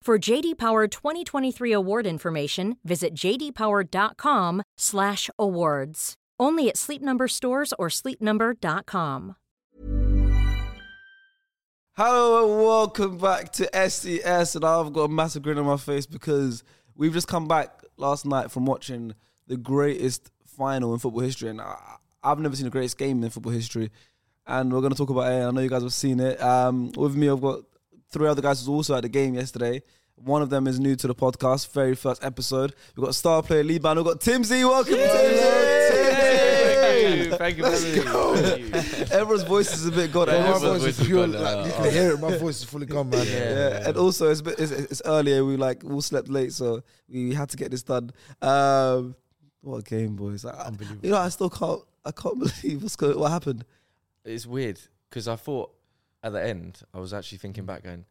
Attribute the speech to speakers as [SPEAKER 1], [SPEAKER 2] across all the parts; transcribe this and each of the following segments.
[SPEAKER 1] For JD Power 2023 award information, visit jdpower.com/awards. Only at Sleep Number stores or sleepnumber.com.
[SPEAKER 2] Hello and welcome back to SES. And I've got a massive grin on my face because we've just come back last night from watching the greatest final in football history. And I, I've never seen the greatest game in football history. And we're going to talk about it. I know you guys have seen it. Um, with me, I've got three other guys who was also at the game yesterday. One of them is new to the podcast, very first episode. We've got star player Lee Ban. We've got Timsy. Welcome,
[SPEAKER 3] Thank
[SPEAKER 2] Timsy.
[SPEAKER 3] you, thank you, thank you.
[SPEAKER 2] Everyone's voice is a bit gone.
[SPEAKER 4] Yeah, my
[SPEAKER 2] Everyone's-
[SPEAKER 4] voice is
[SPEAKER 3] voice is
[SPEAKER 4] pure.
[SPEAKER 3] gone now.
[SPEAKER 4] Like, you can hear it. My voice is fully gone, man.
[SPEAKER 2] uh, Yeah, and also it's, a bit- it's it's earlier. We like all slept late, so we had to get this done. Um, what a game, boys! I, Unbelievable. You know, I still can't. I can't believe what's going. What happened?
[SPEAKER 3] It's weird because I thought at the end I was actually thinking back, going,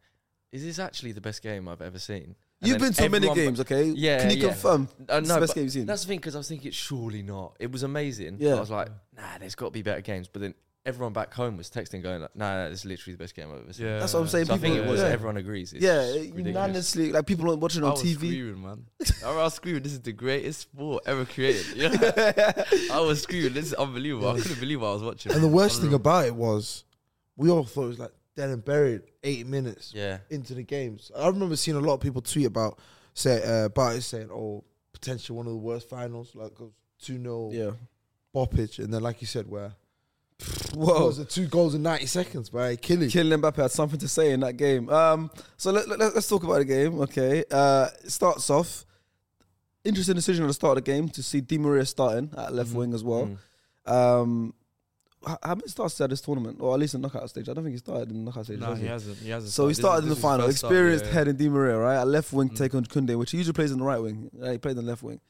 [SPEAKER 3] "Is this actually the best game I've ever seen?" And
[SPEAKER 2] You've
[SPEAKER 3] then
[SPEAKER 2] been to many
[SPEAKER 3] everyone-
[SPEAKER 2] games, okay?
[SPEAKER 3] Yeah,
[SPEAKER 2] Can you
[SPEAKER 3] yeah.
[SPEAKER 2] confirm?
[SPEAKER 3] Uh,
[SPEAKER 2] it's
[SPEAKER 3] no,
[SPEAKER 2] the best
[SPEAKER 3] but
[SPEAKER 2] game you've seen.
[SPEAKER 3] That's the thing because I was thinking, surely not. It was amazing.
[SPEAKER 2] Yeah.
[SPEAKER 3] Yeah. I was like, nah, there's got to be better games. But then everyone back home was texting, going, like, nah, nah, this is literally the best game I've ever seen.
[SPEAKER 2] That's what I'm saying.
[SPEAKER 3] So I think it
[SPEAKER 2] People-
[SPEAKER 3] was.
[SPEAKER 2] yeah.
[SPEAKER 3] Everyone agrees. It's
[SPEAKER 2] yeah,
[SPEAKER 3] just ridiculous.
[SPEAKER 2] unanimously, like people aren't watching
[SPEAKER 5] I
[SPEAKER 2] on
[SPEAKER 5] was
[SPEAKER 2] TV.
[SPEAKER 5] screaming, man. I was screaming. This is the greatest sport ever created. Yeah. I was screaming. This is unbelievable. I couldn't believe what I was watching.
[SPEAKER 4] And the worst thing about it was, we all thought it was like dead and buried. Eight minutes
[SPEAKER 3] Yeah.
[SPEAKER 4] into the games. I remember seeing a lot of people tweet about say uh, about it saying, "Oh, potentially one of the worst finals, like two 0
[SPEAKER 2] Yeah.
[SPEAKER 4] boppage," and then like you said, where what
[SPEAKER 2] Whoa.
[SPEAKER 4] was it? Two goals in ninety seconds by Achilles.
[SPEAKER 2] Kylian Mbappe had something to say in that game. Um, so let, let, us talk about the game. Okay, uh, it starts off interesting decision at the start of the game to see Di Maria starting at left wing as
[SPEAKER 3] Mm-hmm.
[SPEAKER 2] well.
[SPEAKER 3] Mm.
[SPEAKER 2] Um, h- how many starts did he have this tournament, or at least in knockout stage? I don't think he started in knockout stage.
[SPEAKER 5] No,
[SPEAKER 2] has
[SPEAKER 5] he
[SPEAKER 2] he?
[SPEAKER 5] hasn't. He hasn't.
[SPEAKER 2] So he started in the final. Experienced
[SPEAKER 5] head.
[SPEAKER 2] head in Di Maria, right? At left
[SPEAKER 5] Mm.
[SPEAKER 2] wing, take on Kunde, which he usually plays in the right wing. Right? He played in the left wing.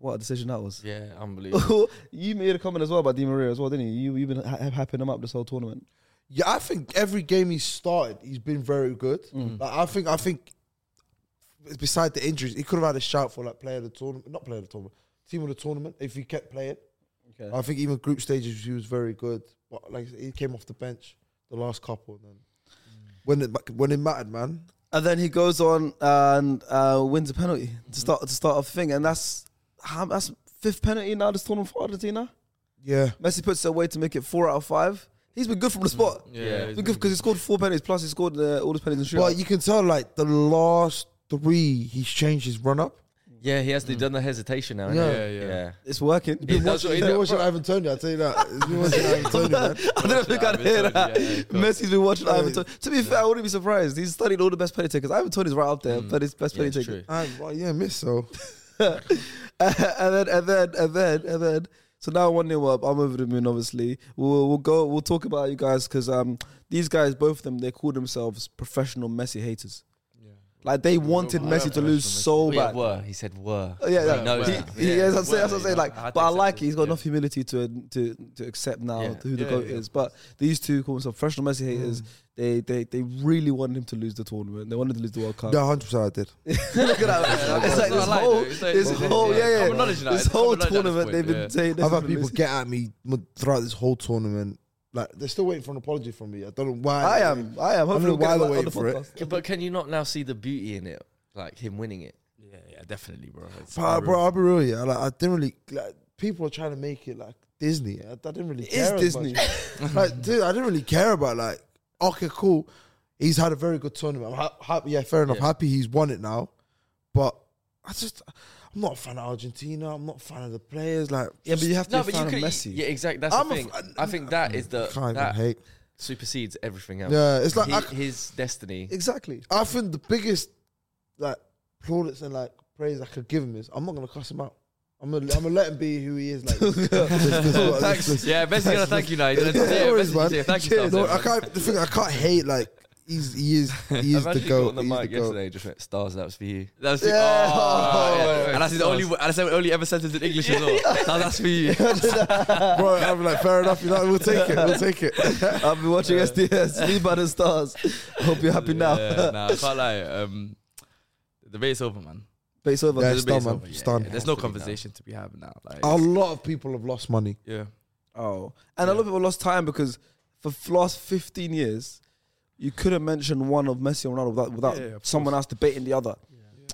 [SPEAKER 2] What a decision that was.
[SPEAKER 3] Yeah, unbelievable.
[SPEAKER 2] you made a comment as well about Di Maria as well, didn't you? you you've been ha- hyping him up this whole tournament.
[SPEAKER 4] Yeah, I think every game he started, he's been very good. Like, I think, I think, beside the injuries, he could have had a shout for like player of the tournament, not player of the tournament, team of the tournament if he kept playing.
[SPEAKER 2] Okay.
[SPEAKER 4] I think even group stages he was very good, but like he came off the bench the last couple, and then when it ma- when it mattered, man.
[SPEAKER 2] And then he goes on and uh, wins a penalty
[SPEAKER 5] Mm-hmm.
[SPEAKER 2] to start to start off the thing, and that's how, that's fifth penalty now this tournament for Argentina.
[SPEAKER 4] Yeah,
[SPEAKER 2] Messi puts it away to make it four out of five. He's been good from the spot.
[SPEAKER 5] Yeah.
[SPEAKER 3] Yeah.
[SPEAKER 5] he's
[SPEAKER 2] Been good because he scored four penalties plus he scored uh, all the penalties in
[SPEAKER 4] but
[SPEAKER 2] shootouts.
[SPEAKER 4] you can tell like the last three, he's changed his run up.
[SPEAKER 3] yeah, he has to done the hesitation now.
[SPEAKER 4] Yeah.
[SPEAKER 3] hasn't he?
[SPEAKER 5] Yeah, yeah.
[SPEAKER 3] yeah.
[SPEAKER 2] It's working.
[SPEAKER 3] He does what he
[SPEAKER 4] He's
[SPEAKER 3] does.
[SPEAKER 4] been watching Ivan Tony, I tell you that. He's been watching Ivan Tony, man.
[SPEAKER 2] I don't think I'd
[SPEAKER 5] Ivan
[SPEAKER 2] hear
[SPEAKER 5] Tony,
[SPEAKER 2] that.
[SPEAKER 5] yeah, yeah, of course.
[SPEAKER 2] Messi's been watching Ivan Tony. To be fair, I wouldn't be surprised. He's studied all the best penalty takers. Ivan Tony's right up there, but his best
[SPEAKER 3] Yeah,
[SPEAKER 2] penalty
[SPEAKER 3] it's
[SPEAKER 2] taker.
[SPEAKER 3] true.
[SPEAKER 4] I, well, yeah, miss so.
[SPEAKER 2] and then and then and then and then. So now one nil up. I'm over the moon. Obviously, we'll we'll go. We'll talk about you guys because um these guys, both of them, they call themselves professional Messi haters. Like they wanted
[SPEAKER 5] I
[SPEAKER 2] Messi
[SPEAKER 5] don't
[SPEAKER 2] to lose so
[SPEAKER 3] Oh, yeah,
[SPEAKER 2] bad.
[SPEAKER 3] were. He said were.
[SPEAKER 2] Oh, Yeah,
[SPEAKER 3] He
[SPEAKER 2] yeah.
[SPEAKER 3] knows
[SPEAKER 2] He,
[SPEAKER 3] that.
[SPEAKER 2] he-
[SPEAKER 3] Yeah.
[SPEAKER 2] yes, I'm saying, that's what I'm
[SPEAKER 5] Well,
[SPEAKER 2] saying. Like,
[SPEAKER 5] I had
[SPEAKER 2] but
[SPEAKER 5] to
[SPEAKER 2] I
[SPEAKER 5] accept
[SPEAKER 2] like it.
[SPEAKER 5] it,
[SPEAKER 2] He's got
[SPEAKER 5] yeah.
[SPEAKER 2] enough humility to to to accept now
[SPEAKER 3] Yeah.
[SPEAKER 2] who the
[SPEAKER 5] Yeah,
[SPEAKER 2] goat
[SPEAKER 5] yeah.
[SPEAKER 2] is. But these two call themselves professional Messi haters. They they they really wanted him to lose the tournament. They wanted to lose the World Cup.
[SPEAKER 4] No, 100% I did.
[SPEAKER 2] Look at that. It's like
[SPEAKER 5] It's
[SPEAKER 2] this
[SPEAKER 5] not like
[SPEAKER 2] whole,
[SPEAKER 5] though. It's like-
[SPEAKER 2] this
[SPEAKER 5] it's like-
[SPEAKER 2] whole,
[SPEAKER 5] yeah,
[SPEAKER 2] yeah, yeah.
[SPEAKER 5] common knowledge now.
[SPEAKER 2] This
[SPEAKER 5] It's
[SPEAKER 2] whole
[SPEAKER 5] common knowledge
[SPEAKER 2] tournament
[SPEAKER 5] at this point,
[SPEAKER 2] they've been
[SPEAKER 5] yeah.
[SPEAKER 2] saying. this
[SPEAKER 4] I've had
[SPEAKER 2] is
[SPEAKER 4] people
[SPEAKER 2] losing.
[SPEAKER 4] get at me m- throughout this whole tournament. Like, they're still waiting for an apology from me. I don't know why.
[SPEAKER 2] I am. I am.
[SPEAKER 4] I don't know
[SPEAKER 2] Hopefully,
[SPEAKER 4] why
[SPEAKER 2] we'll
[SPEAKER 4] they're
[SPEAKER 2] get
[SPEAKER 4] waiting
[SPEAKER 2] it
[SPEAKER 4] for
[SPEAKER 2] on the
[SPEAKER 4] it.
[SPEAKER 2] podcast.
[SPEAKER 3] Yeah, but can you not now see the beauty in it? Like him winning it?
[SPEAKER 5] Yeah, yeah, definitely, bro. It's
[SPEAKER 4] But,
[SPEAKER 5] unreal.
[SPEAKER 4] bro, I'll be real, yeah. Like, I didn't really. Like, people are trying to make it like Disney. I, I didn't really
[SPEAKER 2] It
[SPEAKER 4] care.
[SPEAKER 2] is
[SPEAKER 4] as much.
[SPEAKER 2] Disney.
[SPEAKER 4] like, dude, I didn't really care about, like, okay, cool. He's had a very good tournament. I'm ha- happy. Yeah, fair enough.
[SPEAKER 3] Yeah.
[SPEAKER 4] Happy he's won it now. But I just. I'm not a fan of Argentina. I'm not a fan of the players. Like,
[SPEAKER 2] Yeah, but you have to
[SPEAKER 3] No,
[SPEAKER 2] be
[SPEAKER 3] but
[SPEAKER 2] a fan
[SPEAKER 3] you
[SPEAKER 2] of
[SPEAKER 3] could.
[SPEAKER 2] Messi.
[SPEAKER 3] Yeah, exactly. That's
[SPEAKER 4] I'm a
[SPEAKER 3] the thing.
[SPEAKER 4] f-
[SPEAKER 3] I think that is
[SPEAKER 2] Mm,
[SPEAKER 3] the
[SPEAKER 4] I can't
[SPEAKER 3] that
[SPEAKER 4] even hate.
[SPEAKER 3] supersedes everything else.
[SPEAKER 4] Yeah, it's like.
[SPEAKER 3] He-
[SPEAKER 4] I,
[SPEAKER 3] his destiny.
[SPEAKER 2] Exactly.
[SPEAKER 4] I think the biggest like plaudits and like praise I could give him is I'm not gonna cuss him out. I'm gonna I'm gonna let him be who he is. Like,
[SPEAKER 2] Thanks.
[SPEAKER 5] yeah, Messi's gonna thank you now. He's gonna-
[SPEAKER 4] No
[SPEAKER 5] yeah,
[SPEAKER 4] worries, man.
[SPEAKER 5] Messi's gonna say Thank you.
[SPEAKER 4] No,
[SPEAKER 5] Southend,
[SPEAKER 4] I
[SPEAKER 5] man.
[SPEAKER 4] can't. The thing I can't hate like he's he is he is the
[SPEAKER 3] Imagine you got
[SPEAKER 4] goat.
[SPEAKER 3] on the
[SPEAKER 4] He's
[SPEAKER 3] mic
[SPEAKER 4] the goat.
[SPEAKER 3] yesterday just went, stars, that was for you.
[SPEAKER 5] That was
[SPEAKER 4] Yeah.
[SPEAKER 5] oh,
[SPEAKER 4] Oh,
[SPEAKER 5] yeah. And that's the only. And that's the only ever sentence in English as well. Now that's for you.
[SPEAKER 4] Bro, I'm like, fair enough. You know, we'll take it. We'll take it.
[SPEAKER 2] I've been watching SDS, Lead by the Stars. Hope you're happy
[SPEAKER 5] Yeah,
[SPEAKER 2] now.
[SPEAKER 5] nah, I can't lie. Um, the debate's over, man.
[SPEAKER 2] Base over.
[SPEAKER 4] Yeah,
[SPEAKER 5] The
[SPEAKER 4] it's
[SPEAKER 5] debate's
[SPEAKER 4] done, man.
[SPEAKER 5] over,
[SPEAKER 4] It's
[SPEAKER 5] yeah,
[SPEAKER 4] done.
[SPEAKER 5] yeah. There's no conversation to be had now. Like,
[SPEAKER 4] A lot of people have lost money.
[SPEAKER 5] yeah.
[SPEAKER 2] Oh, and a lot of people lost time because for the last 15 years, you couldn't mention one of Messi and Ronaldo without, without
[SPEAKER 5] Yeah, yeah, of
[SPEAKER 2] someone else debating the other.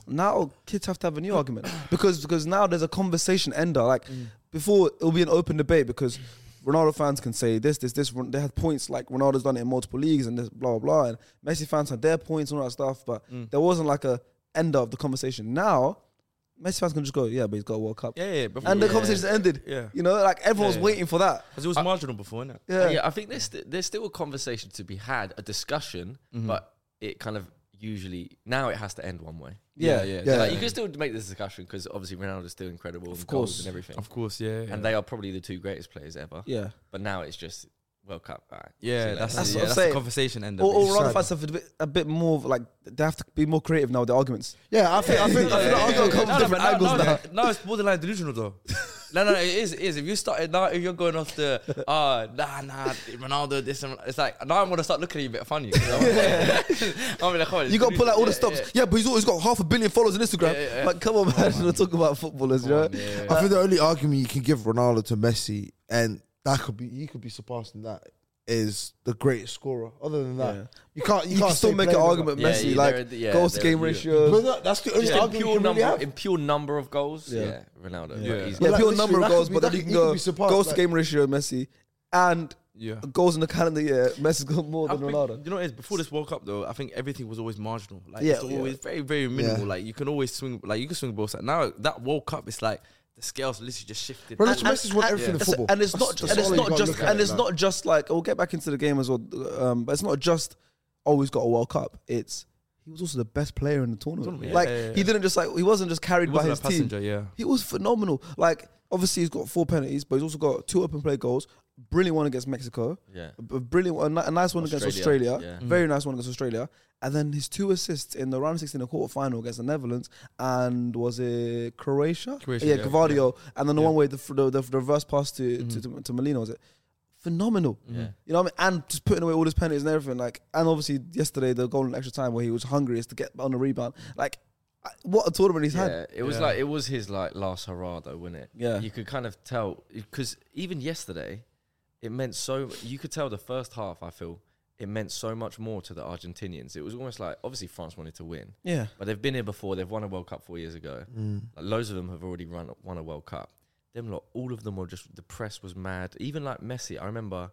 [SPEAKER 2] Now kids have to have a new argument because because now there's a conversation ender. Like
[SPEAKER 5] Mm.
[SPEAKER 2] before, it'll be an open debate because Ronaldo fans can say this, this, this. They had points like Ronaldo's done it in multiple leagues and this blah blah blah. And Messi fans had their points and all that stuff, but
[SPEAKER 5] Mm.
[SPEAKER 2] there wasn't like a ender of the conversation. Now Messi fans can just go, yeah, but he's got a World Cup,
[SPEAKER 5] Yeah, yeah. Before,
[SPEAKER 2] and the
[SPEAKER 5] yeah,
[SPEAKER 2] conversation's ended.
[SPEAKER 5] Yeah.
[SPEAKER 2] You know, like everyone's
[SPEAKER 5] Yeah, yeah.
[SPEAKER 2] waiting for that.
[SPEAKER 5] Because it was marginal before, innit?
[SPEAKER 2] Yeah.
[SPEAKER 3] Yeah, I think there's st- there's still a conversation to be had, a discussion,
[SPEAKER 5] Mm-hmm.
[SPEAKER 3] but it kind of usually now it has to end one way.
[SPEAKER 2] Yeah,
[SPEAKER 5] yeah.
[SPEAKER 2] yeah.
[SPEAKER 3] like, you can still make this discussion because obviously Ronaldo's still incredible,
[SPEAKER 2] course.
[SPEAKER 3] of course, and everything,
[SPEAKER 5] Of course, yeah. yeah.
[SPEAKER 3] and they are probably the two greatest players ever.
[SPEAKER 2] Yeah.
[SPEAKER 3] But now it's just World Cup. all right, see
[SPEAKER 5] yeah,
[SPEAKER 3] you
[SPEAKER 5] that's,
[SPEAKER 2] That's
[SPEAKER 3] later.
[SPEAKER 5] yeah,
[SPEAKER 2] what I'm
[SPEAKER 5] that's
[SPEAKER 2] saying.
[SPEAKER 5] the conversation end.
[SPEAKER 2] Or, or
[SPEAKER 4] It's
[SPEAKER 2] rather,
[SPEAKER 4] sad.
[SPEAKER 2] fans have a bit, a bit more of, like they have to be more creative now with their arguments.
[SPEAKER 4] Yeah, I think I think I think
[SPEAKER 2] yeah,
[SPEAKER 4] I've got a
[SPEAKER 2] yeah.
[SPEAKER 4] couple
[SPEAKER 2] No, no,
[SPEAKER 4] different
[SPEAKER 2] but no,
[SPEAKER 4] angles
[SPEAKER 2] no,
[SPEAKER 4] now.
[SPEAKER 2] no.
[SPEAKER 5] now it's borderline delusional though. no, no, it is, it is. If you started now, if you're going off the ah nah nah Ronaldo this and it's like now I'm gonna start looking at you a bit funny. 'cause I'm I'm gonna call it
[SPEAKER 2] You got to pull out all the
[SPEAKER 5] delusional.
[SPEAKER 2] stops. Yeah, but he's always got half a billion followers on Instagram.
[SPEAKER 5] Yeah, yeah, yeah.
[SPEAKER 2] Like, come on, man. We're talking about footballers, you know?
[SPEAKER 5] Yeah, yeah, yeah.
[SPEAKER 4] I think the only argument you can give Ronaldo to Messi, and that could be he could be surpassing that, is the greatest scorer. Other than that,
[SPEAKER 2] Yeah.
[SPEAKER 4] you can't
[SPEAKER 2] You can still
[SPEAKER 4] say
[SPEAKER 2] make an
[SPEAKER 4] player than
[SPEAKER 2] argument,
[SPEAKER 3] Yeah,
[SPEAKER 2] Messi,
[SPEAKER 3] yeah,
[SPEAKER 2] like
[SPEAKER 3] they're- yeah,
[SPEAKER 2] goals to
[SPEAKER 3] they're-
[SPEAKER 2] game
[SPEAKER 3] yeah.
[SPEAKER 4] that.
[SPEAKER 2] ratio.
[SPEAKER 4] But that- that's the only
[SPEAKER 3] Just in
[SPEAKER 4] argument you
[SPEAKER 3] pure
[SPEAKER 4] can really
[SPEAKER 3] number,
[SPEAKER 4] have.
[SPEAKER 3] in pure number of goals,
[SPEAKER 2] Yeah.
[SPEAKER 3] yeah, Ronaldo.
[SPEAKER 5] Yeah.
[SPEAKER 3] Like, he's-
[SPEAKER 2] Yeah,
[SPEAKER 4] But
[SPEAKER 2] pure
[SPEAKER 4] like,
[SPEAKER 2] number of
[SPEAKER 4] literally, that
[SPEAKER 2] goals,
[SPEAKER 4] could be-
[SPEAKER 2] but then
[SPEAKER 4] that
[SPEAKER 2] you can
[SPEAKER 4] could- he could
[SPEAKER 2] go
[SPEAKER 4] be surpassed,
[SPEAKER 2] goals to
[SPEAKER 4] like-
[SPEAKER 2] game ratio, Messi, and
[SPEAKER 5] Yeah.
[SPEAKER 2] goals in the calendar year. Messi's got more
[SPEAKER 5] I
[SPEAKER 2] than
[SPEAKER 5] think-
[SPEAKER 2] Ronaldo.
[SPEAKER 5] You know, what it is before this World Cup though. I think everything was always marginal. Like
[SPEAKER 2] Yeah,
[SPEAKER 5] it's
[SPEAKER 2] yeah.
[SPEAKER 5] always very, very minimal. Like you can always swing. Like you can swing both sides. Now that World Cup, it's like the scales literally just shifted.
[SPEAKER 4] Ronaldo Messi's won everything in
[SPEAKER 2] it's-
[SPEAKER 4] football.
[SPEAKER 2] and it's
[SPEAKER 4] That's-
[SPEAKER 2] not,
[SPEAKER 4] that's
[SPEAKER 2] and it's
[SPEAKER 4] all you
[SPEAKER 2] not
[SPEAKER 4] gotta
[SPEAKER 2] just,
[SPEAKER 4] look at
[SPEAKER 2] and
[SPEAKER 4] it
[SPEAKER 2] it's
[SPEAKER 4] like.
[SPEAKER 2] not just like. We'll get back into the game as well, um, but it's not just always got a World Cup. It's he was also the best player in the tournament.
[SPEAKER 5] Tournament, yeah.
[SPEAKER 2] like
[SPEAKER 5] Yeah, yeah, yeah.
[SPEAKER 2] he didn't just like he wasn't just carried
[SPEAKER 5] He
[SPEAKER 2] by
[SPEAKER 5] wasn't
[SPEAKER 2] his
[SPEAKER 5] a
[SPEAKER 2] team.
[SPEAKER 5] passenger, yeah.
[SPEAKER 2] He was phenomenal. Like obviously he's got four penalties, but he's also got two open play goals. Brilliant one against Mexico.
[SPEAKER 3] Yeah.
[SPEAKER 2] A b- brilliant, one- a, ni- a nice one against
[SPEAKER 3] Australia,
[SPEAKER 2] Australia.
[SPEAKER 3] yeah.
[SPEAKER 5] Mm.
[SPEAKER 2] Very nice one against Australia. And then his two assists in the round of 16 and quarter final against the Netherlands and was it Croatia?
[SPEAKER 5] Croatia,
[SPEAKER 2] yeah,
[SPEAKER 5] yeah,
[SPEAKER 2] Gavardio. And then the
[SPEAKER 5] Yeah.
[SPEAKER 2] one
[SPEAKER 5] Mm-hmm.
[SPEAKER 2] way the, the, the, the reverse pass to, to, to, to Molina was it? Phenomenal.
[SPEAKER 5] Mm.
[SPEAKER 3] Yeah.
[SPEAKER 2] You know what I mean? And just putting away all his penalties and everything. Like, and obviously yesterday the goal in extra time where he was hungriest to get on the rebound. Like, I- what a tournament he's had.
[SPEAKER 3] Yeah, it was
[SPEAKER 5] Yeah.
[SPEAKER 3] like it was his like last hurrah though, wasn't it?
[SPEAKER 2] Yeah.
[SPEAKER 3] you could kind of tell because even yesterday, it meant so. You could tell the first half. I feel it meant so much more to the Argentinians. It was almost like obviously France wanted to win,
[SPEAKER 2] Yeah.
[SPEAKER 3] but they've been here before. They've won a World Cup four years ago.
[SPEAKER 2] Mm.
[SPEAKER 3] Like, loads of them have already run won a World Cup. Them lot, all of them were just the press was mad. Even like Messi, I remember.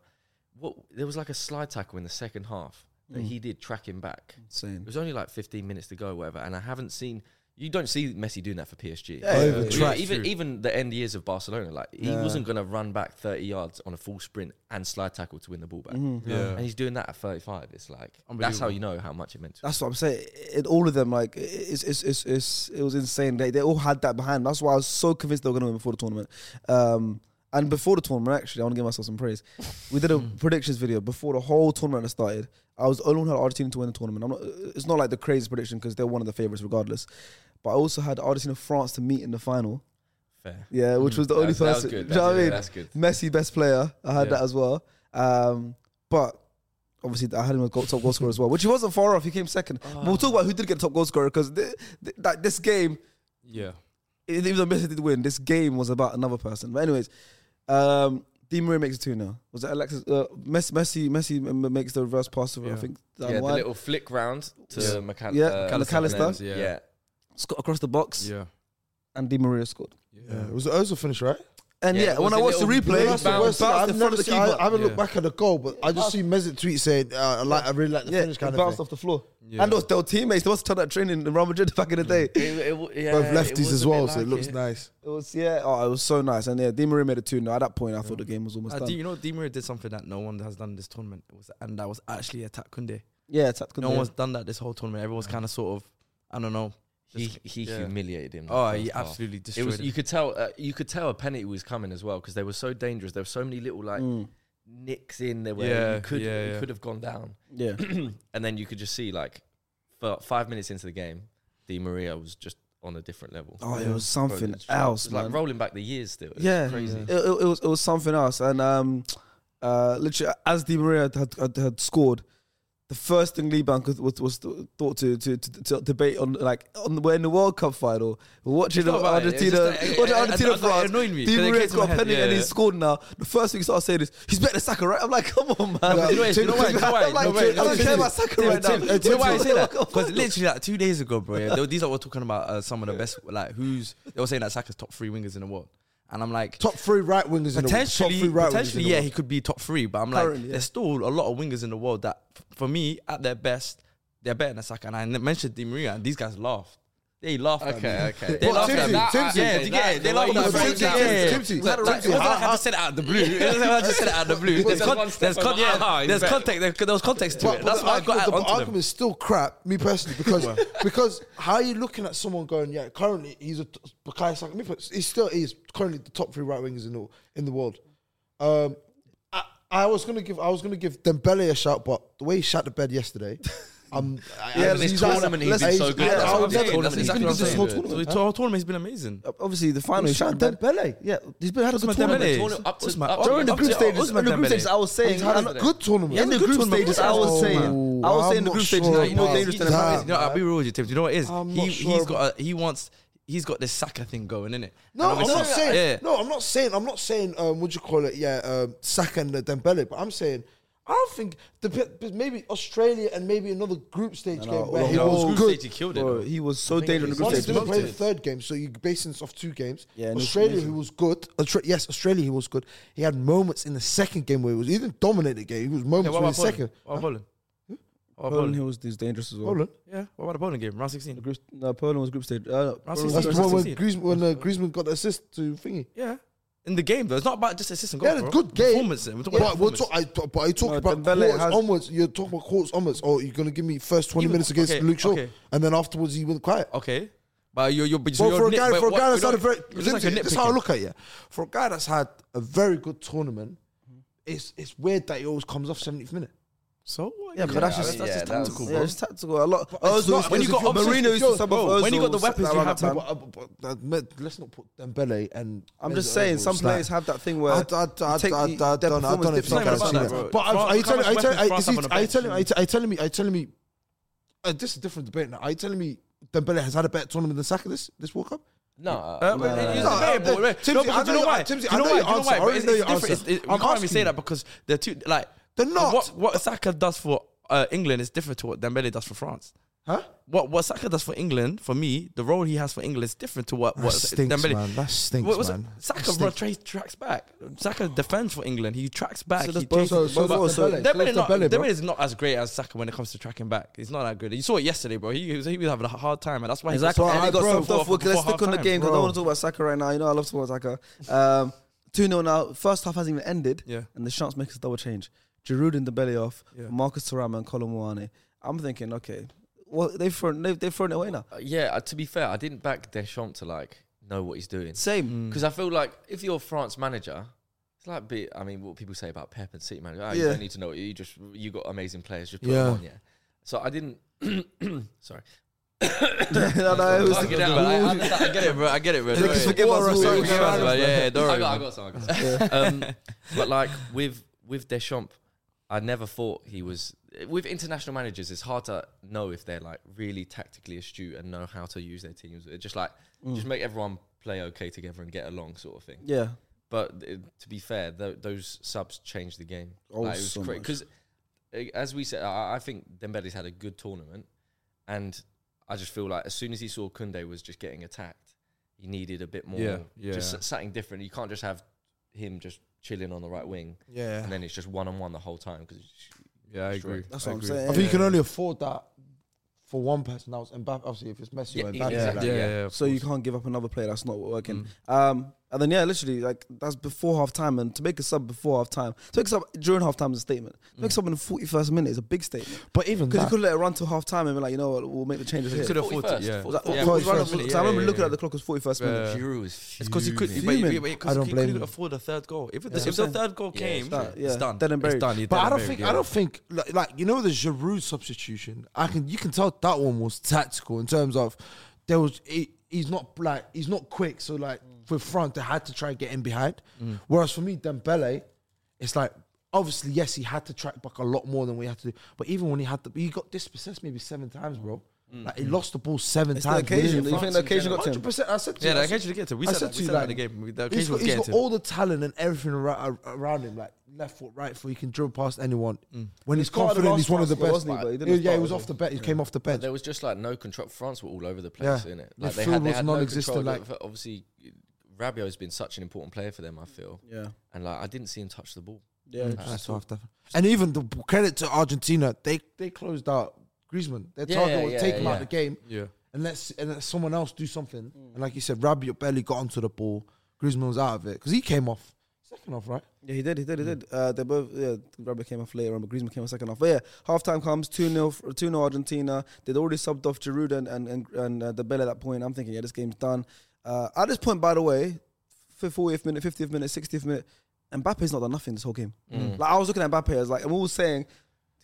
[SPEAKER 3] What there was like a slide tackle in the second half
[SPEAKER 2] Mm.
[SPEAKER 3] that he did track him back. It
[SPEAKER 2] Insane.
[SPEAKER 3] was only like 15 minutes to go, whatever. And I haven't seen. You don't see Messi doing that for PSG.
[SPEAKER 2] Yeah, Over yeah, yeah.
[SPEAKER 4] track.
[SPEAKER 3] even even the end years of Barcelona, like he
[SPEAKER 2] Yeah.
[SPEAKER 3] wasn't gonna run back 30 yards on a full sprint and slide tackle to win the ball back.
[SPEAKER 2] Mm. Mm-hmm.
[SPEAKER 5] Yeah.
[SPEAKER 3] And he's doing that at 35. It's like that's how you know how much it meant. To
[SPEAKER 2] That's what I'm saying. In all of them, like it's, it's, it's, it's, it was insane. They, they all had that behind. That's why I was so convinced they were going to win before the tournament. Um, and before the tournament, actually, I want to give myself some praise. We did a
[SPEAKER 3] Hmm.
[SPEAKER 2] predictions video before the whole tournament had started. I was the only one who had Argentina to win the tournament. I'm not, it's not like the craziest prediction because they're one of the favorites regardless. But I also had Argentina France to meet in the final.
[SPEAKER 3] Fair.
[SPEAKER 2] Yeah, which was the only
[SPEAKER 3] Hmm. That was- that was
[SPEAKER 2] person.
[SPEAKER 3] good.
[SPEAKER 2] Do you know what I
[SPEAKER 3] That's-
[SPEAKER 2] mean?
[SPEAKER 3] yeah, that's good.
[SPEAKER 2] Messi best player. I had
[SPEAKER 3] Yeah.
[SPEAKER 2] that as well. Um, but obviously I had him as goal, top goal scorer as well, which he wasn't far off. He came second. But we'll talk about who did get top goal scorer because th- th- that this game,
[SPEAKER 5] Yeah.
[SPEAKER 2] e- even though Messi did win, this game was about another person. But anyways, um, Di Maria makes it two now. Was that Alexis? Uh, Messi, Messi, Messi m- makes the reverse pass over. I
[SPEAKER 5] Yeah.
[SPEAKER 2] think down
[SPEAKER 3] Yeah, the
[SPEAKER 2] wide.
[SPEAKER 3] little flick round to uh,
[SPEAKER 2] Yeah.
[SPEAKER 3] McAllister.
[SPEAKER 2] Yeah,
[SPEAKER 5] McAllister.
[SPEAKER 3] Yeah.
[SPEAKER 5] Yeah.
[SPEAKER 2] Scott across the box,
[SPEAKER 5] Yeah.
[SPEAKER 2] and Di Maria scored.
[SPEAKER 4] Yeah, it was an Ozil finish, right?
[SPEAKER 2] And
[SPEAKER 3] Yeah,
[SPEAKER 2] yeah,
[SPEAKER 3] it
[SPEAKER 2] when
[SPEAKER 3] was
[SPEAKER 2] I
[SPEAKER 3] a
[SPEAKER 2] watched the
[SPEAKER 3] little
[SPEAKER 2] replay,
[SPEAKER 3] blue
[SPEAKER 2] bounced
[SPEAKER 3] bounce.
[SPEAKER 4] the worst thing.
[SPEAKER 2] off the
[SPEAKER 4] I've
[SPEAKER 2] front
[SPEAKER 4] never
[SPEAKER 2] of the
[SPEAKER 4] seen- I,
[SPEAKER 2] keeper.
[SPEAKER 4] I haven't looked
[SPEAKER 5] Yeah.
[SPEAKER 4] back at the goal, but I just see Mesut tweet saying, uh, I, like, I really like the
[SPEAKER 2] Yeah,
[SPEAKER 4] finish
[SPEAKER 2] it
[SPEAKER 4] kind of
[SPEAKER 2] bounced
[SPEAKER 4] thing.
[SPEAKER 2] off the floor.
[SPEAKER 5] Yeah.
[SPEAKER 2] And those, they were teammates. They must have done that training in Real Madrid back in the day.
[SPEAKER 3] It- it w- yeah,
[SPEAKER 4] Both
[SPEAKER 3] it
[SPEAKER 4] lefties
[SPEAKER 3] was
[SPEAKER 4] as
[SPEAKER 3] a bit
[SPEAKER 4] well, so it
[SPEAKER 3] like
[SPEAKER 4] looks nice.
[SPEAKER 2] It was yeah. Oh, it was so nice. And yeah, Di Maria made it two. Now at that point, I thought the game was almost
[SPEAKER 5] Uh,
[SPEAKER 2] done.
[SPEAKER 5] do you know Di Maria did something that no one has done this tournament? It was, and that was actually attack Kunde.
[SPEAKER 2] yeah, it's at
[SPEAKER 5] No one's done that this whole tournament. Everyone's kind of sort of, I don't know.
[SPEAKER 3] He
[SPEAKER 5] Just-
[SPEAKER 3] he
[SPEAKER 5] yeah.
[SPEAKER 3] humiliated him. that
[SPEAKER 5] Oh,
[SPEAKER 3] first
[SPEAKER 5] he
[SPEAKER 3] half.
[SPEAKER 5] absolutely
[SPEAKER 3] It
[SPEAKER 5] destroyed
[SPEAKER 3] was.
[SPEAKER 5] him.
[SPEAKER 2] Mm.
[SPEAKER 3] You could tell. Uh, you could tell a penalty was coming as well because they were so dangerous. There were so many little like nicks in there where
[SPEAKER 5] Yeah,
[SPEAKER 3] you could
[SPEAKER 5] yeah,
[SPEAKER 3] you
[SPEAKER 5] yeah.
[SPEAKER 3] could have gone down,
[SPEAKER 2] Yeah.
[SPEAKER 3] and then you could just see like, for five minutes into the game, Di Maria was just on a different level.
[SPEAKER 2] Oh, it was
[SPEAKER 3] Bro,
[SPEAKER 2] something
[SPEAKER 3] it's-
[SPEAKER 2] else,
[SPEAKER 3] it's like
[SPEAKER 2] man.
[SPEAKER 3] rolling back the years still. It was
[SPEAKER 2] yeah,
[SPEAKER 3] crazy.
[SPEAKER 2] It, it- it was it was something else. And um, uh, literally, as Di Maria had, had, had scored, the first thing Liban was, was, was thought to, to, to, to debate on like on the, we're in the World Cup final, we're watching
[SPEAKER 5] It's not about Oh, it, it's
[SPEAKER 2] Argentina,
[SPEAKER 5] just like-
[SPEAKER 2] watching
[SPEAKER 5] I- I- I-
[SPEAKER 2] Argentina
[SPEAKER 5] I-
[SPEAKER 2] France.
[SPEAKER 5] It annoyed me.
[SPEAKER 2] Di
[SPEAKER 5] 'cause it
[SPEAKER 2] Maria's
[SPEAKER 5] came to my
[SPEAKER 2] got a
[SPEAKER 5] head,
[SPEAKER 2] penalty and
[SPEAKER 5] yeah.
[SPEAKER 2] he scored now. The first thing he started saying is, he's better than Saka, right? I'm like, come on, man.
[SPEAKER 4] but you know
[SPEAKER 5] what, you know what, you know what,
[SPEAKER 2] I'm like,
[SPEAKER 5] you know what,
[SPEAKER 2] I don't
[SPEAKER 5] Tim,
[SPEAKER 2] care about Saka
[SPEAKER 5] Tim,
[SPEAKER 2] right now.
[SPEAKER 5] Tim, Do you know why I say that?
[SPEAKER 2] World Cup
[SPEAKER 5] Because literally, like two days ago, bro, yeah, there were- these are we're talking about uh, some of the best, like who's they were saying that Saka's top three wingers in the world, and I'm like,
[SPEAKER 4] Top three right wingers in the world. Top
[SPEAKER 5] potentially,
[SPEAKER 4] three right wingers. in
[SPEAKER 5] potentially,
[SPEAKER 4] the
[SPEAKER 5] yeah,
[SPEAKER 4] world.
[SPEAKER 5] he could be top three, but I'm like,
[SPEAKER 2] Currently, yeah.
[SPEAKER 5] there's still a lot of wingers in the world that, f- for me, at their best, they're better than Saka. And I n- mentioned Di Maria, and these guys laughed. They laughed.
[SPEAKER 3] Okay,
[SPEAKER 5] at me.
[SPEAKER 3] okay.
[SPEAKER 5] They
[SPEAKER 4] What,
[SPEAKER 5] laughed
[SPEAKER 4] Timsy?
[SPEAKER 5] at me.
[SPEAKER 4] Timsy?
[SPEAKER 5] Yeah, do you get it?
[SPEAKER 3] The
[SPEAKER 5] They
[SPEAKER 3] way
[SPEAKER 5] laughed
[SPEAKER 3] you
[SPEAKER 5] at me.
[SPEAKER 3] phrased
[SPEAKER 5] Yeah,
[SPEAKER 3] it,
[SPEAKER 5] yeah, yeah.
[SPEAKER 4] Timsy,
[SPEAKER 5] Like,
[SPEAKER 4] Timsy,
[SPEAKER 5] like,
[SPEAKER 4] Timsy,
[SPEAKER 5] it wasn't
[SPEAKER 4] how-
[SPEAKER 5] like I just said it out of the blue. It wasn't like I just said it out of the blue. There's
[SPEAKER 3] There's
[SPEAKER 5] con-
[SPEAKER 3] one step
[SPEAKER 5] there's con-
[SPEAKER 3] above. Ah,
[SPEAKER 5] yeah,
[SPEAKER 3] you
[SPEAKER 5] there's
[SPEAKER 3] bet.
[SPEAKER 5] context. There, there's context to it.
[SPEAKER 4] the
[SPEAKER 5] That's why I
[SPEAKER 4] argument-
[SPEAKER 5] got
[SPEAKER 4] the
[SPEAKER 5] onto them.
[SPEAKER 4] argument's still crap, me personally, because because how are you looking at someone going, yeah, currently he's a t- Bukayo Saka, me pers- he still is currently the top three right wingers in the in the world. Um, I, I was gonna give I was gonna give Dembele a shout, but the way he shot the bed yesterday, um,
[SPEAKER 2] Yeah,
[SPEAKER 3] this
[SPEAKER 2] he's-
[SPEAKER 3] tournament he's been
[SPEAKER 2] he's-
[SPEAKER 3] so good.
[SPEAKER 2] yeah,
[SPEAKER 3] That's
[SPEAKER 2] I
[SPEAKER 3] what
[SPEAKER 2] would
[SPEAKER 3] I'm
[SPEAKER 2] never-
[SPEAKER 3] saying. That's
[SPEAKER 2] he's
[SPEAKER 3] exactly
[SPEAKER 2] been
[SPEAKER 3] what I'm
[SPEAKER 2] this
[SPEAKER 3] saying.
[SPEAKER 2] whole
[SPEAKER 3] Dude.
[SPEAKER 5] So the whole tournament's been amazing.
[SPEAKER 2] Obviously, the final.
[SPEAKER 4] he's
[SPEAKER 2] Shout
[SPEAKER 4] shot
[SPEAKER 2] out Dem-
[SPEAKER 4] Dembele.
[SPEAKER 2] Yeah, he's been had a good
[SPEAKER 5] Usman
[SPEAKER 2] tournament.
[SPEAKER 5] Dembele.
[SPEAKER 3] Tournament up to-
[SPEAKER 5] Usman-
[SPEAKER 3] up to-
[SPEAKER 2] During the
[SPEAKER 3] up
[SPEAKER 5] Usman-
[SPEAKER 3] to-
[SPEAKER 2] group stages,
[SPEAKER 5] Usman
[SPEAKER 2] in the group
[SPEAKER 5] Dembele.
[SPEAKER 2] stages, I was saying,
[SPEAKER 4] He's had a
[SPEAKER 2] and-
[SPEAKER 4] good tournament.
[SPEAKER 2] in the group stages, I was
[SPEAKER 4] Oh,
[SPEAKER 2] saying, I was
[SPEAKER 4] I'm
[SPEAKER 2] saying the
[SPEAKER 4] not
[SPEAKER 2] group stages
[SPEAKER 4] sure
[SPEAKER 2] is more
[SPEAKER 4] about
[SPEAKER 2] dangerous than
[SPEAKER 4] that.
[SPEAKER 2] America.
[SPEAKER 5] You know, I'll be real with you, Tim. Do you know what it is?
[SPEAKER 4] I'm
[SPEAKER 5] He,
[SPEAKER 4] not sure
[SPEAKER 5] he's got a, he wants he's got this Saka thing going in it.
[SPEAKER 4] No, I'm not saying. No, I'm not saying. I'm not saying. Um, what you call it? Yeah, um, Saka and uh, Dembele. But I'm saying, I don't think the pe- but maybe Australia and maybe another group stage game where he
[SPEAKER 5] no,
[SPEAKER 4] was
[SPEAKER 5] group
[SPEAKER 4] good.
[SPEAKER 5] stage he killed it.
[SPEAKER 2] Bro, he was so dangerous in the group
[SPEAKER 4] One he
[SPEAKER 2] stage.
[SPEAKER 4] didn't play the third game, so you're basing this off two games.
[SPEAKER 2] Yeah, and it's
[SPEAKER 4] Australia,
[SPEAKER 2] amazing.
[SPEAKER 4] who was good. Austra- yes, Australia, he was good. He had moments in the second game where he was. He didn't dominate the game. He was moments
[SPEAKER 5] Yeah, what
[SPEAKER 4] in the
[SPEAKER 5] about
[SPEAKER 4] second.
[SPEAKER 5] Poland? What about Poland? What about
[SPEAKER 2] Poland
[SPEAKER 5] Poland?
[SPEAKER 2] Hill was was dangerous as well.
[SPEAKER 4] Poland.
[SPEAKER 5] Yeah. What about the Poland game? Round
[SPEAKER 2] The
[SPEAKER 5] sixteen.
[SPEAKER 2] group, no, Poland was group stage. Uh, Poland
[SPEAKER 5] six-
[SPEAKER 2] was
[SPEAKER 4] That's
[SPEAKER 5] Poland
[SPEAKER 4] the one when Griezmann,
[SPEAKER 5] succeeded.
[SPEAKER 4] when uh, Griezmann got the assist to thingy.
[SPEAKER 5] Yeah. In the game though, it's not about just assist and
[SPEAKER 4] They
[SPEAKER 5] goal.
[SPEAKER 4] had a
[SPEAKER 5] bro.
[SPEAKER 4] good game.
[SPEAKER 5] Performance. eh? We're talking
[SPEAKER 4] But
[SPEAKER 5] about
[SPEAKER 4] we're
[SPEAKER 5] performance.
[SPEAKER 4] talk, I, but I talk
[SPEAKER 2] No,
[SPEAKER 4] about
[SPEAKER 2] Dembele
[SPEAKER 4] quarters
[SPEAKER 2] has-
[SPEAKER 4] onwards. You're talking about quarters onwards. Oh, you're gonna give me first twenty
[SPEAKER 5] Even-
[SPEAKER 4] minutes against
[SPEAKER 5] okay,
[SPEAKER 4] Luke Shaw,
[SPEAKER 5] okay.
[SPEAKER 4] and then afterwards he went quiet.
[SPEAKER 5] Okay. But you're you're but
[SPEAKER 4] Well,
[SPEAKER 5] you're
[SPEAKER 4] for a
[SPEAKER 5] nit-
[SPEAKER 4] guy,
[SPEAKER 5] but
[SPEAKER 4] for a
[SPEAKER 5] what-
[SPEAKER 4] guy that's
[SPEAKER 5] you
[SPEAKER 4] had a
[SPEAKER 5] know,
[SPEAKER 4] very,
[SPEAKER 5] it's like a
[SPEAKER 4] Lindsay, that's how I
[SPEAKER 5] nitpicking.
[SPEAKER 4] look at you. For a guy that's had a very good tournament, it's it's weird that he always comes off 70th minute.
[SPEAKER 5] So what?
[SPEAKER 2] Yeah, but that's just-
[SPEAKER 5] that's
[SPEAKER 3] yeah,
[SPEAKER 5] just
[SPEAKER 3] that was-
[SPEAKER 5] tactical,
[SPEAKER 2] Yeah,
[SPEAKER 5] bro.
[SPEAKER 2] it's tactical. A lot.
[SPEAKER 4] it's
[SPEAKER 2] Ozil
[SPEAKER 4] not-
[SPEAKER 2] was-
[SPEAKER 4] when you got options-
[SPEAKER 2] Marino used
[SPEAKER 4] yo,
[SPEAKER 2] to sub
[SPEAKER 5] bro,
[SPEAKER 2] off
[SPEAKER 5] when you
[SPEAKER 2] Ozil
[SPEAKER 5] got the weapons,
[SPEAKER 2] around
[SPEAKER 5] you
[SPEAKER 2] that
[SPEAKER 5] have-
[SPEAKER 2] time.
[SPEAKER 4] But, uh, but, but, uh, mate, let's not put Dembele and.
[SPEAKER 2] I'm just saying, some players have that thing where
[SPEAKER 4] I, I, I, I, I,
[SPEAKER 2] take
[SPEAKER 4] I, I,
[SPEAKER 2] the-
[SPEAKER 4] I
[SPEAKER 2] their
[SPEAKER 4] don't know. I don't know
[SPEAKER 2] performance
[SPEAKER 4] if you
[SPEAKER 5] difference.
[SPEAKER 4] guys
[SPEAKER 5] Something
[SPEAKER 4] seen that.
[SPEAKER 5] about that, bro.
[SPEAKER 4] But I've-
[SPEAKER 5] France-
[SPEAKER 4] are you telling?
[SPEAKER 5] how
[SPEAKER 4] Are you
[SPEAKER 5] much
[SPEAKER 4] telling?
[SPEAKER 5] weapons
[SPEAKER 4] I- is
[SPEAKER 5] France have on
[SPEAKER 4] it-
[SPEAKER 5] the
[SPEAKER 4] Are you
[SPEAKER 5] bench?
[SPEAKER 4] telling? Are you- are you telling me? Are you telling me? uh, This is a different debate now. Are you telling me Dembele has had a better tournament than Saka this this World Cup?
[SPEAKER 3] No,
[SPEAKER 5] Uh,
[SPEAKER 3] uh,
[SPEAKER 5] but it- it's
[SPEAKER 4] no,
[SPEAKER 5] debatable,
[SPEAKER 4] no,
[SPEAKER 5] right?
[SPEAKER 4] Timsy,
[SPEAKER 5] No, because
[SPEAKER 4] I know
[SPEAKER 5] you know
[SPEAKER 4] your-
[SPEAKER 5] why?
[SPEAKER 4] Timsy,
[SPEAKER 5] You
[SPEAKER 4] I
[SPEAKER 5] know
[SPEAKER 4] know
[SPEAKER 5] why?
[SPEAKER 4] your
[SPEAKER 5] You know
[SPEAKER 4] answer.
[SPEAKER 5] why?
[SPEAKER 4] I
[SPEAKER 5] But
[SPEAKER 4] already
[SPEAKER 5] it's-
[SPEAKER 4] know
[SPEAKER 5] it's
[SPEAKER 4] your
[SPEAKER 5] different.
[SPEAKER 4] answer.
[SPEAKER 5] It's- it-
[SPEAKER 4] I'm
[SPEAKER 5] You can't even say
[SPEAKER 4] asking
[SPEAKER 5] that because they're two like
[SPEAKER 4] They're not.
[SPEAKER 5] What, what Saka does for uh, England is different to what Dembele does for France.
[SPEAKER 4] Huh?
[SPEAKER 5] What what Saka does for England, for me, the role he has for England is different to what
[SPEAKER 4] That
[SPEAKER 5] what
[SPEAKER 4] stinks,
[SPEAKER 5] Dembele.
[SPEAKER 4] man. That stinks,
[SPEAKER 5] What was it?
[SPEAKER 4] man.
[SPEAKER 5] Saka
[SPEAKER 4] That
[SPEAKER 5] bro,
[SPEAKER 4] stinks.
[SPEAKER 5] tra- tracks back. Saka defends for England. He tracks back.
[SPEAKER 2] So
[SPEAKER 5] he
[SPEAKER 2] does Bo-
[SPEAKER 5] chases-
[SPEAKER 2] so- so-
[SPEAKER 5] but-
[SPEAKER 2] so- so-
[SPEAKER 5] but
[SPEAKER 4] so
[SPEAKER 5] Dembele
[SPEAKER 4] does
[SPEAKER 5] not-
[SPEAKER 4] Dembele, bro.
[SPEAKER 5] Dembele is not as great as Saka when it comes to tracking back. He's not that good. You saw it yesterday, bro. He, he was he was having a hard time, and that's why
[SPEAKER 2] Exactly.
[SPEAKER 5] He
[SPEAKER 2] And he got
[SPEAKER 5] before-
[SPEAKER 2] subbed off.
[SPEAKER 5] before-
[SPEAKER 2] Well, Let's
[SPEAKER 5] before
[SPEAKER 2] stick on the
[SPEAKER 5] halftime.
[SPEAKER 2] game because I
[SPEAKER 4] Bro.
[SPEAKER 2] don't want to talk about Saka right now. You know, I love to talk about Saka. Um, 2 0 now. First half hasn't even ended.
[SPEAKER 5] Yeah.
[SPEAKER 2] And the chance makers double change. Giroud in the belly off,
[SPEAKER 5] Yeah.
[SPEAKER 2] Marcus Thuram and Colin Moane. I'm thinking, okay, well, they've thrown, they've, they've thrown it away now.
[SPEAKER 3] yeah. uh, To be fair, I didn't back Deschamps to like know what he's doing
[SPEAKER 2] Same.
[SPEAKER 3] because I feel like if you're France manager, it's like be, I mean, what people say about Pep and City manager, oh, you
[SPEAKER 2] Yeah.
[SPEAKER 3] don't need to know. it, You just you got amazing players. Just put
[SPEAKER 4] Yeah.
[SPEAKER 3] them on, yeah. So I didn't. sorry.
[SPEAKER 5] Mm.
[SPEAKER 2] no, no, it was
[SPEAKER 3] Fuck
[SPEAKER 2] the-
[SPEAKER 3] it out,
[SPEAKER 5] But I, I, I get it, bro. I get it, bro.
[SPEAKER 2] Just
[SPEAKER 5] Don't worry.
[SPEAKER 2] forgive us
[SPEAKER 4] Water
[SPEAKER 2] all.
[SPEAKER 4] aside,
[SPEAKER 5] Forgive us, bro. Yeah, don't
[SPEAKER 3] I
[SPEAKER 5] worry.
[SPEAKER 3] got, I
[SPEAKER 5] man.
[SPEAKER 3] got some. I got some. um, but like with with Deschamps, I never thought he was. With international managers, it's hard to know if they're like really tactically astute and know how to use their teams. It's just like
[SPEAKER 2] Hmm.
[SPEAKER 3] just make everyone play okay together and get along, sort of thing.
[SPEAKER 2] Mm. Yeah.
[SPEAKER 3] But uh, to be fair, tho- those subs changed the game.
[SPEAKER 2] Oh,
[SPEAKER 3] Like, it was
[SPEAKER 2] so much.
[SPEAKER 3] because, as we said, I, I think Dembele's had a good tournament, and I just feel like as soon as he saw Kunde was just getting attacked, he needed a bit more,
[SPEAKER 5] Yeah, yeah.
[SPEAKER 3] just s- something different. You can't just have him just chilling on the right wing,
[SPEAKER 4] Yeah.
[SPEAKER 3] and then it's just one on one the whole time. Because
[SPEAKER 5] Yeah, I
[SPEAKER 3] Destroyed.
[SPEAKER 5] agree.
[SPEAKER 2] That's
[SPEAKER 5] I
[SPEAKER 2] what I'm
[SPEAKER 5] agree.
[SPEAKER 2] saying.
[SPEAKER 4] I think you can only afford that for one person. Now it's Mbappe. Obviously, if it's Messi
[SPEAKER 3] Yeah,
[SPEAKER 4] or Mbappe,
[SPEAKER 3] yeah,
[SPEAKER 4] like,
[SPEAKER 5] Yeah, yeah.
[SPEAKER 3] Yeah,
[SPEAKER 5] of
[SPEAKER 2] So you
[SPEAKER 5] course. Mm.
[SPEAKER 2] can't give up another player that's not working. Um, And then yeah, literally like that's before half time. And to make a sub before half time, to make a sub during half time is a statement. To
[SPEAKER 5] Mm.
[SPEAKER 2] make a sub in the forty first minute is a big statement
[SPEAKER 4] But even
[SPEAKER 2] because you
[SPEAKER 4] that,
[SPEAKER 2] could let it run to half time and be like, you know what, we'll make the changes here.
[SPEAKER 3] could have
[SPEAKER 5] Forty
[SPEAKER 3] fought it.
[SPEAKER 5] first,
[SPEAKER 3] Yeah.
[SPEAKER 5] forty-
[SPEAKER 2] Was that-
[SPEAKER 4] yeah,
[SPEAKER 2] was it
[SPEAKER 4] 41st
[SPEAKER 2] run-
[SPEAKER 4] minute,
[SPEAKER 2] so I remember
[SPEAKER 5] yeah,
[SPEAKER 2] looking
[SPEAKER 5] yeah.
[SPEAKER 2] at the clock it was forty first minute.
[SPEAKER 5] Yeah.
[SPEAKER 3] Giroud was
[SPEAKER 5] It's because he couldn't.
[SPEAKER 3] fuming.
[SPEAKER 2] Fuming.
[SPEAKER 5] Wait, wait, wait, 'cause
[SPEAKER 4] I don't
[SPEAKER 5] he
[SPEAKER 4] blame
[SPEAKER 5] couldn't
[SPEAKER 4] him.
[SPEAKER 5] afford the third goal. If, it,
[SPEAKER 2] That's
[SPEAKER 5] if
[SPEAKER 2] what
[SPEAKER 5] the
[SPEAKER 2] I'm
[SPEAKER 5] third goal came,
[SPEAKER 2] done,
[SPEAKER 5] it's,
[SPEAKER 2] yeah.
[SPEAKER 5] done.
[SPEAKER 2] Dead and buried.
[SPEAKER 5] It's done. He's
[SPEAKER 4] but
[SPEAKER 5] dead
[SPEAKER 4] I don't
[SPEAKER 5] and
[SPEAKER 4] think
[SPEAKER 5] buried,
[SPEAKER 4] I
[SPEAKER 5] yeah.
[SPEAKER 4] don't think like, like you know the Giroud substitution. I can you can tell that one was tactical in terms of there was he, he's not like he's not quick. So like
[SPEAKER 5] Mm.
[SPEAKER 4] for France, they had to try and get in behind. Whereas for me, Dembele, it's like. Obviously, yes, he had to track back a lot more than we had to do. But even when he had to, he got dispossessed maybe seven times, bro.
[SPEAKER 5] Mm.
[SPEAKER 4] Like he lost the ball seven
[SPEAKER 2] It's the
[SPEAKER 4] times.
[SPEAKER 2] occasion.
[SPEAKER 4] within
[SPEAKER 2] You think
[SPEAKER 4] France
[SPEAKER 2] the
[SPEAKER 4] in
[SPEAKER 2] occasion got
[SPEAKER 4] general.
[SPEAKER 2] to him?
[SPEAKER 4] 100%, I said to
[SPEAKER 5] Yeah,
[SPEAKER 4] you,
[SPEAKER 5] the
[SPEAKER 4] I said-
[SPEAKER 5] occasion did get to him. We
[SPEAKER 4] I
[SPEAKER 5] said that-
[SPEAKER 4] to
[SPEAKER 5] we
[SPEAKER 4] you,
[SPEAKER 5] said that
[SPEAKER 4] like,
[SPEAKER 5] in the game. The
[SPEAKER 4] he's got- he's
[SPEAKER 5] occasion was getting
[SPEAKER 4] got
[SPEAKER 5] to him.
[SPEAKER 4] all the talent and everything around, around him, like left foot, right foot. He can dribble past anyone.
[SPEAKER 5] Mm.
[SPEAKER 4] When he's,
[SPEAKER 2] part of the
[SPEAKER 4] confident,
[SPEAKER 2] last
[SPEAKER 4] he's one of the
[SPEAKER 2] transfer,
[SPEAKER 4] best.
[SPEAKER 2] wasn't he? But he
[SPEAKER 4] Like,
[SPEAKER 2] didn't
[SPEAKER 4] yeah,
[SPEAKER 2] start,
[SPEAKER 4] he was
[SPEAKER 2] was
[SPEAKER 4] off the bench. He came off the bench.
[SPEAKER 3] There was just like no control. France were all over the place,
[SPEAKER 4] Yeah.
[SPEAKER 3] innit?
[SPEAKER 4] The
[SPEAKER 3] Like they
[SPEAKER 4] field
[SPEAKER 3] had, they
[SPEAKER 4] was
[SPEAKER 3] had no
[SPEAKER 4] non-existent,
[SPEAKER 3] control.
[SPEAKER 4] like-
[SPEAKER 3] Like obviously, Rabio has been such an important player for them. I feel,
[SPEAKER 2] Yeah,
[SPEAKER 3] and like I didn't see him touch the ball.
[SPEAKER 2] yeah.
[SPEAKER 3] Like,
[SPEAKER 4] Mm. That's what I've done. And even the credit to Argentina, they they closed out Griezmann. Their
[SPEAKER 3] Yeah,
[SPEAKER 4] target was
[SPEAKER 3] yeah,
[SPEAKER 4] take him out
[SPEAKER 3] yeah.
[SPEAKER 4] of the game.
[SPEAKER 5] Yeah.
[SPEAKER 4] and let and let someone else do something.
[SPEAKER 2] Mm.
[SPEAKER 4] And like you said, Rabiot barely got onto the ball. Griezmann was out of it because he came off second off, right?
[SPEAKER 2] Yeah, he did. He did. He did. Uh, they both. Yeah, Robert came off later. on, but Griezmann came off second half. But yeah, half time comes two 0 two 0 Argentina. They'd already subbed off Giroud and and and, and uh, Dembele at that point. I'm thinking, yeah, this game's done. Uh, at this point, by the way, fi- 40th minute, 50th minute, 60th minute, Mbappe's not done nothing this whole game. Like I was looking at Mbappe, I was like, and we were saying.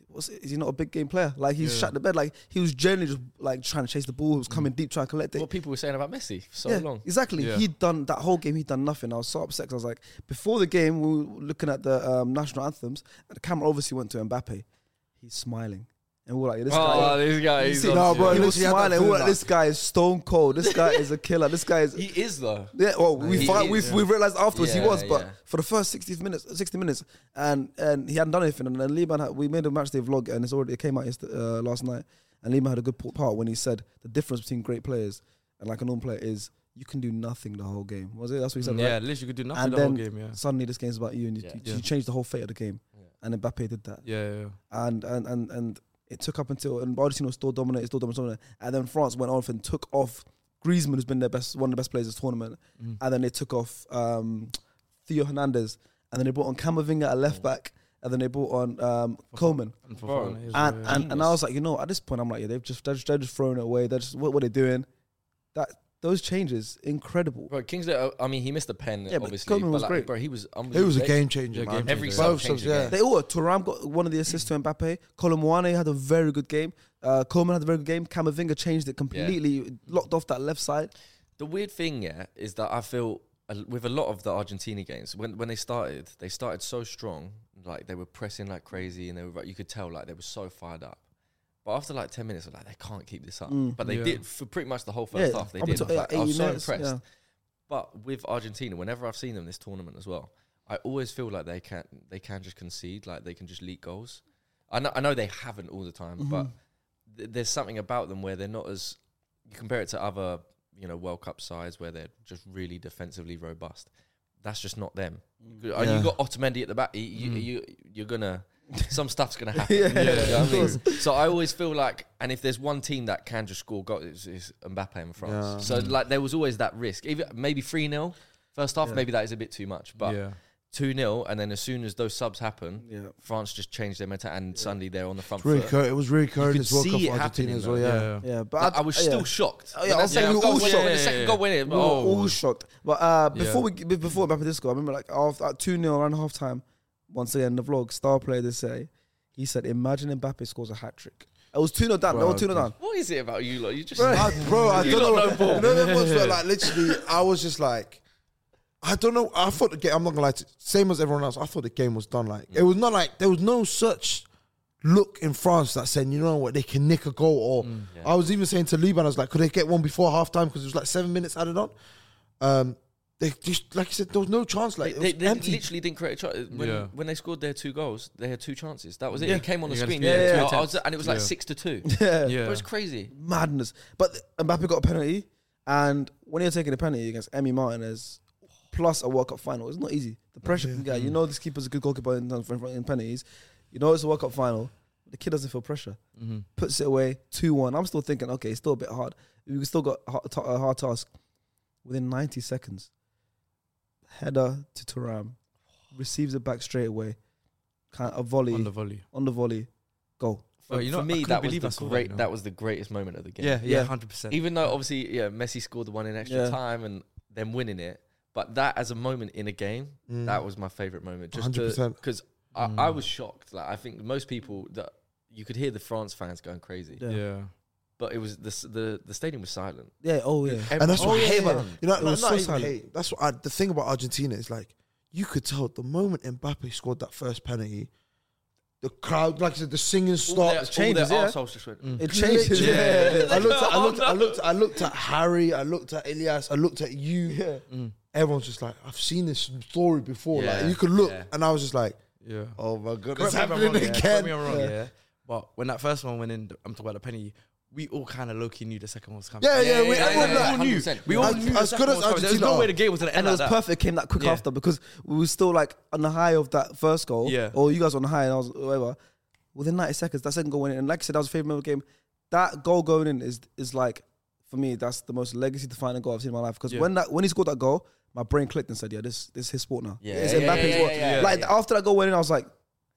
[SPEAKER 2] What's it? Is he not a big game player? Like he's shut the bed. Like he was generally just like trying to chase the ball. He was coming deep, trying to collect it.
[SPEAKER 3] What people were saying about Messi for so
[SPEAKER 2] yeah,
[SPEAKER 3] long.
[SPEAKER 2] Exactly.
[SPEAKER 5] Yeah.
[SPEAKER 2] He'd done that whole game. He'd done nothing. I was so upset. 'cause I was like, before the game, we were looking at the um, national anthems, and the camera obviously went to Mbappe. He's smiling, and we we're like,
[SPEAKER 3] Oh,
[SPEAKER 2] this guy.
[SPEAKER 5] this guy.
[SPEAKER 2] He's
[SPEAKER 5] He's
[SPEAKER 2] see,
[SPEAKER 4] No, bro,
[SPEAKER 2] he was
[SPEAKER 4] literally had that
[SPEAKER 2] smiling. We We're
[SPEAKER 4] feeling
[SPEAKER 2] like, this guy is stone cold. This guy is a killer. This guy is.
[SPEAKER 5] He is though.
[SPEAKER 2] Yeah, well, we
[SPEAKER 5] he
[SPEAKER 2] find,
[SPEAKER 5] is,
[SPEAKER 2] we've,
[SPEAKER 5] yeah.
[SPEAKER 2] we've realized afterwards he
[SPEAKER 3] Yeah,
[SPEAKER 2] was, but
[SPEAKER 3] yeah.
[SPEAKER 2] for the first 60 minutes, 60 minutes, and and he hadn't done anything. And then Lehman, had, we made a match day vlog, and it's already it came out yesterday, uh, last night. And Lehman had a good p- part when he said the difference between great players and like a normal player is you can do nothing the whole game. Was it? That's what he said.
[SPEAKER 5] Yeah,
[SPEAKER 2] right?
[SPEAKER 5] at least you could do nothing
[SPEAKER 2] and
[SPEAKER 5] the
[SPEAKER 2] then
[SPEAKER 5] whole game. Yeah.
[SPEAKER 2] suddenly this game's about you, and you,
[SPEAKER 3] Yeah.
[SPEAKER 2] you,
[SPEAKER 5] Yeah.
[SPEAKER 2] you change the whole fate of the game. And Mbappe did that,
[SPEAKER 5] Yeah, yeah, yeah.
[SPEAKER 2] and and and and it took up until and Argentina was still dominated, still dominated, dominated. and then France went off and took off. Griezmann has been their best, one of the best players this tournament and then they took off um, Theo Hernandez, and then they brought on Camavinga at
[SPEAKER 3] Oh.
[SPEAKER 2] left back, and then they brought on um, Coleman.
[SPEAKER 5] And for
[SPEAKER 3] Bro,
[SPEAKER 5] fun, it is,
[SPEAKER 2] And,
[SPEAKER 5] yeah.
[SPEAKER 2] and and I was like, you know, at this point, I'm like, yeah, they've just they're just, they're just throwing it away. They're just what were they doing? That those changes, incredible.
[SPEAKER 3] Bro, Kingsley. uh, I mean, he missed the pen.
[SPEAKER 2] Yeah, but
[SPEAKER 3] obviously,
[SPEAKER 2] Coleman was
[SPEAKER 3] like,
[SPEAKER 2] great.
[SPEAKER 3] Bro, he was. Unbelievable.
[SPEAKER 4] He was a game changer,
[SPEAKER 5] Yeah,
[SPEAKER 4] man.
[SPEAKER 5] game
[SPEAKER 3] Every
[SPEAKER 5] changer.
[SPEAKER 3] sub
[SPEAKER 4] Both subs,
[SPEAKER 3] changer,
[SPEAKER 4] yeah.
[SPEAKER 2] They all Turam got one of the assists to Mbappe. Colin Mwane had a very good game. Uh, Coleman had a very good game. Camavinga changed it completely, locked off that left side.
[SPEAKER 3] The weird thing, yeah, is that I feel uh, with a lot of the Argentina games, when when they started, they started so strong, like they were pressing like crazy, and they were like, you could tell like they were so fired up. But after like ten minutes, I was like they can't keep this up. But they
[SPEAKER 5] Yeah.
[SPEAKER 3] did for pretty much the whole first half. They
[SPEAKER 2] up
[SPEAKER 3] did.
[SPEAKER 2] until,
[SPEAKER 3] I was,
[SPEAKER 2] Mm. yeah,
[SPEAKER 3] like, I
[SPEAKER 2] 80
[SPEAKER 3] was so
[SPEAKER 2] minutes,
[SPEAKER 3] impressed.
[SPEAKER 2] yeah.
[SPEAKER 3] But with Argentina, whenever I've seen them this tournament as well, I always feel like they can they can just concede, like they can just leak goals. I know I know they haven't all the time, but th- there's something about them where they're not as you compare it to other you know World Cup sides where they're just really defensively robust. That's just not them. You got-
[SPEAKER 4] Yeah.
[SPEAKER 3] You got Otamendi at the back. You, you, you you're gonna some stuff's gonna happen.
[SPEAKER 2] Yeah,
[SPEAKER 3] You know what
[SPEAKER 2] yeah,
[SPEAKER 3] I
[SPEAKER 2] of
[SPEAKER 3] mean? So I always feel like, and if there's one team that can just score goals, it's, it's Mbappe in France.
[SPEAKER 4] Yeah.
[SPEAKER 3] So like there was always that risk. Even maybe three 0 first half, maybe that is a bit too much, but
[SPEAKER 5] yeah.
[SPEAKER 3] two 0 and then as soon as those subs happen,
[SPEAKER 2] Yeah.
[SPEAKER 3] France just changed their mentality, and suddenly they're on the front
[SPEAKER 4] Really
[SPEAKER 3] foot.
[SPEAKER 4] cur- it was really current
[SPEAKER 3] could
[SPEAKER 4] this World
[SPEAKER 3] see
[SPEAKER 4] Cup
[SPEAKER 3] it
[SPEAKER 4] for Argentina
[SPEAKER 3] happening,
[SPEAKER 4] as well,
[SPEAKER 5] Yeah,
[SPEAKER 4] yeah.
[SPEAKER 5] yeah.
[SPEAKER 2] Yeah, but
[SPEAKER 3] Like, I was still
[SPEAKER 2] yeah.
[SPEAKER 3] shocked.
[SPEAKER 2] Oh, yeah,
[SPEAKER 3] when,
[SPEAKER 2] we
[SPEAKER 3] that second
[SPEAKER 2] were
[SPEAKER 3] goal
[SPEAKER 2] all
[SPEAKER 3] went in-
[SPEAKER 2] shocked.
[SPEAKER 3] when the second goal went in,
[SPEAKER 2] We were
[SPEAKER 3] oh,
[SPEAKER 2] all shocked. But uh, before
[SPEAKER 5] Yeah.
[SPEAKER 2] we we before about this goal, I remember like after at two 0 around half time. Once again, the vlog star player they say, he said, "Imagine Mbappe scores a hat trick." It was two 0 down.
[SPEAKER 4] Wow,
[SPEAKER 2] They were two 0 down.
[SPEAKER 3] what is it about you? Like you just
[SPEAKER 4] I, bro, I
[SPEAKER 3] You
[SPEAKER 4] don't
[SPEAKER 3] lot
[SPEAKER 4] know.
[SPEAKER 3] know ball.
[SPEAKER 4] You know them ones where, like, literally, I was just like, I don't know. I thought the game. I'm not gonna lie. To you, same as everyone else, I thought the game was done. Like, it was not like there was no such look in France that said, you know what, they can nick a goal. Or
[SPEAKER 3] Mm,
[SPEAKER 4] I was even saying to Liban, I was like, could they get one before half time? Because it was like seven minutes added on. Um, they just like you said, there was no chance. Like, it
[SPEAKER 3] They,
[SPEAKER 4] was
[SPEAKER 3] they
[SPEAKER 4] empty.
[SPEAKER 3] literally didn't create a chance. When,
[SPEAKER 5] Yeah.
[SPEAKER 3] when they scored their two goals, they had two chances. That was it. It came on the
[SPEAKER 5] You had-
[SPEAKER 3] screen.
[SPEAKER 5] yeah,
[SPEAKER 3] yeah,
[SPEAKER 5] two
[SPEAKER 3] I- I
[SPEAKER 5] attempts.
[SPEAKER 3] was- and it was like
[SPEAKER 5] Yeah.
[SPEAKER 3] six to two.
[SPEAKER 2] Yeah,
[SPEAKER 5] Yeah.
[SPEAKER 3] It was crazy.
[SPEAKER 2] madness. But Mbappe got a penalty, and when you're taking a penalty against Emmy Martinez, plus a World Cup final, it's not easy. The pressure, yeah. You know, this keeper's a good goalkeeper in, terms of- in penalties. You know, it's a World Cup final. The kid doesn't feel pressure. Puts it away two one. I'm still thinking, okay, it's still a bit hard. We still got a hard, a hard task. Within 90 seconds, header to Turam, receives it back straight away, kind of a volley
[SPEAKER 6] on the volley.
[SPEAKER 2] on the volley, goal.
[SPEAKER 6] Well, you know,
[SPEAKER 3] for
[SPEAKER 6] I
[SPEAKER 3] me,
[SPEAKER 6] couldn't
[SPEAKER 3] that was
[SPEAKER 6] believe I
[SPEAKER 3] the
[SPEAKER 6] saw that,
[SPEAKER 3] great.
[SPEAKER 6] you know.
[SPEAKER 3] That was the greatest moment of the game.
[SPEAKER 6] Yeah, yeah,
[SPEAKER 2] Yeah.
[SPEAKER 6] hundred percent.
[SPEAKER 3] Even though obviously, yeah, Messi scored the one in extra
[SPEAKER 2] Yeah.
[SPEAKER 3] time and them winning it, but that as a moment in a game,
[SPEAKER 4] Mm.
[SPEAKER 3] that was my favorite moment. Just
[SPEAKER 4] 100%.
[SPEAKER 3] because I, I was shocked. Like I think most people that you could hear the France fans going crazy,
[SPEAKER 2] Yeah.
[SPEAKER 6] yeah,
[SPEAKER 3] but it was the s- the the stadium was silent.
[SPEAKER 2] Yeah, oh yeah.
[SPEAKER 4] And that's
[SPEAKER 3] Everyone-
[SPEAKER 4] what I
[SPEAKER 2] yeah,
[SPEAKER 4] hate
[SPEAKER 2] yeah.
[SPEAKER 4] about you know.
[SPEAKER 2] It
[SPEAKER 4] not-
[SPEAKER 2] was
[SPEAKER 4] not
[SPEAKER 2] so
[SPEAKER 4] even
[SPEAKER 2] silent.
[SPEAKER 4] hate. That's what I, the thing about Argentina is like you could tell the moment Mbappe scored that first penalty, the crowd, like I said, the
[SPEAKER 3] all
[SPEAKER 4] singing
[SPEAKER 3] their,
[SPEAKER 4] starts.
[SPEAKER 3] all their
[SPEAKER 2] changes, yeah.
[SPEAKER 3] arseholes just went.
[SPEAKER 2] It changes.
[SPEAKER 4] Literally.
[SPEAKER 2] Yeah.
[SPEAKER 4] I looked, at, I looked, I looked, I looked at Harry. I looked at Elias. I looked at you. Everyone's just like, I've seen this story before.
[SPEAKER 3] Yeah,
[SPEAKER 4] Like you could look,
[SPEAKER 3] yeah.
[SPEAKER 4] and I was just like,
[SPEAKER 6] yeah.
[SPEAKER 4] oh my god,
[SPEAKER 6] Correct
[SPEAKER 4] it's
[SPEAKER 6] me if I'm
[SPEAKER 4] happening
[SPEAKER 6] wrong, yeah. Correct
[SPEAKER 4] again.
[SPEAKER 6] me if I'm wrong,
[SPEAKER 4] Yeah.
[SPEAKER 6] yeah. But when that first one went in, I'm talking about the penny. We all kind of low key knew the second one was coming.
[SPEAKER 4] Yeah, yeah, we- everyone
[SPEAKER 6] we
[SPEAKER 4] like-
[SPEAKER 6] all knew.
[SPEAKER 3] 100%.
[SPEAKER 6] We all
[SPEAKER 4] As-
[SPEAKER 6] knew. the second
[SPEAKER 4] as good
[SPEAKER 6] one
[SPEAKER 4] as
[SPEAKER 6] was coming. There was no
[SPEAKER 4] Argentina
[SPEAKER 6] way the game was gonna end
[SPEAKER 2] And it
[SPEAKER 6] like
[SPEAKER 2] was
[SPEAKER 6] that.
[SPEAKER 2] perfect. It came that quick
[SPEAKER 6] Yeah.
[SPEAKER 2] after because we were still like on the high of that first goal.
[SPEAKER 6] Yeah.
[SPEAKER 2] Or you guys were on the high and I was whatever. Within 90 seconds, that second goal went in. And like I said, that was a favourite moment of the game. That goal going in is is like for me, that's the most legacy defining goal I've seen in my life. Because
[SPEAKER 6] Yeah.
[SPEAKER 2] when that when he scored that goal, my brain clicked and said, Yeah, this this is his sport now.
[SPEAKER 3] Yeah,
[SPEAKER 2] It's
[SPEAKER 3] yeah,
[SPEAKER 2] Mbappe's
[SPEAKER 3] yeah,
[SPEAKER 2] sport.
[SPEAKER 3] yeah, yeah,
[SPEAKER 2] like
[SPEAKER 3] yeah.
[SPEAKER 2] after that goal went in, I was like,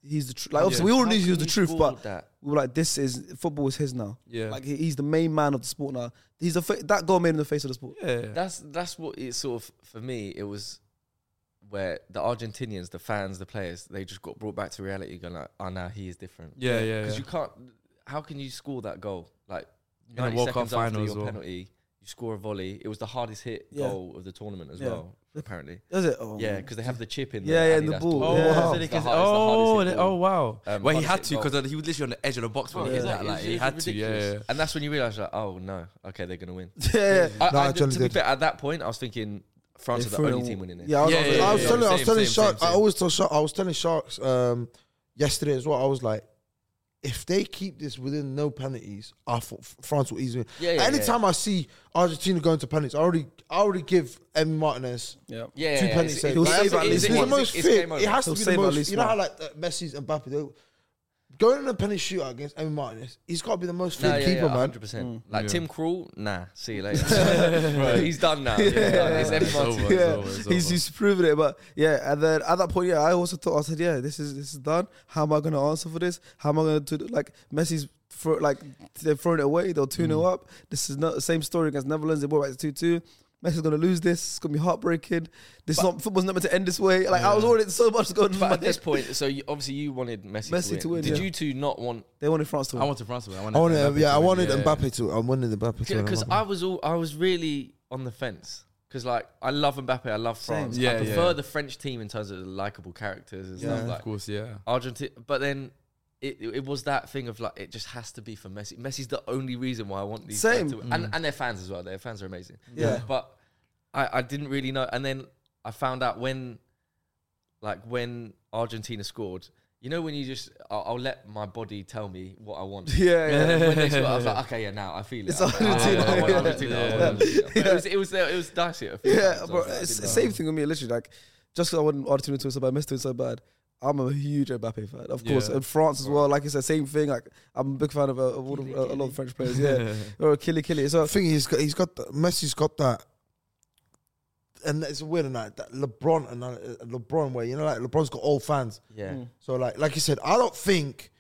[SPEAKER 2] he's the truth. Like obviously we all knew he was the truth, but
[SPEAKER 3] that?
[SPEAKER 2] we were like, this is football is his now.
[SPEAKER 6] Yeah.
[SPEAKER 2] Like he- he's the main man of the sport now. He's the fa- that goal made him the face of the sport.
[SPEAKER 6] Yeah,
[SPEAKER 3] that's that's what it sort of for me. It was where the Argentinians, the fans, the players, they just got brought back to reality. Going like, oh no, he is different.
[SPEAKER 6] yeah, yeah.
[SPEAKER 3] Because
[SPEAKER 6] yeah.
[SPEAKER 3] you can't. How can you score that goal? Like
[SPEAKER 6] In a
[SPEAKER 3] ninety
[SPEAKER 6] World Cup
[SPEAKER 3] seconds
[SPEAKER 6] final
[SPEAKER 3] after
[SPEAKER 6] as
[SPEAKER 3] your
[SPEAKER 6] well.
[SPEAKER 3] penalty, you score a volley. It was the hardest hit
[SPEAKER 2] Yeah.
[SPEAKER 3] goal of the tournament as
[SPEAKER 2] Yeah.
[SPEAKER 3] well. Apparently,
[SPEAKER 2] Does it? Oh,
[SPEAKER 3] yeah, because they have the chip in.
[SPEAKER 2] Yeah,
[SPEAKER 3] the
[SPEAKER 2] yeah, and the
[SPEAKER 3] Adidas
[SPEAKER 2] ball.
[SPEAKER 6] Oh,
[SPEAKER 3] ball.
[SPEAKER 2] Yeah.
[SPEAKER 6] wow.
[SPEAKER 2] It's
[SPEAKER 3] It's
[SPEAKER 6] They
[SPEAKER 3] the
[SPEAKER 6] can-
[SPEAKER 3] hard- it's the hardest
[SPEAKER 6] oh,
[SPEAKER 3] hit
[SPEAKER 6] they-
[SPEAKER 3] ball.
[SPEAKER 6] oh, wow. well, he
[SPEAKER 3] Um, hardest
[SPEAKER 6] had
[SPEAKER 3] hit
[SPEAKER 6] to
[SPEAKER 3] goal.
[SPEAKER 6] because he was literally on the edge of the box when
[SPEAKER 3] Oh,
[SPEAKER 6] he did
[SPEAKER 3] yeah.
[SPEAKER 6] that.
[SPEAKER 3] It's-
[SPEAKER 6] Like, he
[SPEAKER 3] it's
[SPEAKER 6] had to. Yeah,
[SPEAKER 3] ridiculous.
[SPEAKER 6] yeah.
[SPEAKER 3] And that's when you realize, like, oh no, okay, they're gonna win.
[SPEAKER 2] yeah.
[SPEAKER 3] I,
[SPEAKER 4] No,
[SPEAKER 3] I-
[SPEAKER 4] I
[SPEAKER 3] to
[SPEAKER 4] generally
[SPEAKER 3] be
[SPEAKER 4] did.
[SPEAKER 3] fair, at that point, I was thinking France are the only team winning it.
[SPEAKER 2] Yeah, I was,
[SPEAKER 6] Yeah,
[SPEAKER 2] I was-
[SPEAKER 6] yeah,
[SPEAKER 4] I
[SPEAKER 2] I
[SPEAKER 4] was
[SPEAKER 2] was
[SPEAKER 6] yeah,
[SPEAKER 4] telling, I was
[SPEAKER 6] same,
[SPEAKER 4] telling
[SPEAKER 6] same,
[SPEAKER 4] Shark.
[SPEAKER 6] same,
[SPEAKER 4] I
[SPEAKER 6] same.
[SPEAKER 4] always tell Shark. I was telling Sharks um, yesterday as well. I was like, if they keep this within no penalties, I thought France will easily.
[SPEAKER 3] Yeah, yeah,
[SPEAKER 4] Anytime I see Argentina going to penalties, I already, I already give M Martinez
[SPEAKER 2] yeah.
[SPEAKER 3] Yeah,
[SPEAKER 4] two
[SPEAKER 3] yeah,
[SPEAKER 4] penalty
[SPEAKER 3] it's-
[SPEAKER 4] saves.
[SPEAKER 2] He'll
[SPEAKER 3] it's-
[SPEAKER 2] save
[SPEAKER 4] He's
[SPEAKER 2] at
[SPEAKER 3] it's-
[SPEAKER 2] least
[SPEAKER 3] it's-
[SPEAKER 4] the
[SPEAKER 2] one.
[SPEAKER 4] most
[SPEAKER 3] it's
[SPEAKER 4] fit.
[SPEAKER 3] game
[SPEAKER 4] It
[SPEAKER 3] over.
[SPEAKER 4] has to
[SPEAKER 2] He'll
[SPEAKER 4] be the
[SPEAKER 2] save at
[SPEAKER 4] most.
[SPEAKER 2] least
[SPEAKER 4] You know
[SPEAKER 2] one.
[SPEAKER 4] how like uh, Messi's and Mbappe. they'll- Going in a penalty shootout against M Martinez, he's got to be the most fit
[SPEAKER 3] No, yeah,
[SPEAKER 4] keeper,
[SPEAKER 3] yeah,
[SPEAKER 4] man.
[SPEAKER 3] 100%. Like
[SPEAKER 6] Yeah.
[SPEAKER 3] Tim Krul, nah, see you later. he's done now. He's done. It's
[SPEAKER 6] It's
[SPEAKER 3] everyone's-
[SPEAKER 6] over, it's
[SPEAKER 2] Yeah,
[SPEAKER 6] over, it's
[SPEAKER 2] he's
[SPEAKER 6] over.
[SPEAKER 2] just proven it, but yeah, and then at that point, yeah, I also thought I said, yeah, this is this is done. How am I gonna answer for this? How am I gonna do like Messi's throw, like they're throwing it away, they'll two 0
[SPEAKER 6] Mm.
[SPEAKER 2] up. This is not the same story against Netherlands. They brought back to two two. Messi's gonna lose this. It's gonna be heartbreaking. This is not football's not meant to end this way. Like I was already so much going.
[SPEAKER 3] But at
[SPEAKER 2] this
[SPEAKER 3] this point, so you, obviously you wanted Messi,
[SPEAKER 2] Messi
[SPEAKER 3] to, win.
[SPEAKER 2] to win,
[SPEAKER 3] Did
[SPEAKER 2] yeah.
[SPEAKER 3] you two not want?
[SPEAKER 2] they wanted France to
[SPEAKER 6] I
[SPEAKER 2] win.
[SPEAKER 6] wanted France to win.
[SPEAKER 4] I wanted,
[SPEAKER 6] Mbappe
[SPEAKER 4] yeah, I
[SPEAKER 6] to win,
[SPEAKER 4] wanted
[SPEAKER 6] yeah.
[SPEAKER 4] Mbappe to. I'm winning Mbappe to.
[SPEAKER 3] Because
[SPEAKER 4] win.
[SPEAKER 3] I was all I was really on the fence. Because like I love Mbappe, I love
[SPEAKER 2] Same.
[SPEAKER 3] France. I
[SPEAKER 6] Yeah,
[SPEAKER 3] prefer
[SPEAKER 6] yeah.
[SPEAKER 3] the French team in terms of the likable characters and
[SPEAKER 4] Yeah.
[SPEAKER 3] stuff
[SPEAKER 6] Of
[SPEAKER 3] like
[SPEAKER 6] course, yeah.
[SPEAKER 3] Argentina. But then. It, it was that thing of like it just has to be for Messi. Messi's the only reason why I want these guys
[SPEAKER 2] Same.
[SPEAKER 3] to win. and
[SPEAKER 6] Mm.
[SPEAKER 3] and their fans as well. Their fans are amazing.
[SPEAKER 2] Yeah.
[SPEAKER 3] but I I didn't really know. And then I found out when, like when Argentina scored. You know when you just I'll, I'll let my body tell me what I want.
[SPEAKER 2] Yeah, yeah.
[SPEAKER 3] And then when they scored, I was like, okay, yeah, now I feel it.
[SPEAKER 2] It's
[SPEAKER 3] I- I- I-
[SPEAKER 2] Argentina,
[SPEAKER 3] I want
[SPEAKER 2] yeah.
[SPEAKER 3] Argentina, I want
[SPEAKER 6] Yeah.
[SPEAKER 3] Argentina. But It was it was it was dicey. at a few
[SPEAKER 2] Yeah,
[SPEAKER 3] times. I
[SPEAKER 2] bro.
[SPEAKER 3] was like, I
[SPEAKER 2] It's
[SPEAKER 3] didn't
[SPEAKER 2] the
[SPEAKER 3] know.
[SPEAKER 2] same thing with me. Literally, like just 'cause I wanted Argentina to win so bad, I missed it so bad. I'm a huge Mbappe fan, of course,
[SPEAKER 6] Yeah.
[SPEAKER 2] and France as well. Like you said, same thing. Like I'm a big fan of, uh, of all the, a lot of French players. Yeah, Oh, or Killy Killy. So
[SPEAKER 4] I think he's got he's got the, Messi's got that, and it's weird and that, that LeBron and that, uh, LeBron where you know like LeBron's got all fans.
[SPEAKER 3] Yeah.
[SPEAKER 4] So like like you said, I don't think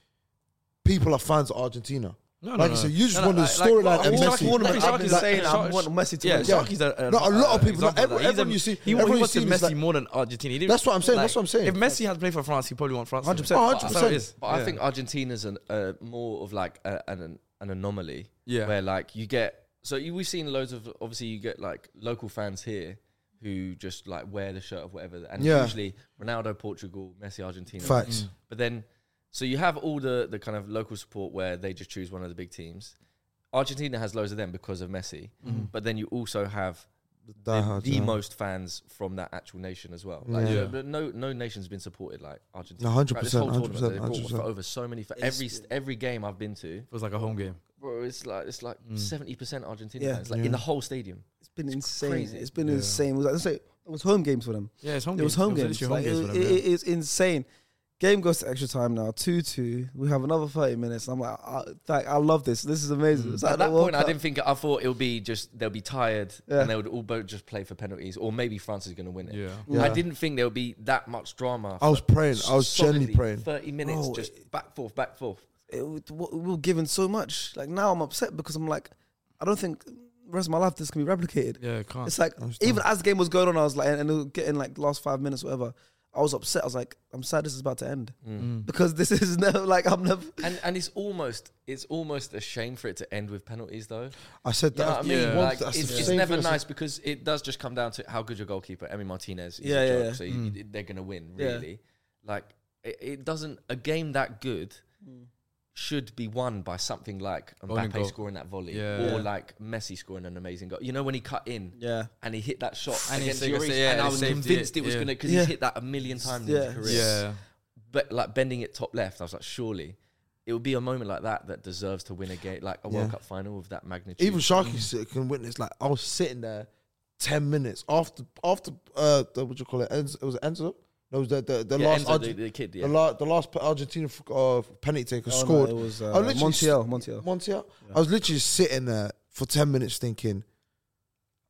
[SPEAKER 4] people are fans of Argentina.
[SPEAKER 6] No,
[SPEAKER 4] like you said, you just
[SPEAKER 6] No, no,
[SPEAKER 4] want the
[SPEAKER 6] like- like
[SPEAKER 4] storyline
[SPEAKER 6] what-
[SPEAKER 4] and
[SPEAKER 6] what
[SPEAKER 4] Messi.
[SPEAKER 6] Sharky wanted, but Sharky's
[SPEAKER 4] Like-
[SPEAKER 6] saying,
[SPEAKER 2] I
[SPEAKER 6] Shark-
[SPEAKER 2] want Messi to
[SPEAKER 6] yeah,
[SPEAKER 2] win.
[SPEAKER 6] Sharky's a, a,
[SPEAKER 4] No, a lot of
[SPEAKER 6] a
[SPEAKER 4] people-
[SPEAKER 6] example
[SPEAKER 4] every-
[SPEAKER 6] that. He's
[SPEAKER 4] everyone
[SPEAKER 6] a-
[SPEAKER 4] you see-
[SPEAKER 6] he, he
[SPEAKER 4] everyone you
[SPEAKER 6] wants
[SPEAKER 4] see is
[SPEAKER 6] Messi
[SPEAKER 4] like-
[SPEAKER 6] more than Argentina. He didn't-
[SPEAKER 4] That's what I'm saying. that's what I'm saying.
[SPEAKER 6] If Messi had played for France, he probably want France. to win.
[SPEAKER 2] 100%.
[SPEAKER 4] Oh,
[SPEAKER 6] That's how it
[SPEAKER 4] 100%.
[SPEAKER 6] is.
[SPEAKER 3] But I think Argentina's an, uh, more of like a, an an anomaly.
[SPEAKER 6] Yeah.
[SPEAKER 3] Where like you get so you, we've seen loads of obviously you get like local fans here who just like wear the shirt of whatever, and
[SPEAKER 4] Yeah.
[SPEAKER 3] usually Ronaldo Portugal, Messi Argentina.
[SPEAKER 6] Mm.
[SPEAKER 4] Facts.
[SPEAKER 3] But then so you have all the the kind of local support where they just choose one of the big teams. Argentina has loads of them because of Messi,
[SPEAKER 4] Mm-hmm.
[SPEAKER 3] but then you also have the,
[SPEAKER 4] Diehards,
[SPEAKER 3] the
[SPEAKER 4] yeah.
[SPEAKER 3] most fans from that actual nation as well. Like,
[SPEAKER 6] Yeah.
[SPEAKER 3] so- but no, no nation's been supported like Argentina.
[SPEAKER 4] No, 100%,
[SPEAKER 3] Throughout this whole tournament,
[SPEAKER 4] 100%,
[SPEAKER 3] they've brought
[SPEAKER 4] 100%.
[SPEAKER 3] over so many for every s- every game I've been to.
[SPEAKER 6] It was like a home game.
[SPEAKER 3] Bro, it's like it's like seventy percent Argentina
[SPEAKER 2] Mm. Yeah.
[SPEAKER 3] fans, like in the whole stadium.
[SPEAKER 2] It's been insane.
[SPEAKER 3] crazy.
[SPEAKER 2] It's been insane. It was, like, it was home games for them.
[SPEAKER 6] Yeah, it's home
[SPEAKER 2] it was home games. Like, it, it- it is insane. Game goes to extra time now, two two. We have another thirty minutes. I'm like, I, like, I love this. This is amazing. It's like
[SPEAKER 3] At
[SPEAKER 2] the
[SPEAKER 3] that
[SPEAKER 2] World
[SPEAKER 3] point, I
[SPEAKER 2] Cup.
[SPEAKER 3] didn't think. I thought it would be just they'll be tired
[SPEAKER 2] Yeah.
[SPEAKER 3] and they would all both just play for penalties, or maybe France is going to win it.
[SPEAKER 6] Yeah.
[SPEAKER 2] Yeah.
[SPEAKER 3] I didn't think there would be that much drama.
[SPEAKER 4] I was
[SPEAKER 3] for
[SPEAKER 4] praying. I was genuinely
[SPEAKER 3] solidly
[SPEAKER 4] praying.
[SPEAKER 3] Thirty minutes,
[SPEAKER 2] Bro,
[SPEAKER 3] just back forth, back forth.
[SPEAKER 2] it, w- w- we were given so much. Like now, I'm upset because I'm like, I don't think rest of my life this can be replicated.
[SPEAKER 6] Yeah, can't.
[SPEAKER 2] It's like
[SPEAKER 4] I'm stunned.
[SPEAKER 2] even as the game was going on, I was like, and, and it was getting like last five minutes, whatever. I was upset. I was like, I'm sad this is about to end
[SPEAKER 6] Mm.
[SPEAKER 2] because this is never like I'm never.
[SPEAKER 3] And and it's almost it's almost a shame for it to end with penalties though.
[SPEAKER 4] I said
[SPEAKER 3] You know
[SPEAKER 4] that.
[SPEAKER 3] what I mean?
[SPEAKER 6] Yeah.
[SPEAKER 4] Once-
[SPEAKER 3] Like,
[SPEAKER 4] that's the
[SPEAKER 3] it's, it's
[SPEAKER 4] same
[SPEAKER 3] never
[SPEAKER 4] thing I said.
[SPEAKER 3] nice because it does just come down to how good your goalkeeper, Emi Martinez, is.
[SPEAKER 2] Yeah,
[SPEAKER 3] a
[SPEAKER 2] yeah,
[SPEAKER 3] joke,
[SPEAKER 2] yeah.
[SPEAKER 3] So you, they're going to win,
[SPEAKER 2] Yeah.
[SPEAKER 3] really. Like, it, it doesn't, a game that good should be won by something like
[SPEAKER 6] Golden
[SPEAKER 3] Mbappe
[SPEAKER 6] goal.
[SPEAKER 3] scoring that volley
[SPEAKER 6] Yeah.
[SPEAKER 2] Yeah.
[SPEAKER 3] or like Messi scoring an amazing goal. You know, when he cut in
[SPEAKER 2] Yeah,
[SPEAKER 3] and he hit that shot
[SPEAKER 6] And he
[SPEAKER 3] against
[SPEAKER 6] saved-
[SPEAKER 3] Lloris,
[SPEAKER 6] yeah,
[SPEAKER 3] and I
[SPEAKER 6] he
[SPEAKER 3] was
[SPEAKER 6] saved it,
[SPEAKER 3] convinced it,
[SPEAKER 6] yeah.
[SPEAKER 3] was going to, because
[SPEAKER 2] Yeah.
[SPEAKER 3] he's hit that a million times in
[SPEAKER 2] Yeah.
[SPEAKER 3] his career.
[SPEAKER 6] yeah.
[SPEAKER 3] But like bending it top left, I was like, surely. It would be a moment like that that deserves to win a game, like a World
[SPEAKER 4] Yeah.
[SPEAKER 3] Cup final of that magnitude.
[SPEAKER 4] Even Sharky sit- can witness. Like I was sitting there, ten minutes after after uh, the, what do you call it? Enzo, it was Enzo. No, it was the the, the
[SPEAKER 3] yeah,
[SPEAKER 4] last
[SPEAKER 3] Enzo,
[SPEAKER 4] Arge-
[SPEAKER 3] the, the kid, yeah.
[SPEAKER 4] the, la- the last Argentina f- uh, penalty taker
[SPEAKER 2] Oh, no,
[SPEAKER 4] scored.
[SPEAKER 2] it was uh,
[SPEAKER 4] I literally
[SPEAKER 2] Montiel. Montiel.
[SPEAKER 4] Montiel. I was literally sitting there for 10 minutes thinking,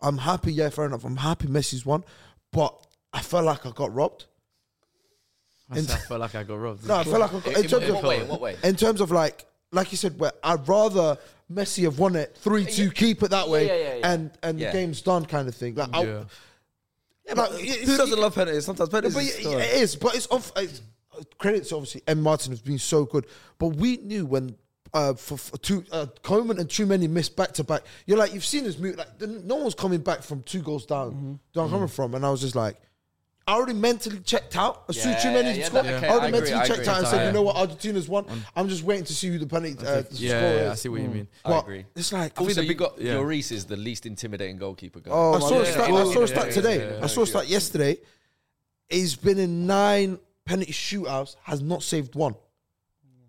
[SPEAKER 4] I'm happy, yeah, fair enough. I'm happy Messi's won, but I felt like I got robbed.
[SPEAKER 6] I said I felt like I got robbed.
[SPEAKER 4] No, I felt like I got, in,
[SPEAKER 3] In-
[SPEAKER 4] terms
[SPEAKER 3] in
[SPEAKER 4] of,
[SPEAKER 3] what way? In what way?
[SPEAKER 4] in terms of like, like you said, where I'd rather Messi have won it 3 2, keep it that way,
[SPEAKER 3] yeah, yeah, yeah.
[SPEAKER 4] and, and
[SPEAKER 3] Yeah.
[SPEAKER 4] the game's done kind of thing. Like, I,
[SPEAKER 6] Yeah.
[SPEAKER 4] yeah, like,
[SPEAKER 2] Who doesn't love penalties? Sometimes penalties.
[SPEAKER 4] But
[SPEAKER 2] is
[SPEAKER 4] yeah,
[SPEAKER 2] still-
[SPEAKER 4] it is. But it's off. It's, credits obviously. M Martin has been so good. But we knew when uh, for, for two uh, Coleman and too many missed back to back. You're like you've seen this move. Like the- no one's coming back from two goals down.
[SPEAKER 3] Mm-hmm.
[SPEAKER 4] Don't coming from. And I was just like. I already mentally checked out as soon
[SPEAKER 3] Yeah,
[SPEAKER 4] as too
[SPEAKER 3] yeah,
[SPEAKER 4] many
[SPEAKER 3] yeah,
[SPEAKER 4] scored.
[SPEAKER 3] that- okay,
[SPEAKER 4] I already
[SPEAKER 3] I agree,
[SPEAKER 4] mentally
[SPEAKER 3] I
[SPEAKER 4] checked
[SPEAKER 3] agree.
[SPEAKER 4] out and said,
[SPEAKER 6] Yeah.
[SPEAKER 4] "You know what? Argentina's won. I'm just waiting to see who the penalty uh, the
[SPEAKER 6] yeah,
[SPEAKER 4] score
[SPEAKER 6] yeah, I
[SPEAKER 4] is."
[SPEAKER 6] see what you
[SPEAKER 2] mm.
[SPEAKER 6] mean.
[SPEAKER 3] I
[SPEAKER 4] But
[SPEAKER 3] agree.
[SPEAKER 4] It's like I
[SPEAKER 3] Also,
[SPEAKER 4] think the
[SPEAKER 3] you got
[SPEAKER 6] yeah.
[SPEAKER 3] Lloris is the least intimidating goalkeeper. Guy.
[SPEAKER 2] Oh, my
[SPEAKER 4] I saw a
[SPEAKER 2] God.
[SPEAKER 4] stat. I
[SPEAKER 3] yeah,
[SPEAKER 4] saw
[SPEAKER 3] yeah,
[SPEAKER 4] a stat
[SPEAKER 3] yeah,
[SPEAKER 4] today.
[SPEAKER 3] yeah,
[SPEAKER 4] I saw a
[SPEAKER 3] yeah.
[SPEAKER 4] stat yesterday. He's been in nine penalty shootouts, has not saved one.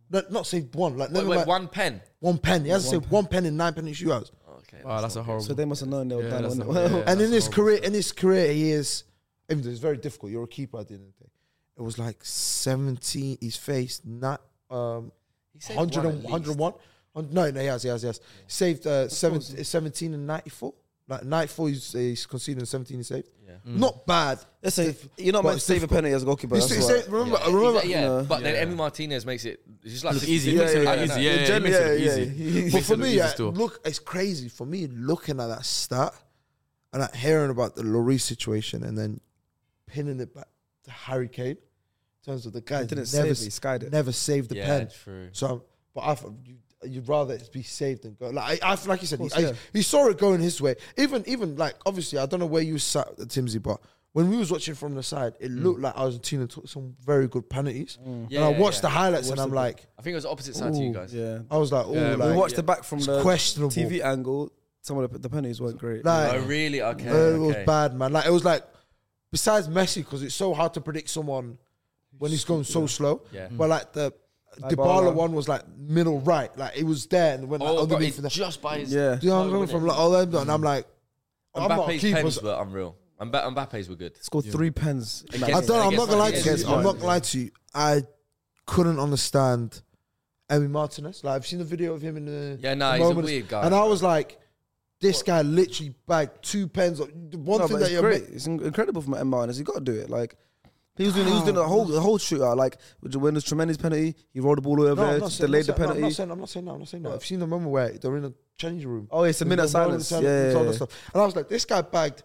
[SPEAKER 4] No, not saved one. Like
[SPEAKER 3] wait,
[SPEAKER 4] never
[SPEAKER 3] wait,
[SPEAKER 4] mind one,
[SPEAKER 3] one pen. Oh,
[SPEAKER 4] pen. He hasn't saved one pen in nine penalty shootouts.
[SPEAKER 3] Okay.
[SPEAKER 6] Wow, that's a horrible.
[SPEAKER 2] So they must have known they were
[SPEAKER 6] Yeah,
[SPEAKER 2] done.
[SPEAKER 6] that's
[SPEAKER 2] wasn't
[SPEAKER 6] not-
[SPEAKER 2] it?
[SPEAKER 6] yeah, yeah.
[SPEAKER 4] and in
[SPEAKER 6] that's
[SPEAKER 4] his
[SPEAKER 6] horrible.
[SPEAKER 4] career, in his career, he is. I mean, it's very difficult. You're a keeper at the end of the day. It was like 17. He's faced not um,
[SPEAKER 3] He saved
[SPEAKER 4] 100
[SPEAKER 3] one
[SPEAKER 4] and,
[SPEAKER 3] at
[SPEAKER 4] 101. Hun- No, no, he has, he has, he has. Saved uh, seven, 17 and 94. Like 94, he's, he's conceded and 17 he saved.
[SPEAKER 3] Yeah.
[SPEAKER 4] Not bad.
[SPEAKER 2] Listen, you're not
[SPEAKER 4] But
[SPEAKER 2] meant to
[SPEAKER 4] it's
[SPEAKER 2] save a
[SPEAKER 4] difficult.
[SPEAKER 2] penalty as a goalkeeper.
[SPEAKER 4] He's-
[SPEAKER 2] that's
[SPEAKER 4] he's
[SPEAKER 2] why.
[SPEAKER 4] saying- remember,
[SPEAKER 3] Yeah,
[SPEAKER 4] remember.
[SPEAKER 3] he's- yeah,
[SPEAKER 2] No.
[SPEAKER 3] but
[SPEAKER 6] Yeah.
[SPEAKER 3] then Emi Martinez makes it just like
[SPEAKER 6] Look easy. It
[SPEAKER 2] Yeah,
[SPEAKER 6] makes it
[SPEAKER 2] yeah,
[SPEAKER 6] look
[SPEAKER 2] yeah.
[SPEAKER 6] easy. Yeah, yeah,
[SPEAKER 2] Yeah,
[SPEAKER 6] it makes it
[SPEAKER 2] yeah,
[SPEAKER 6] look
[SPEAKER 2] yeah,
[SPEAKER 6] easy.
[SPEAKER 2] yeah.
[SPEAKER 6] It
[SPEAKER 2] But
[SPEAKER 4] But
[SPEAKER 6] makes
[SPEAKER 4] for
[SPEAKER 6] it look
[SPEAKER 4] me,
[SPEAKER 6] easy
[SPEAKER 4] yeah,
[SPEAKER 6] still.
[SPEAKER 4] look, it's crazy. For me, looking at that stat and like hearing about the Lloris situation and then pinning it back to Harry Kane, in terms of the guy
[SPEAKER 2] He didn't
[SPEAKER 4] never,
[SPEAKER 2] save it. He skied it.
[SPEAKER 4] never saved the
[SPEAKER 3] yeah,
[SPEAKER 4] pen.
[SPEAKER 3] true.
[SPEAKER 4] So, but I, thought you, you'd rather it be saved than go. Like I, I feel like you said,
[SPEAKER 2] course,
[SPEAKER 4] he,
[SPEAKER 2] yeah.
[SPEAKER 4] he saw it going his way. Even, even like obviously, I don't know where you sat, at Timsy, but when we was watching from the side, it
[SPEAKER 2] Mm.
[SPEAKER 4] looked like Argentina took some very good penalties.
[SPEAKER 3] Yeah,
[SPEAKER 4] and
[SPEAKER 3] yeah,
[SPEAKER 4] I watched
[SPEAKER 3] yeah.
[SPEAKER 4] the highlights, and
[SPEAKER 2] Watched
[SPEAKER 4] I'm
[SPEAKER 2] the-
[SPEAKER 4] like,
[SPEAKER 3] I think it was opposite side to you
[SPEAKER 4] Ooh,
[SPEAKER 3] guys.
[SPEAKER 2] Yeah.
[SPEAKER 4] I was like, oh,
[SPEAKER 6] Yeah, we
[SPEAKER 4] like,
[SPEAKER 2] we watched it back from
[SPEAKER 4] it's
[SPEAKER 2] the
[SPEAKER 4] questionable.
[SPEAKER 2] TV angle. Some of the, the penalties weren't great.
[SPEAKER 4] Like,
[SPEAKER 3] Oh, really? Okay.
[SPEAKER 4] Uh, it was
[SPEAKER 3] okay.
[SPEAKER 4] bad, man. Like it was like besides Messi, because it's so hard to predict someone when he's going so slow.
[SPEAKER 3] Yeah.
[SPEAKER 4] But like the
[SPEAKER 2] Mm. Like
[SPEAKER 4] Dybala
[SPEAKER 2] Barla.
[SPEAKER 4] one was like middle right, like it was there and went like,
[SPEAKER 3] Oh, bro,
[SPEAKER 4] underneath.
[SPEAKER 3] it's
[SPEAKER 4] The,
[SPEAKER 3] just by his.
[SPEAKER 2] yeah.
[SPEAKER 4] Do you know what I'm
[SPEAKER 3] Oh,
[SPEAKER 4] coming
[SPEAKER 3] innit?
[SPEAKER 4] from? Like all them, and I'm like, I'm not a
[SPEAKER 3] Mbappe's
[SPEAKER 4] keeper.
[SPEAKER 3] pens
[SPEAKER 4] so-
[SPEAKER 3] were unreal. Mba- Mbappe's were good.
[SPEAKER 2] Scored three pens. in that
[SPEAKER 3] Against-
[SPEAKER 4] I
[SPEAKER 2] game.
[SPEAKER 4] don't. I'm not gonna lie to
[SPEAKER 3] Against
[SPEAKER 4] you. I'm not
[SPEAKER 2] Brighton,
[SPEAKER 4] gonna lie to you. I couldn't understand Emi Martinez. Like I've seen the video of him in the
[SPEAKER 3] Yeah, nah,
[SPEAKER 4] the
[SPEAKER 3] he's a
[SPEAKER 4] moments,
[SPEAKER 3] weird guy,
[SPEAKER 4] and I
[SPEAKER 3] bro.
[SPEAKER 4] was like, this guy literally bagged two pens. Like, the one
[SPEAKER 2] No,
[SPEAKER 4] thing
[SPEAKER 2] but
[SPEAKER 4] that
[SPEAKER 2] it's
[SPEAKER 4] you're
[SPEAKER 2] great. It's in- incredible from Emma Martinez. You got to do it. Like he was doing, he was doing the whole the whole shootout. Like with the- when there's tremendous penalty, he rolled the ball all over
[SPEAKER 4] I'm
[SPEAKER 2] there,
[SPEAKER 4] not
[SPEAKER 2] just
[SPEAKER 4] saying-
[SPEAKER 2] delayed the
[SPEAKER 4] I'm not saying-
[SPEAKER 2] penalty.
[SPEAKER 4] No, I'm not saying, I'm not saying that. I'm not saying that. I've seen the moment where they're in a change room.
[SPEAKER 2] oh, it's a
[SPEAKER 4] There's
[SPEAKER 2] minute
[SPEAKER 4] no
[SPEAKER 2] of silence.
[SPEAKER 4] moment
[SPEAKER 2] Yeah,
[SPEAKER 4] in time,
[SPEAKER 2] yeah,
[SPEAKER 4] it's all
[SPEAKER 2] yeah.
[SPEAKER 4] that stuff. And I was like, this guy bagged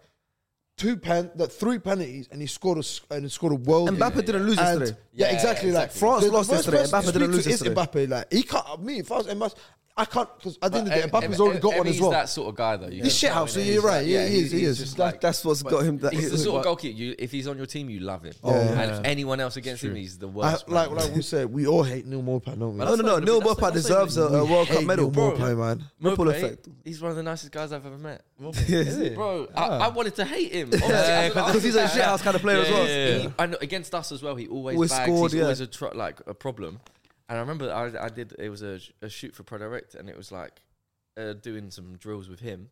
[SPEAKER 4] two pen, that three penalties, and he scored a s- and he scored a world.
[SPEAKER 2] Mbappe didn't lose
[SPEAKER 4] and,
[SPEAKER 2] yesterday.
[SPEAKER 4] Yeah,
[SPEAKER 3] Yeah,
[SPEAKER 4] exactly. Like
[SPEAKER 3] exactly.
[SPEAKER 2] France
[SPEAKER 4] the- the
[SPEAKER 2] lost
[SPEAKER 4] first
[SPEAKER 2] yesterday,
[SPEAKER 4] person to
[SPEAKER 2] Mbappe didn't
[SPEAKER 4] speak
[SPEAKER 2] lose
[SPEAKER 4] to is
[SPEAKER 2] yesterday.
[SPEAKER 4] Mbappe, like he can't. Me, if I was Mbappe, I can't because I didn't.
[SPEAKER 3] But
[SPEAKER 4] get
[SPEAKER 3] Em-
[SPEAKER 4] Mbappe's
[SPEAKER 3] Em-
[SPEAKER 4] already got
[SPEAKER 3] Em-
[SPEAKER 4] one as
[SPEAKER 3] Emmy's
[SPEAKER 4] well.
[SPEAKER 3] that sort of guy, though. you
[SPEAKER 4] He's
[SPEAKER 3] can
[SPEAKER 4] shit
[SPEAKER 3] tell
[SPEAKER 4] house. So
[SPEAKER 3] when
[SPEAKER 4] you're right.
[SPEAKER 3] like-
[SPEAKER 4] Yeah, he
[SPEAKER 3] he's-
[SPEAKER 4] is. He
[SPEAKER 3] he's
[SPEAKER 4] is.
[SPEAKER 3] just
[SPEAKER 2] That,
[SPEAKER 3] like-
[SPEAKER 2] that's what's got him. That
[SPEAKER 3] He's the
[SPEAKER 2] hit.
[SPEAKER 3] sort of goalkeeper. You, if he's on your team, you love him.
[SPEAKER 2] Oh, yeah.
[SPEAKER 3] And anyone else against him, he's the
[SPEAKER 4] I,
[SPEAKER 3] worst.
[SPEAKER 4] like
[SPEAKER 3] man.
[SPEAKER 4] like we said, we all hate Neil Maupay, don't we?
[SPEAKER 2] no, no, no. Neil
[SPEAKER 3] That's
[SPEAKER 2] Bopa
[SPEAKER 3] not-
[SPEAKER 2] deserves a, a
[SPEAKER 4] We
[SPEAKER 2] World Cup
[SPEAKER 4] hate
[SPEAKER 2] medal.
[SPEAKER 4] Neil
[SPEAKER 2] Bro,
[SPEAKER 4] Maupay, man.
[SPEAKER 2] Ripple
[SPEAKER 3] Mbappe,
[SPEAKER 2] effect.
[SPEAKER 3] He's one of the nicest guys I've ever met.
[SPEAKER 2] Is it?
[SPEAKER 3] Bro, I, I wanted to hate him.
[SPEAKER 2] Yeah, because he's a shithouse kind of player as well.
[SPEAKER 3] He, I know, against us as well, he always,
[SPEAKER 2] Always
[SPEAKER 3] bags,
[SPEAKER 2] scored,
[SPEAKER 3] He's
[SPEAKER 2] yeah.
[SPEAKER 3] always a tr- like a problem. And I remember I, I did it was a, sh- a shoot for Pro Direct, and it was like uh, doing some drills with him.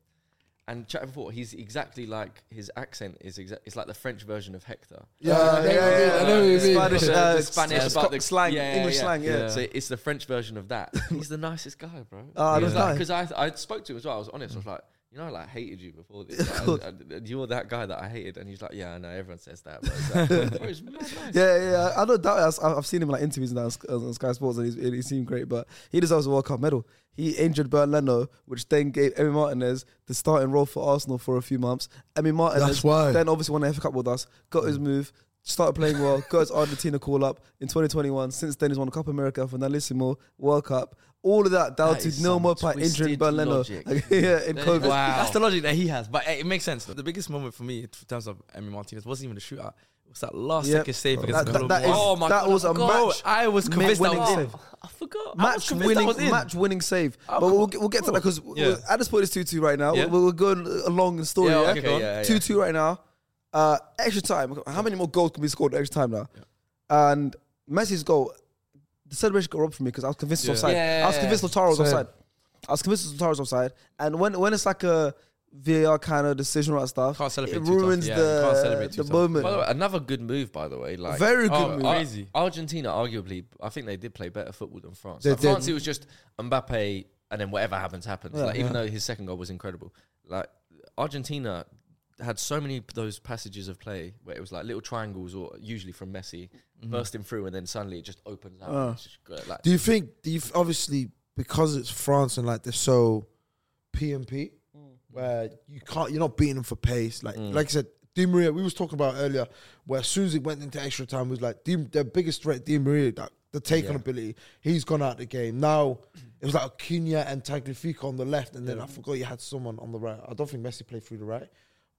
[SPEAKER 3] And chatting before, he's exactly like his accent is exact. It's like the French version of Hector.
[SPEAKER 2] Uh,
[SPEAKER 4] Yeah, yeah, yeah, I know what you mean.
[SPEAKER 2] Spanish,
[SPEAKER 3] The-
[SPEAKER 2] uh,
[SPEAKER 3] the Spanish
[SPEAKER 2] Scots
[SPEAKER 3] about the
[SPEAKER 2] slang,
[SPEAKER 3] yeah,
[SPEAKER 2] English
[SPEAKER 3] yeah.
[SPEAKER 2] slang, yeah.
[SPEAKER 3] So it's the French version of that. he's the nicest guy, bro.
[SPEAKER 2] Ah, that's nice.
[SPEAKER 3] Because I I spoke to him as well. I was honest. I was like, you know, I like hated you before this. Like, I, I, you're that guy that I hated, and he's like, yeah, I know. Everyone says that. But it's like, bro, it's mad nice.
[SPEAKER 2] Yeah, yeah, yeah. I don't doubt it. I- I've seen him in like interviews now on Sk- on Sky Sports, and he's, he seemed great. But he deserves a World Cup medal. He injured Bern Leno, which then gave Emi Martinez the starting role for Arsenal for a few months. Emi Martinez
[SPEAKER 4] That's why.
[SPEAKER 2] then obviously won the FA Cup with us, got his move, started playing well, got his Argentina call up in 2021. Since then, he's won Cup America, Finalissimo, World Cup. All of that down
[SPEAKER 5] That
[SPEAKER 2] to
[SPEAKER 5] is
[SPEAKER 2] Neil
[SPEAKER 5] some
[SPEAKER 2] Mopai injuring
[SPEAKER 5] twisted
[SPEAKER 2] Bern Leno
[SPEAKER 5] logic.
[SPEAKER 2] yeah, in COVID.
[SPEAKER 5] Wow.
[SPEAKER 6] That's the logic that he has, but eh, it makes sense. The biggest moment for me in terms of Emmy Martinez wasn't even the shootout. It was that last
[SPEAKER 2] Yep.
[SPEAKER 6] second save
[SPEAKER 2] That-
[SPEAKER 6] against
[SPEAKER 2] that-
[SPEAKER 6] Colombia.
[SPEAKER 2] that is-
[SPEAKER 6] oh my
[SPEAKER 2] that
[SPEAKER 6] god,
[SPEAKER 2] was a
[SPEAKER 6] bro,
[SPEAKER 2] match-
[SPEAKER 6] I was convinced that
[SPEAKER 2] winning
[SPEAKER 6] was in.
[SPEAKER 2] save.
[SPEAKER 6] I forgot. I was
[SPEAKER 2] match
[SPEAKER 6] convinced that
[SPEAKER 2] winning,
[SPEAKER 6] was in.
[SPEAKER 2] match winning save.
[SPEAKER 6] Oh,
[SPEAKER 2] but we'll
[SPEAKER 6] cool.
[SPEAKER 2] get, we'll get to that because
[SPEAKER 6] Yeah.
[SPEAKER 2] at this point it's two two right now.
[SPEAKER 6] Yeah.
[SPEAKER 2] We're, we're going along the story.
[SPEAKER 6] Yeah,
[SPEAKER 2] Yeah,
[SPEAKER 6] okay, go on.
[SPEAKER 5] yeah, yeah.
[SPEAKER 2] two two right now. Uh, extra time. How many more goals can be scored in extra time now? And Messi's goal, the celebration got robbed from me because I was convinced it was
[SPEAKER 6] Yeah.
[SPEAKER 2] offside. I was
[SPEAKER 5] Yeah.
[SPEAKER 2] convinced Lautaro was
[SPEAKER 4] Same.
[SPEAKER 2] offside. I was convinced Lautaro was offside. And when when it's like a VAR kind of decision or that stuff,
[SPEAKER 6] Can't celebrate
[SPEAKER 2] it
[SPEAKER 6] too tough.
[SPEAKER 2] ruins
[SPEAKER 6] Yeah,
[SPEAKER 2] the,
[SPEAKER 6] can't celebrate too
[SPEAKER 2] the
[SPEAKER 6] tough.
[SPEAKER 2] moment.
[SPEAKER 3] By the way, another good move, by the way. Like
[SPEAKER 2] Very good
[SPEAKER 6] Oh,
[SPEAKER 2] move.
[SPEAKER 6] I-
[SPEAKER 3] Ar-
[SPEAKER 6] Crazy.
[SPEAKER 3] Argentina, arguably, I think they did play better football than France.
[SPEAKER 4] They
[SPEAKER 3] Like,
[SPEAKER 4] did.
[SPEAKER 3] France, it was just Mbappe, and then whatever happens, happens.
[SPEAKER 2] Yeah,
[SPEAKER 3] like, Even
[SPEAKER 2] yeah.
[SPEAKER 3] though his second goal was incredible, like Argentina had so many p- those passages of play where it was like little triangles, or usually from Messi bursting through, and then suddenly it just opens up.
[SPEAKER 2] Mm-hmm. Uh.
[SPEAKER 3] It's just great, like,
[SPEAKER 4] Do you think? Do you obviously because it's France and like they're so PMP, where you can't, you're not beating them for pace. Like like I said, Di Maria, we was talking about earlier, where as soon as it went into extra time, it was like Di, their biggest threat, Di Maria, that the take on ability, he's gone out the game. Now it was like Cunha and Tagliafico on the left, and then I forgot you had someone on the right. I don't think Messi played through the right,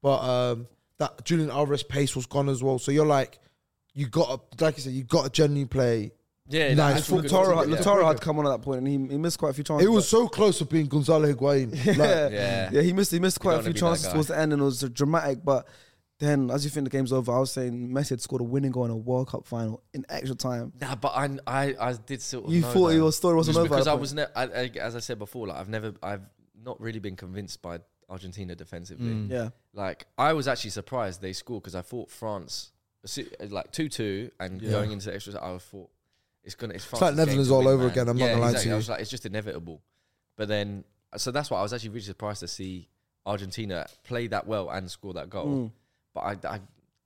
[SPEAKER 4] but um, that Julian Alvarez pace was gone as well. So you're like, you got to, like I said, you got to genuinely play
[SPEAKER 3] yeah,
[SPEAKER 4] Nice.
[SPEAKER 3] that's all
[SPEAKER 2] Lautaro,
[SPEAKER 3] good
[SPEAKER 2] had-
[SPEAKER 3] football, yeah.
[SPEAKER 2] Lautaro had come on at that point and he, he missed quite a few chances.
[SPEAKER 4] It was so close to being Gonzalo Higuain.
[SPEAKER 2] yeah.
[SPEAKER 4] Like,
[SPEAKER 2] yeah,
[SPEAKER 3] Yeah.
[SPEAKER 2] He missed he missed quite a few
[SPEAKER 3] don't wanna be that
[SPEAKER 2] chances
[SPEAKER 3] guy.
[SPEAKER 2] towards the end, and it was dramatic. But then, as you think the game's over, I was saying Messi had scored a winning goal in a World Cup final in extra time.
[SPEAKER 3] Nah, but I, I, I did sort of.
[SPEAKER 2] You
[SPEAKER 3] know
[SPEAKER 2] thought
[SPEAKER 3] that.
[SPEAKER 2] your story wasn't
[SPEAKER 3] Just
[SPEAKER 2] over at
[SPEAKER 3] because
[SPEAKER 2] that
[SPEAKER 3] I
[SPEAKER 2] point.
[SPEAKER 3] was, ne- I, I, as I said before, like I've never, I've not really been convinced by Argentina defensively.
[SPEAKER 4] Mm.
[SPEAKER 2] Yeah,
[SPEAKER 3] Like I was actually surprised they scored because I thought France, as soo- as, like two two, and going into the extras, I thought it's gonna. It's,
[SPEAKER 4] like
[SPEAKER 3] France's game
[SPEAKER 4] Netherlands
[SPEAKER 3] to
[SPEAKER 4] all
[SPEAKER 3] win,
[SPEAKER 4] over
[SPEAKER 3] man.
[SPEAKER 4] again, I'm not
[SPEAKER 3] Yeah,
[SPEAKER 4] gonna lie to
[SPEAKER 3] exactly.
[SPEAKER 4] you.
[SPEAKER 3] I was like, it's just inevitable. But then, so that's why I was actually really surprised to see Argentina play that well and score that goal.
[SPEAKER 4] Mm.
[SPEAKER 2] Mm.
[SPEAKER 3] But I, I,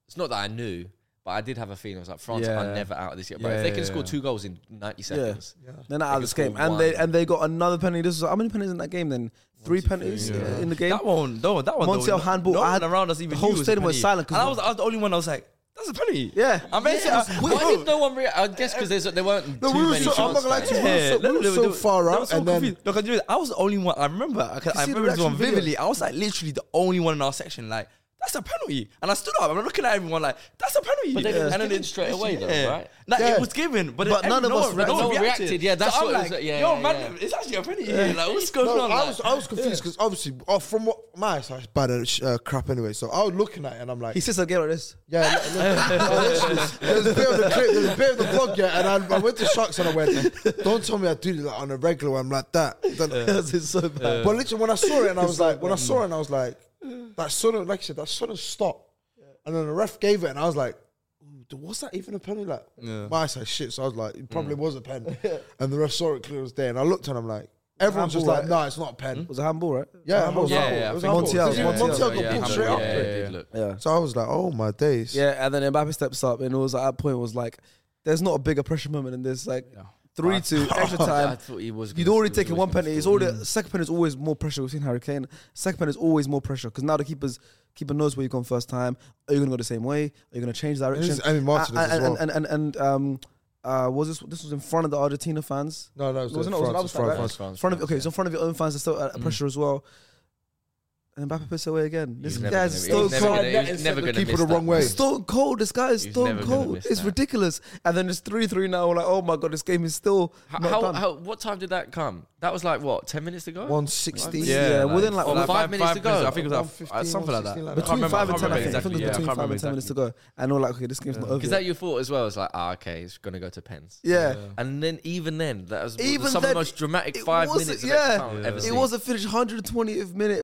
[SPEAKER 3] it's not that I knew, but I did have a feeling. I was like, France
[SPEAKER 6] Yeah.
[SPEAKER 3] are never out of this game. But
[SPEAKER 6] Yeah,
[SPEAKER 3] if they
[SPEAKER 6] yeah,
[SPEAKER 3] can score
[SPEAKER 6] yeah.
[SPEAKER 3] two goals in ninety seconds,
[SPEAKER 2] they're not out of
[SPEAKER 3] could
[SPEAKER 2] this game,
[SPEAKER 3] score
[SPEAKER 2] and they
[SPEAKER 3] one.
[SPEAKER 2] and they got another penalty. This was how many penalties in that game? Then three penalties
[SPEAKER 6] yeah.
[SPEAKER 2] in the game.
[SPEAKER 6] That one, no, that one.
[SPEAKER 2] Montiel
[SPEAKER 6] though,
[SPEAKER 2] handball,
[SPEAKER 6] No
[SPEAKER 2] I
[SPEAKER 6] one
[SPEAKER 2] had-
[SPEAKER 6] around us even
[SPEAKER 2] the whole
[SPEAKER 6] knew it was a
[SPEAKER 2] stadium was
[SPEAKER 6] penalty.
[SPEAKER 2] silent 'cause
[SPEAKER 6] And I
[SPEAKER 2] we-
[SPEAKER 6] was, I was the only one. I was like, "That's a penalty."
[SPEAKER 2] Yeah.
[SPEAKER 6] I mean,
[SPEAKER 2] Yeah,
[SPEAKER 6] I,
[SPEAKER 2] we-
[SPEAKER 3] why did no one? Re- I guess because there weren't
[SPEAKER 4] No,
[SPEAKER 3] too
[SPEAKER 4] we were
[SPEAKER 3] many.
[SPEAKER 4] so- I'm not
[SPEAKER 3] France
[SPEAKER 4] gonna lie to
[SPEAKER 3] fans.
[SPEAKER 4] you, we were so- we were so far
[SPEAKER 6] they were
[SPEAKER 4] out, and then-
[SPEAKER 6] confused. Look, I, do- I was the only one. I remember. I, can-
[SPEAKER 2] You
[SPEAKER 6] I
[SPEAKER 2] see the
[SPEAKER 6] remember this
[SPEAKER 2] reaction
[SPEAKER 6] one
[SPEAKER 2] video?
[SPEAKER 6] vividly. I was like literally the only one in our section. Like that's a penalty, and I stood up. and I'm looking at everyone like that's a penalty.
[SPEAKER 3] But then it was
[SPEAKER 6] and
[SPEAKER 3] given straight away though, right?
[SPEAKER 6] No,
[SPEAKER 4] Yeah.
[SPEAKER 6] it was given, but,
[SPEAKER 2] But
[SPEAKER 6] it-
[SPEAKER 2] none of
[SPEAKER 6] no
[SPEAKER 2] us
[SPEAKER 6] one-
[SPEAKER 2] reacted.
[SPEAKER 6] no
[SPEAKER 3] No
[SPEAKER 6] one
[SPEAKER 3] one reacted. Yeah, that's
[SPEAKER 6] so
[SPEAKER 3] what it
[SPEAKER 6] I'm
[SPEAKER 3] was
[SPEAKER 6] like,
[SPEAKER 3] like- yeah,
[SPEAKER 6] yo,
[SPEAKER 3] yeah,
[SPEAKER 6] man,
[SPEAKER 3] yeah.
[SPEAKER 6] it's actually a penalty. here. Like what's going
[SPEAKER 4] no,
[SPEAKER 6] on?
[SPEAKER 4] I
[SPEAKER 6] Like,
[SPEAKER 4] was I was confused because obviously oh, from what my side's bad at sh- uh, crap anyway. So I was looking at it and I'm like,
[SPEAKER 2] He sits again like this.
[SPEAKER 4] yeah. Look, look, there's a bit of the clip, there's a bit of the vlog, yeah. And I, I went to Sharks and I went, don't tell me I do that on a regular. one like that. Then-
[SPEAKER 2] it's so bad.
[SPEAKER 4] But literally, when I saw it, and I was like, when I
[SPEAKER 2] mm.
[SPEAKER 4] saw it, and I was like,
[SPEAKER 3] Mm.
[SPEAKER 4] that sudden, like you said, that sudden stop. And then the ref gave it, and I was like, "Ooh, th- was that even a penalty? Like, my eyes said shit, so I was like, it probably
[SPEAKER 2] Mm.
[SPEAKER 4] was a pen. and the ref saw it clear as day, and I looked, and I'm like, everyone's just
[SPEAKER 2] Handball,
[SPEAKER 4] like, no, it's not a pen.
[SPEAKER 2] It was a handball, right?
[SPEAKER 4] Yeah,
[SPEAKER 2] handball.
[SPEAKER 4] handball.
[SPEAKER 3] Yeah, yeah,
[SPEAKER 4] It was
[SPEAKER 3] I think
[SPEAKER 4] handball.
[SPEAKER 2] Montiel,
[SPEAKER 4] Because even
[SPEAKER 2] Montiel.
[SPEAKER 4] Montiel got
[SPEAKER 3] Yeah,
[SPEAKER 4] beaten
[SPEAKER 3] Hamburg,
[SPEAKER 4] straight
[SPEAKER 3] yeah,
[SPEAKER 4] up.
[SPEAKER 3] yeah, it did look.
[SPEAKER 2] Yeah.
[SPEAKER 4] So I was like, oh my days.
[SPEAKER 2] Yeah, and then Mbappe steps up, and it was at that point it was like, there's not a bigger pressure moment than this. Like three two extra
[SPEAKER 3] I
[SPEAKER 2] time.
[SPEAKER 3] thought he was.
[SPEAKER 2] You'd
[SPEAKER 3] gonna-
[SPEAKER 2] already
[SPEAKER 3] he was
[SPEAKER 2] taken
[SPEAKER 3] always
[SPEAKER 2] one
[SPEAKER 3] gonna
[SPEAKER 2] penalty.
[SPEAKER 3] score.
[SPEAKER 2] It's already second penalty is always more pressure. We've seen Harry Kane. Second penalty is always more pressure because now the keepers keeper knows where you've gone first time. Are you gonna go the same way? Are you gonna change direction?
[SPEAKER 4] it's Emi Martinez
[SPEAKER 2] and,
[SPEAKER 4] as well.
[SPEAKER 2] and, and, and, and, um, uh, was this this was in front of the Argentina fans?
[SPEAKER 4] No, no, it
[SPEAKER 2] No,
[SPEAKER 4] was,
[SPEAKER 2] it wasn't-
[SPEAKER 4] France,
[SPEAKER 2] it was
[SPEAKER 4] France,
[SPEAKER 2] France,
[SPEAKER 4] France.
[SPEAKER 2] In front of okay, it's in front of your own fans. There's still uh, pressure as well. And Mbappe puts it away again. This
[SPEAKER 3] He was never
[SPEAKER 2] guy's
[SPEAKER 3] gonna- he
[SPEAKER 2] still
[SPEAKER 3] was never
[SPEAKER 2] cold.
[SPEAKER 3] gonna- he was never gonna
[SPEAKER 4] keeper
[SPEAKER 3] miss
[SPEAKER 4] the
[SPEAKER 3] that
[SPEAKER 4] wrong
[SPEAKER 3] one.
[SPEAKER 4] way.
[SPEAKER 2] Stone cold. This guy is
[SPEAKER 3] He's
[SPEAKER 2] stone
[SPEAKER 3] never gonna
[SPEAKER 2] cold.
[SPEAKER 3] miss
[SPEAKER 2] It's
[SPEAKER 3] that.
[SPEAKER 2] ridiculous. And then it's three three now. We're like, oh my god, this game is still
[SPEAKER 3] How,
[SPEAKER 2] not
[SPEAKER 3] how,
[SPEAKER 2] done.
[SPEAKER 3] how, what time did that come? That was like what, ten minutes ago?
[SPEAKER 4] 160.
[SPEAKER 2] Yeah, within like
[SPEAKER 3] Oh,
[SPEAKER 2] five
[SPEAKER 3] minutes to go.
[SPEAKER 6] I think it was like,
[SPEAKER 4] 115,
[SPEAKER 6] f- something like that.
[SPEAKER 4] 116, like that.
[SPEAKER 6] I can't
[SPEAKER 2] between
[SPEAKER 6] remember-
[SPEAKER 2] five and
[SPEAKER 6] I
[SPEAKER 2] ten.
[SPEAKER 6] can't remember
[SPEAKER 2] I think, I think
[SPEAKER 6] exactly,
[SPEAKER 2] it was
[SPEAKER 6] yeah, I
[SPEAKER 2] between
[SPEAKER 6] can't
[SPEAKER 2] five and ten
[SPEAKER 6] remember
[SPEAKER 2] minutes to go. And we're like, okay, this game's not over.
[SPEAKER 3] Because
[SPEAKER 2] yet.
[SPEAKER 3] that you thought as well was like, ah, okay, it's gonna go to pens.
[SPEAKER 2] yeah.
[SPEAKER 3] And then even then, that was
[SPEAKER 2] Even
[SPEAKER 3] some of
[SPEAKER 2] then,
[SPEAKER 3] the most dramatic
[SPEAKER 2] it
[SPEAKER 3] five
[SPEAKER 2] wasn't-
[SPEAKER 3] minutes.
[SPEAKER 2] yeah.
[SPEAKER 3] of extra time I've ever
[SPEAKER 2] It
[SPEAKER 3] seen.
[SPEAKER 2] was a finished 120th minute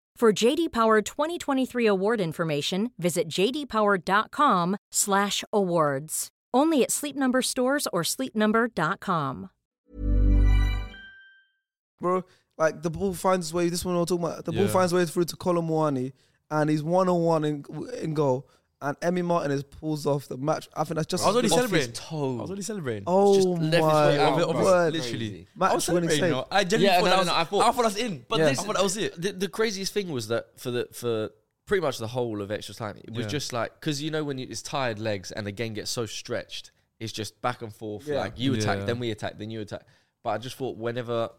[SPEAKER 1] For JD Power 2023 award information, visit jdpower.com/awards. Only at Sleep Number stores or sleepnumber.com.
[SPEAKER 2] bro. Like the ball finds its way. This one I was talking about. The ball
[SPEAKER 6] Yeah.
[SPEAKER 2] finds its way through to Colin Moani, and he's one on one in in goal. And Emmy Martinez pulls off the match. I think that's just
[SPEAKER 6] I was already
[SPEAKER 2] off his
[SPEAKER 6] celebrating.
[SPEAKER 3] toe.
[SPEAKER 6] I was already celebrating.
[SPEAKER 2] Oh
[SPEAKER 3] left his
[SPEAKER 2] my
[SPEAKER 3] way
[SPEAKER 2] word.
[SPEAKER 3] out, bro.
[SPEAKER 2] Literally,
[SPEAKER 3] Literally.
[SPEAKER 6] I
[SPEAKER 2] match
[SPEAKER 6] was celebrating.
[SPEAKER 2] winning save.
[SPEAKER 6] you know. I genuinely
[SPEAKER 3] Yeah,
[SPEAKER 6] thought
[SPEAKER 3] no,
[SPEAKER 6] that
[SPEAKER 3] no,
[SPEAKER 6] was,
[SPEAKER 3] no,
[SPEAKER 6] I
[SPEAKER 3] I
[SPEAKER 6] thought,
[SPEAKER 3] thought-
[SPEAKER 6] I thought that's in.
[SPEAKER 3] But
[SPEAKER 6] But
[SPEAKER 3] this,
[SPEAKER 6] I thought that was it.
[SPEAKER 3] The, the craziest thing was that for the for pretty much the whole of extra time, it was
[SPEAKER 6] Yeah.
[SPEAKER 3] just like because you know when you, it's tired legs and the game gets so stretched, it's just back and forth.
[SPEAKER 2] Yeah.
[SPEAKER 3] Like you attack,
[SPEAKER 6] Yeah.
[SPEAKER 3] then we attack, then you attack. But I just thought whenever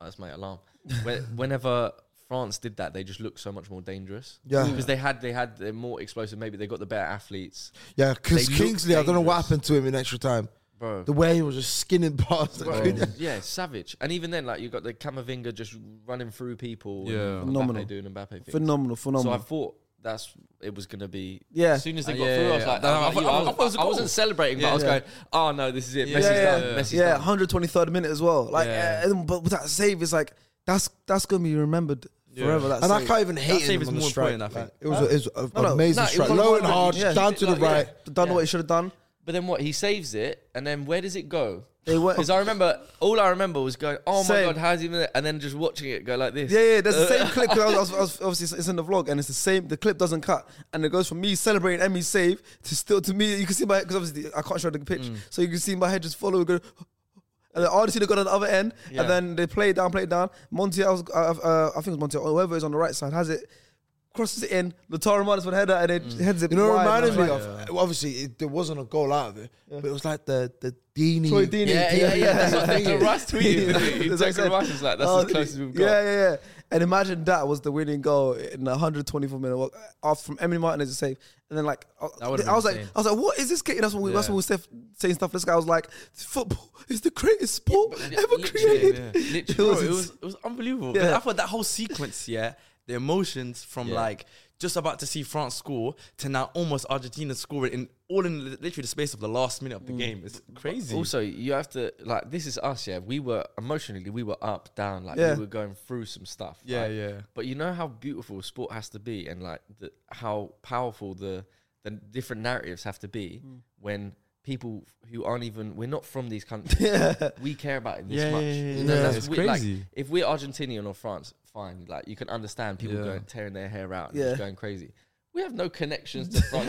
[SPEAKER 3] oh, that's my alarm. When, whenever France did that, they just looked so much more dangerous.
[SPEAKER 4] Yeah.
[SPEAKER 3] because they had they had they're more explosive. Maybe they got the better athletes,
[SPEAKER 4] Yeah, because
[SPEAKER 3] They look
[SPEAKER 4] Kingsley, I don't know what
[SPEAKER 3] dangerous.
[SPEAKER 4] happened to him in extra time.
[SPEAKER 3] bro.
[SPEAKER 4] The way he was just skinning past.
[SPEAKER 3] Bro,
[SPEAKER 4] Bro.
[SPEAKER 3] yeah, savage. And even then, like you got the Camavinga just running through people. and
[SPEAKER 6] Yeah.
[SPEAKER 3] Mbappe
[SPEAKER 2] Phenomenal.
[SPEAKER 3] doing Mbappe things.
[SPEAKER 2] Phenomenal,
[SPEAKER 3] So I
[SPEAKER 2] phenomenal.
[SPEAKER 3] thought that's it was gonna be.
[SPEAKER 2] Yeah.
[SPEAKER 3] As soon as they
[SPEAKER 6] Uh,
[SPEAKER 3] got
[SPEAKER 6] yeah,
[SPEAKER 3] through, I was
[SPEAKER 6] yeah,
[SPEAKER 3] like,
[SPEAKER 6] yeah.
[SPEAKER 3] I, was
[SPEAKER 6] No,
[SPEAKER 3] like
[SPEAKER 6] I-
[SPEAKER 3] you,
[SPEAKER 6] I-
[SPEAKER 3] I,
[SPEAKER 6] I thought it was
[SPEAKER 3] was,
[SPEAKER 6] a
[SPEAKER 3] I
[SPEAKER 6] goal.
[SPEAKER 3] wasn't celebrating,
[SPEAKER 6] Yeah,
[SPEAKER 3] but I was
[SPEAKER 6] yeah.
[SPEAKER 3] going, oh no, this is it.
[SPEAKER 6] Yeah,
[SPEAKER 3] Messi's
[SPEAKER 2] yeah,
[SPEAKER 3] done.
[SPEAKER 2] yeah,
[SPEAKER 3] Messi's
[SPEAKER 2] yeah,
[SPEAKER 3] done.
[SPEAKER 2] 123rd minute as well. Like,
[SPEAKER 6] Yeah.
[SPEAKER 2] uh, and- but with that save, it's like that's that's gonna be remembered forever. That
[SPEAKER 4] And I
[SPEAKER 2] save.
[SPEAKER 4] can't even hate
[SPEAKER 6] save
[SPEAKER 4] him
[SPEAKER 6] is
[SPEAKER 4] on the
[SPEAKER 6] more
[SPEAKER 4] strike.
[SPEAKER 6] important, I think.
[SPEAKER 4] Like, it was, a, it was a-
[SPEAKER 2] No, no,
[SPEAKER 4] amazing
[SPEAKER 3] no, it
[SPEAKER 4] strike.
[SPEAKER 3] was
[SPEAKER 4] Low
[SPEAKER 3] one
[SPEAKER 4] and
[SPEAKER 3] hundred-
[SPEAKER 4] hard,
[SPEAKER 2] yeah.
[SPEAKER 4] down to the
[SPEAKER 3] Like, yeah.
[SPEAKER 4] right.
[SPEAKER 2] done what he should have done.
[SPEAKER 3] But then what? He saves it, and then where does it go?
[SPEAKER 2] They were.
[SPEAKER 3] Because I remember all I remember was going, oh
[SPEAKER 2] Same.
[SPEAKER 3] my god, how's he? even there?" And then just watching it go like this.
[SPEAKER 2] Yeah, yeah, there's the same clip. 'cause I was, I was- I was- obviously, it's- it's in the vlog, and it's the same. The clip doesn't cut, and it goes from me celebrating Emmy's save to still to me. You can see my because obviously I can't show the pitch, so you can see my head just follow. Go, and then Odyssey they got on the other end,
[SPEAKER 3] Yeah.
[SPEAKER 2] and then they play it down, play it down. Monty, I, was, uh, uh, I think it was Monty, or whoever is on the right side, has it, crosses it in. Lautaro Martinez with a header, and it heads it.
[SPEAKER 4] You know what it
[SPEAKER 2] wide, and I
[SPEAKER 4] reminded
[SPEAKER 2] was
[SPEAKER 4] me
[SPEAKER 2] like,
[SPEAKER 4] of? Obviously, it, there wasn't a goal out of it, but it was like the the Deeney.
[SPEAKER 2] Troy Deeney.
[SPEAKER 3] Yeah, yeah, yeah. That's what
[SPEAKER 4] Yeah.
[SPEAKER 3] Declan Rice tweeted.
[SPEAKER 2] That's
[SPEAKER 3] didn't he?
[SPEAKER 2] what I said.
[SPEAKER 3] Declan Rice was like, that's
[SPEAKER 2] Oh,
[SPEAKER 3] as close as we've got.
[SPEAKER 2] Yeah, yeah, yeah. And imagine that was the winning goal in the 124 minute walk uh, off from Emily Martinez to save. And then like I, I
[SPEAKER 6] would've been
[SPEAKER 2] was like,
[SPEAKER 6] insane.
[SPEAKER 2] I was like, what is this? Kid? That's when we, that's
[SPEAKER 6] Yeah.
[SPEAKER 2] when we were saying- saying stuff. This guy was like, football is the greatest sport
[SPEAKER 3] but li-
[SPEAKER 2] ever
[SPEAKER 3] literally,
[SPEAKER 2] created.
[SPEAKER 3] yeah.
[SPEAKER 2] It
[SPEAKER 6] Bro,
[SPEAKER 2] was
[SPEAKER 6] it, was,
[SPEAKER 2] ins-
[SPEAKER 6] it was unbelievable.
[SPEAKER 2] Yeah.
[SPEAKER 6] I thought that whole sequence, yeah, the emotions from
[SPEAKER 3] Yeah.
[SPEAKER 6] like just about to see France score to now almost Argentina scoring in all in li- literally the space of the last minute of
[SPEAKER 5] Mm.
[SPEAKER 6] the game. It's crazy.
[SPEAKER 3] Also, you have to like this is us, yeah. We were emotionally, we were up, down, like
[SPEAKER 2] Yeah.
[SPEAKER 3] we were going through some stuff.
[SPEAKER 6] Yeah,
[SPEAKER 3] like,
[SPEAKER 6] yeah.
[SPEAKER 3] But you know how beautiful sport has to be, and like the, how powerful the the different narratives have to be
[SPEAKER 6] Hmm.
[SPEAKER 3] when people who aren't even we're not from these countries, we care about it this
[SPEAKER 6] Yeah,
[SPEAKER 3] much.
[SPEAKER 6] yeah, yeah,
[SPEAKER 3] You know,
[SPEAKER 6] yeah.
[SPEAKER 3] that's
[SPEAKER 6] It's
[SPEAKER 3] weird, like,
[SPEAKER 6] crazy.
[SPEAKER 3] if we're Argentinian or France, fine. Like you can understand people
[SPEAKER 6] Yeah.
[SPEAKER 3] going tearing their hair out, and
[SPEAKER 2] Yeah.
[SPEAKER 3] just going crazy. We have no connections to France.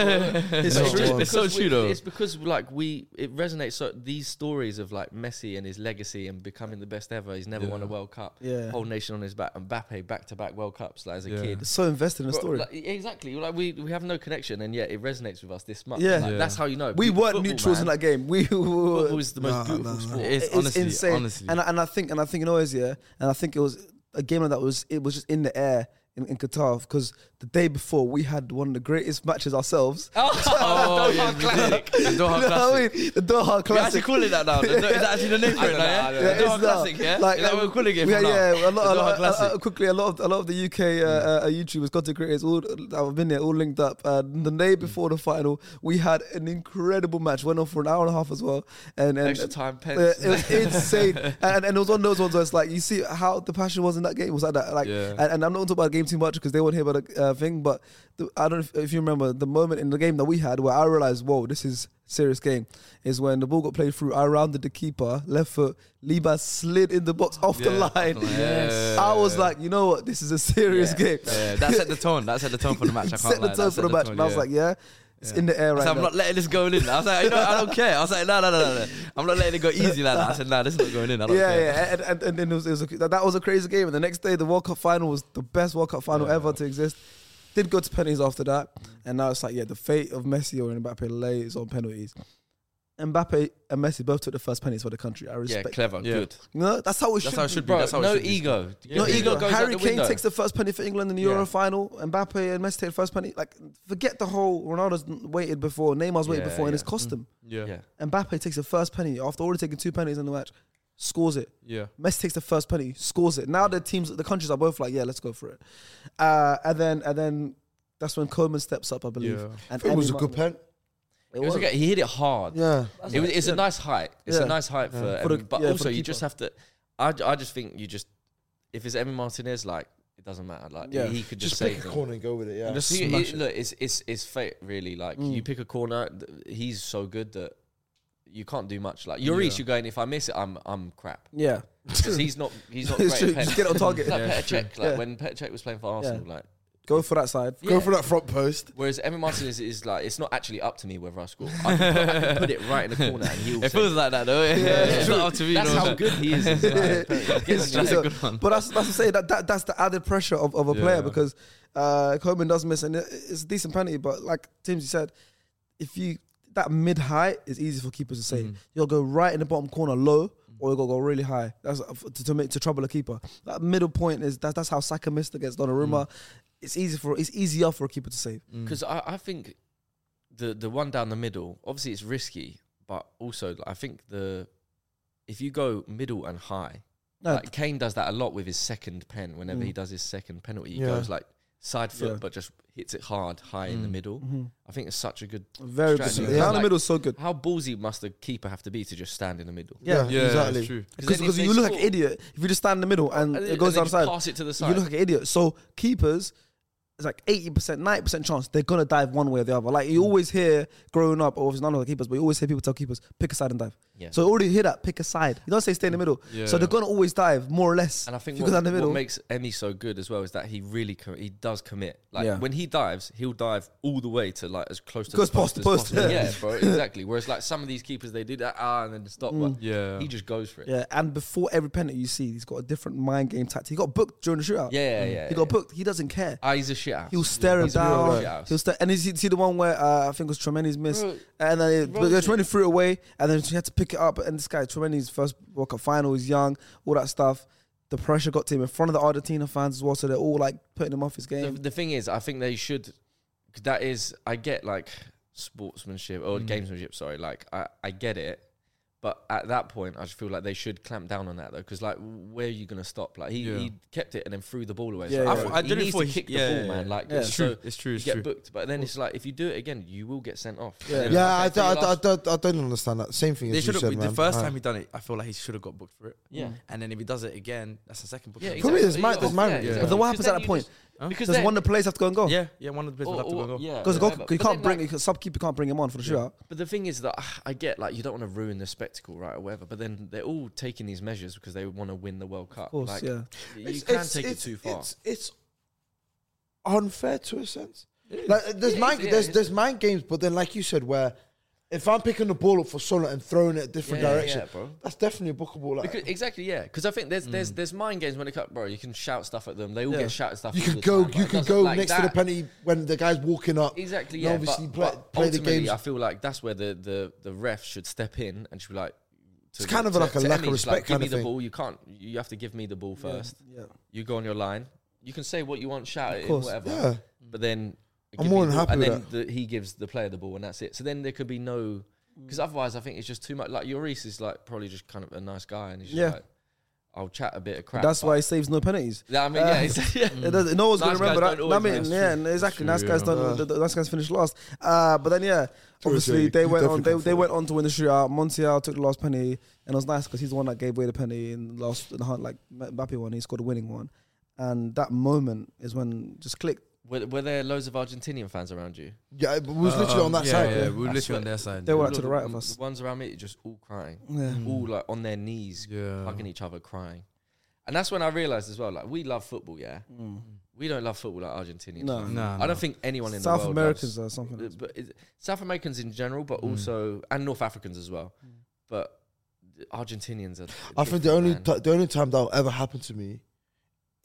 [SPEAKER 2] It's
[SPEAKER 3] No,
[SPEAKER 2] true.
[SPEAKER 3] just
[SPEAKER 6] It's so
[SPEAKER 3] because
[SPEAKER 6] true
[SPEAKER 3] we-
[SPEAKER 6] though.
[SPEAKER 3] It's because like we it resonates so these stories of like Messi and his legacy and becoming the best ever. He's never won a
[SPEAKER 6] Yeah.
[SPEAKER 3] World Cup.
[SPEAKER 2] Yeah.
[SPEAKER 3] Whole nation on his back. Mbappe back to back World Cups like as a
[SPEAKER 6] Yeah.
[SPEAKER 3] kid.
[SPEAKER 2] So invested in the
[SPEAKER 3] Bro,
[SPEAKER 2] story.
[SPEAKER 3] like, exactly. Like we, we have no connection and yet it resonates with us this much.
[SPEAKER 2] Yeah.
[SPEAKER 3] Like,
[SPEAKER 6] Yeah.
[SPEAKER 3] that's how you know.
[SPEAKER 2] we
[SPEAKER 3] People-
[SPEAKER 2] weren't
[SPEAKER 3] football,
[SPEAKER 2] neutrals in
[SPEAKER 3] man.
[SPEAKER 2] that game. We
[SPEAKER 3] Football
[SPEAKER 2] were
[SPEAKER 3] is the most
[SPEAKER 4] Nah,
[SPEAKER 3] beautiful
[SPEAKER 4] nah, nah.
[SPEAKER 3] sport.
[SPEAKER 6] it is
[SPEAKER 2] it's
[SPEAKER 6] honestly,
[SPEAKER 2] insane.
[SPEAKER 6] honestly.
[SPEAKER 2] And I- and I think and I think it always yeah. And I think it was a game like that was it was just in the air in, in Qatar because the day before we had one of the greatest matches ourselves.
[SPEAKER 6] oh, yeah, classic. The Doha
[SPEAKER 2] you know
[SPEAKER 6] classic.
[SPEAKER 2] what I mean? The Doha
[SPEAKER 6] We actually
[SPEAKER 2] Classic.
[SPEAKER 6] call it that now. Is that actually the name for it now? Yeah,
[SPEAKER 3] I
[SPEAKER 6] The
[SPEAKER 3] don't know.
[SPEAKER 2] it's
[SPEAKER 6] Doha
[SPEAKER 2] now.
[SPEAKER 6] classic. Yeah, like,
[SPEAKER 2] like, um,
[SPEAKER 6] we're calling it.
[SPEAKER 2] yeah,
[SPEAKER 6] from now.
[SPEAKER 2] yeah. A lot, a
[SPEAKER 6] The Doha
[SPEAKER 2] lot, a-
[SPEAKER 6] classic.
[SPEAKER 2] a- quickly, a lot of a lot of the UK uh, uh, YouTubers, content creators, all that have been there, all linked up. Uh, the
[SPEAKER 6] Mm.
[SPEAKER 2] day before the final, we had an incredible match. Went on for an hour and a half as well, and, and
[SPEAKER 3] Extra time, pens.
[SPEAKER 2] uh, it was insane, and, and it was one of those ones where it's like you see how the passion was in that game. It was like that, like,
[SPEAKER 6] Yeah.
[SPEAKER 2] and, and I'm not talking about games too much because they won't hear about the uh, thing. But the, I don't know if, if you remember the moment in the game that we had where I realized, whoa, this is serious game. Is when the ball got played through. I rounded the keeper, left foot. Liba slid in the box off the line.
[SPEAKER 5] Yes.
[SPEAKER 2] I was like, you know what? This is a serious game.
[SPEAKER 5] Yeah, that set the tone. That set the tone for the match. I can't
[SPEAKER 2] Set the
[SPEAKER 5] lie. That
[SPEAKER 2] tone
[SPEAKER 5] set
[SPEAKER 2] for the match, and I was
[SPEAKER 5] yeah.
[SPEAKER 2] like, yeah, it's in the air
[SPEAKER 5] I
[SPEAKER 2] right
[SPEAKER 5] said, I'm
[SPEAKER 2] now.
[SPEAKER 5] not letting this go in. I was like, you know, I don't care. I was like, no, no, no, no, no. I'm not letting it go easy like that. I said, no, this is not going in. I don't
[SPEAKER 2] yeah,
[SPEAKER 5] care.
[SPEAKER 2] yeah, and, and, and then it was, it was a, that that was a crazy game. And the next day, the World Cup final was the best World Cup final ever to exist. Did go to penalties after that, and now it's like yeah, the fate of Messi or Mbappe lay is on penalties. Mbappe and Messi both took the first penalties for the country. I
[SPEAKER 3] Yeah,
[SPEAKER 2] respect.
[SPEAKER 3] clever, good.
[SPEAKER 2] No, that's how it should.
[SPEAKER 5] That's how it
[SPEAKER 2] be.
[SPEAKER 5] should be.
[SPEAKER 3] Bro,
[SPEAKER 5] That's how
[SPEAKER 3] no
[SPEAKER 5] it should be.
[SPEAKER 3] ego.
[SPEAKER 2] No
[SPEAKER 3] Yeah.
[SPEAKER 2] ego.
[SPEAKER 3] goes out
[SPEAKER 2] Harry
[SPEAKER 3] the
[SPEAKER 2] Kane
[SPEAKER 3] window.
[SPEAKER 2] takes the first penalty for England in the Euro
[SPEAKER 3] Yeah.
[SPEAKER 2] final. Mbappe and Messi take the first penalty. Like, forget the whole Ronaldo's waited before, Neymar's waited
[SPEAKER 3] Yeah,
[SPEAKER 2] before, and
[SPEAKER 3] yeah.
[SPEAKER 2] it's cost them.
[SPEAKER 5] Yeah.
[SPEAKER 3] Yeah.
[SPEAKER 2] Mbappe takes the first penalty after already taking two penalties in the match, scores it.
[SPEAKER 5] Yeah.
[SPEAKER 2] Messi takes the first penalty, scores it. Now the teams, the countries are both like, yeah, let's go for it. Uh, and then, and then that's when Coleman steps up, I believe.
[SPEAKER 5] Yeah.
[SPEAKER 2] And
[SPEAKER 4] It was a
[SPEAKER 2] Emi
[SPEAKER 4] good
[SPEAKER 2] Martin-
[SPEAKER 4] pen.
[SPEAKER 3] It was okay. He hit it hard.
[SPEAKER 4] Yeah.
[SPEAKER 3] It was, it's a nice height. It's
[SPEAKER 2] Yeah.
[SPEAKER 3] a nice height for,
[SPEAKER 2] For the-
[SPEAKER 3] Emi- but
[SPEAKER 2] yeah, for
[SPEAKER 3] also
[SPEAKER 2] the
[SPEAKER 3] you just have to. I, j- I just think you just if it's Emmy Martinez, like it doesn't matter. Like
[SPEAKER 2] Yeah.
[SPEAKER 3] he could just,
[SPEAKER 4] Just
[SPEAKER 3] save
[SPEAKER 4] pick a
[SPEAKER 3] them.
[SPEAKER 4] corner and go with it. Yeah.
[SPEAKER 2] And just
[SPEAKER 3] He-
[SPEAKER 2] smash it.
[SPEAKER 3] it-
[SPEAKER 2] Mm.
[SPEAKER 3] Look, it's it's it's fate really. Like you pick a corner, th- he's so good that you can't do much. Like Lloris, you're going. If I miss it, I'm I'm crap
[SPEAKER 2] Yeah.
[SPEAKER 3] because he's not he's not
[SPEAKER 2] It's
[SPEAKER 3] great.
[SPEAKER 2] true.
[SPEAKER 3] at
[SPEAKER 2] Just
[SPEAKER 3] pen.
[SPEAKER 2] get it on target.
[SPEAKER 3] It's like Petr Cech, like
[SPEAKER 2] Yeah.
[SPEAKER 3] when Petr Cech was playing for Arsenal, like.
[SPEAKER 2] Go for that side.
[SPEAKER 4] Go
[SPEAKER 3] yeah.
[SPEAKER 4] for that front post.
[SPEAKER 3] Whereas Emmy Martinez is like, it's not actually up to me whether I score. I can put, I can put it right in the corner and he'll. save
[SPEAKER 5] It feels like that though. Yeah, it's not up to me.
[SPEAKER 3] That's
[SPEAKER 5] no.
[SPEAKER 3] how good he is. as a player.
[SPEAKER 5] It's
[SPEAKER 2] true,
[SPEAKER 5] just
[SPEAKER 2] though.
[SPEAKER 5] a good one.
[SPEAKER 2] But that's that's to say that, that that's the added pressure of, of a player because uh, Coleman does miss and it- it's a decent penalty. But like Timsy said, if you that mid height is easy for keepers to
[SPEAKER 3] Mm-hmm.
[SPEAKER 2] save. You'll go right in the bottom corner low, or you'll go really high. That's uh, to, to make to trouble a keeper. That middle point is that that's how Saka missed against
[SPEAKER 3] Mm.
[SPEAKER 2] Donnarumma. It's easy for it's easier for a keeper to save.
[SPEAKER 3] Because I, I think the the one down the middle, obviously it's risky, but also like, I think the if you go middle and high,
[SPEAKER 2] No,
[SPEAKER 3] like Kane does that a lot with his second pen. Whenever he does his second penalty, he
[SPEAKER 4] Yeah.
[SPEAKER 3] goes like side
[SPEAKER 2] Mm.
[SPEAKER 3] foot,
[SPEAKER 2] Yeah. Mm. Mm-hmm.
[SPEAKER 3] but just hits it hard, high in the middle. I think it's such a good
[SPEAKER 2] very good.
[SPEAKER 3] strategy.
[SPEAKER 2] Down
[SPEAKER 3] Because,
[SPEAKER 2] the
[SPEAKER 3] like,
[SPEAKER 2] middle is so good.
[SPEAKER 3] How ballsy must the keeper have to be to just stand in the middle?
[SPEAKER 4] Yeah,
[SPEAKER 5] Yeah,
[SPEAKER 4] exactly.
[SPEAKER 5] it's true.
[SPEAKER 3] then if
[SPEAKER 2] Because
[SPEAKER 3] they
[SPEAKER 2] you look
[SPEAKER 3] score-
[SPEAKER 2] like an idiot if you just stand in the middle and,
[SPEAKER 3] Uh, And
[SPEAKER 2] it
[SPEAKER 3] then-
[SPEAKER 2] goes
[SPEAKER 3] and then
[SPEAKER 2] outside.
[SPEAKER 3] you pass it to the
[SPEAKER 2] You
[SPEAKER 3] side.
[SPEAKER 2] look like an idiot. So keepers, it's like eighty percent, ninety percent chance they're gonna dive one way or the other. Like
[SPEAKER 3] Hmm.
[SPEAKER 2] you always hear growing up, or obviously none of the keepers, but you always hear people tell keepers pick a side and dive.
[SPEAKER 3] Yeah.
[SPEAKER 2] So you already hear that pick a side. You don't say stay in the middle. So they're gonna always dive more or less.
[SPEAKER 3] And I think
[SPEAKER 2] if you
[SPEAKER 3] what,
[SPEAKER 2] go down the
[SPEAKER 3] what
[SPEAKER 2] middle,
[SPEAKER 3] makes Emmy so good as well is that he really com- he does commit. Like
[SPEAKER 2] Yeah.
[SPEAKER 3] when he dives, he'll dive all the way to like as close to
[SPEAKER 2] Goes
[SPEAKER 3] the
[SPEAKER 2] past
[SPEAKER 3] post,
[SPEAKER 2] the
[SPEAKER 3] as
[SPEAKER 2] post,
[SPEAKER 3] possible.
[SPEAKER 2] yeah.
[SPEAKER 3] yeah, bro, exactly. Whereas like some of these keepers, they do that ah and then stop. But
[SPEAKER 5] Yeah.
[SPEAKER 3] he just goes for it.
[SPEAKER 2] Mm. yeah. And before every penalty you see, he's got a different mind game tactic. He got booked during the shootout.
[SPEAKER 3] Yeah, yeah, yeah,
[SPEAKER 2] He got
[SPEAKER 3] yeah.
[SPEAKER 2] booked. He doesn't care.
[SPEAKER 3] Ah, he's a shit ass.
[SPEAKER 2] He'll stare him
[SPEAKER 3] He's a real
[SPEAKER 2] down.
[SPEAKER 3] shit house.
[SPEAKER 2] He'll stare, and you see, see the one where uh, I think it was Tremeny's missed,
[SPEAKER 3] Bro,
[SPEAKER 2] and then it, but
[SPEAKER 3] rolled it.
[SPEAKER 2] Tremeny threw it away, and then she had to pick it up. And this guy, Tremeny's first World Cup final, he's young, all that stuff. The pressure got to him in front of the Argentina fans as well, so they're all like putting him off his
[SPEAKER 3] The,
[SPEAKER 2] game.
[SPEAKER 3] the thing is, I think they should. That is, I get like sportsmanship
[SPEAKER 5] Mm.
[SPEAKER 3] or gamesmanship. Sorry, like I, I get it, but at that point, I just feel like they should clamp down on that though, because like, where are you gonna stop? Like he,
[SPEAKER 5] Yeah.
[SPEAKER 3] he kept it and then threw the ball away.
[SPEAKER 2] Yeah,
[SPEAKER 3] so
[SPEAKER 2] yeah.
[SPEAKER 3] I,
[SPEAKER 2] I
[SPEAKER 3] thought-
[SPEAKER 5] I
[SPEAKER 3] he
[SPEAKER 5] did it
[SPEAKER 3] needs
[SPEAKER 5] for-
[SPEAKER 3] to kick
[SPEAKER 5] yeah,
[SPEAKER 3] the
[SPEAKER 5] yeah,
[SPEAKER 3] ball, man.
[SPEAKER 5] yeah.
[SPEAKER 3] Like
[SPEAKER 2] Yeah. It's
[SPEAKER 3] so
[SPEAKER 5] true, it's true,
[SPEAKER 3] you
[SPEAKER 5] it's
[SPEAKER 3] get
[SPEAKER 5] true.
[SPEAKER 3] booked, but then it's like if you do it again, you will get sent off.
[SPEAKER 2] Yeah.
[SPEAKER 3] And then,
[SPEAKER 4] Yeah, I,
[SPEAKER 3] okay,
[SPEAKER 4] do-
[SPEAKER 3] so
[SPEAKER 4] I, do- I,
[SPEAKER 3] last-
[SPEAKER 4] do- I don't understand that. Same thing
[SPEAKER 5] They
[SPEAKER 4] as you
[SPEAKER 5] should
[SPEAKER 4] said,
[SPEAKER 5] have. The
[SPEAKER 4] man.
[SPEAKER 5] first
[SPEAKER 4] Alright.
[SPEAKER 5] time he done it, I feel like he should have got booked for it.
[SPEAKER 3] Yeah.
[SPEAKER 5] And then if he does it again, that's the second book.
[SPEAKER 3] Yeah,
[SPEAKER 4] For
[SPEAKER 3] exactly.
[SPEAKER 4] me, there's my- there's my-
[SPEAKER 3] Yeah,
[SPEAKER 2] But then what happens
[SPEAKER 3] Because
[SPEAKER 2] at
[SPEAKER 3] then
[SPEAKER 2] that
[SPEAKER 3] you
[SPEAKER 2] point?
[SPEAKER 3] just- Because
[SPEAKER 2] Does
[SPEAKER 3] then-
[SPEAKER 2] one of the players have to go and go?
[SPEAKER 5] yeah, yeah. One of the players
[SPEAKER 3] or-
[SPEAKER 5] will have to go.
[SPEAKER 3] or-
[SPEAKER 5] and go.
[SPEAKER 3] yeah,
[SPEAKER 2] Because
[SPEAKER 3] whatever.
[SPEAKER 2] you
[SPEAKER 3] But
[SPEAKER 2] can't
[SPEAKER 3] then,
[SPEAKER 2] bring
[SPEAKER 3] like,
[SPEAKER 2] a subkeeper can't bring him on for the shootout.
[SPEAKER 3] But the thing is that ah, I get like you don't want to ruin the spectacle, right, or whatever. But then they're all taking these measures because they want to win the World Cup.
[SPEAKER 2] Of course,
[SPEAKER 3] like,
[SPEAKER 2] yeah.
[SPEAKER 3] You
[SPEAKER 4] It's-
[SPEAKER 3] can
[SPEAKER 4] it's-
[SPEAKER 3] take it
[SPEAKER 4] it's-
[SPEAKER 3] too far.
[SPEAKER 4] It's, it's unfair to a sense. Like there's
[SPEAKER 3] It
[SPEAKER 4] mind,
[SPEAKER 3] is, yeah,
[SPEAKER 4] there's
[SPEAKER 3] it is.
[SPEAKER 4] there's mind games, but then like you said, where if I'm picking the ball up for Sola and throwing it a different
[SPEAKER 3] Yeah, yeah,
[SPEAKER 4] direction,
[SPEAKER 3] yeah, bro.
[SPEAKER 4] that's definitely a bookable. Like
[SPEAKER 3] Because, exactly, yeah. Because I think there's there's there's mind games when it comes, bro. You can shout stuff at them. They all
[SPEAKER 2] Mm. Yeah.
[SPEAKER 3] get shouted stuff.
[SPEAKER 4] you
[SPEAKER 3] all
[SPEAKER 4] could
[SPEAKER 3] the
[SPEAKER 4] go,
[SPEAKER 3] time,
[SPEAKER 4] you
[SPEAKER 3] like,
[SPEAKER 4] could
[SPEAKER 3] doesn't-
[SPEAKER 4] go
[SPEAKER 3] like
[SPEAKER 4] next to the
[SPEAKER 3] that-
[SPEAKER 4] penalty when the guy's walking up.
[SPEAKER 3] Exactly,
[SPEAKER 4] And
[SPEAKER 3] yeah.
[SPEAKER 4] obviously,
[SPEAKER 3] but,
[SPEAKER 4] play,
[SPEAKER 3] but
[SPEAKER 4] play the
[SPEAKER 3] ultimately,
[SPEAKER 4] games.
[SPEAKER 3] I feel like that's where the the the ref should step in and should be like. To,
[SPEAKER 4] It's kind of like a lack of
[SPEAKER 3] Emi, just
[SPEAKER 4] respect
[SPEAKER 3] Like, give
[SPEAKER 4] kind
[SPEAKER 3] me
[SPEAKER 4] of
[SPEAKER 3] the
[SPEAKER 4] thing.
[SPEAKER 3] ball. You can't. You have to give me the ball first.
[SPEAKER 2] yeah.
[SPEAKER 3] You go on your line. You can say what you want, shout it, in,
[SPEAKER 2] course,
[SPEAKER 3] whatever.
[SPEAKER 4] yeah.
[SPEAKER 3] But then
[SPEAKER 4] I'm
[SPEAKER 3] give me
[SPEAKER 4] more
[SPEAKER 3] the
[SPEAKER 4] than
[SPEAKER 3] ball,
[SPEAKER 4] happy
[SPEAKER 3] And
[SPEAKER 4] with
[SPEAKER 3] then the, he gives the player the ball, and that's it. So then there could be no. Because otherwise, I think it's just too much. Like Lloris is like probably just kind of a nice guy, and he's just
[SPEAKER 2] Yeah.
[SPEAKER 3] like, "I'll chat a bit of crap."
[SPEAKER 2] That's
[SPEAKER 3] but-
[SPEAKER 2] why Uh, he saves no penalties.
[SPEAKER 3] Yeah, I mean, yeah, it's- yeah.
[SPEAKER 2] It doesn't- no one's
[SPEAKER 3] Nice
[SPEAKER 2] gonna remember
[SPEAKER 3] guys
[SPEAKER 2] that.
[SPEAKER 3] don't
[SPEAKER 2] I
[SPEAKER 3] always
[SPEAKER 2] mean,
[SPEAKER 3] know.
[SPEAKER 2] yeah, and exactly. Nice guys don't. the- the- Nice guys finished last. Uh, but then, yeah, obviously
[SPEAKER 4] you
[SPEAKER 2] they went on. They,
[SPEAKER 4] definitely
[SPEAKER 2] they went on to win the shootout. Montiel took the last penny, and it was nice because he's the one that gave away the penny in the last in the hunt, like Mbappe one. He scored the winning one. and that moment is when just clicked.
[SPEAKER 3] Were, were there loads of Argentinian fans around you?
[SPEAKER 4] Yeah, but
[SPEAKER 2] Uh,
[SPEAKER 4] we was literally on that
[SPEAKER 6] yeah,
[SPEAKER 4] side.
[SPEAKER 6] Yeah,
[SPEAKER 4] yeah.
[SPEAKER 6] we were
[SPEAKER 3] I
[SPEAKER 6] literally
[SPEAKER 3] swear.
[SPEAKER 6] on their side.
[SPEAKER 2] They were
[SPEAKER 6] yeah.
[SPEAKER 2] like to the right of us. Mm.
[SPEAKER 3] The ones around me just all crying,
[SPEAKER 2] Yeah.
[SPEAKER 3] all like on their knees,
[SPEAKER 6] Yeah.
[SPEAKER 3] hugging each other, crying. And that's when I realized as well, like we love football, yeah.
[SPEAKER 2] Mm.
[SPEAKER 3] We don't love football like Argentinians.
[SPEAKER 2] No.
[SPEAKER 3] do.
[SPEAKER 6] Nah,
[SPEAKER 3] I
[SPEAKER 6] nah.
[SPEAKER 3] don't think anyone in
[SPEAKER 2] South
[SPEAKER 3] the world
[SPEAKER 2] Americans
[SPEAKER 3] loves-
[SPEAKER 2] are something
[SPEAKER 3] Uh,
[SPEAKER 2] else.
[SPEAKER 3] But it- South Americans in general, but
[SPEAKER 4] Mm.
[SPEAKER 3] also and North Africans as well. But the Argentinians are.
[SPEAKER 4] I think
[SPEAKER 3] different,
[SPEAKER 4] the only
[SPEAKER 3] man.
[SPEAKER 4] ti- the only time that ever happened to me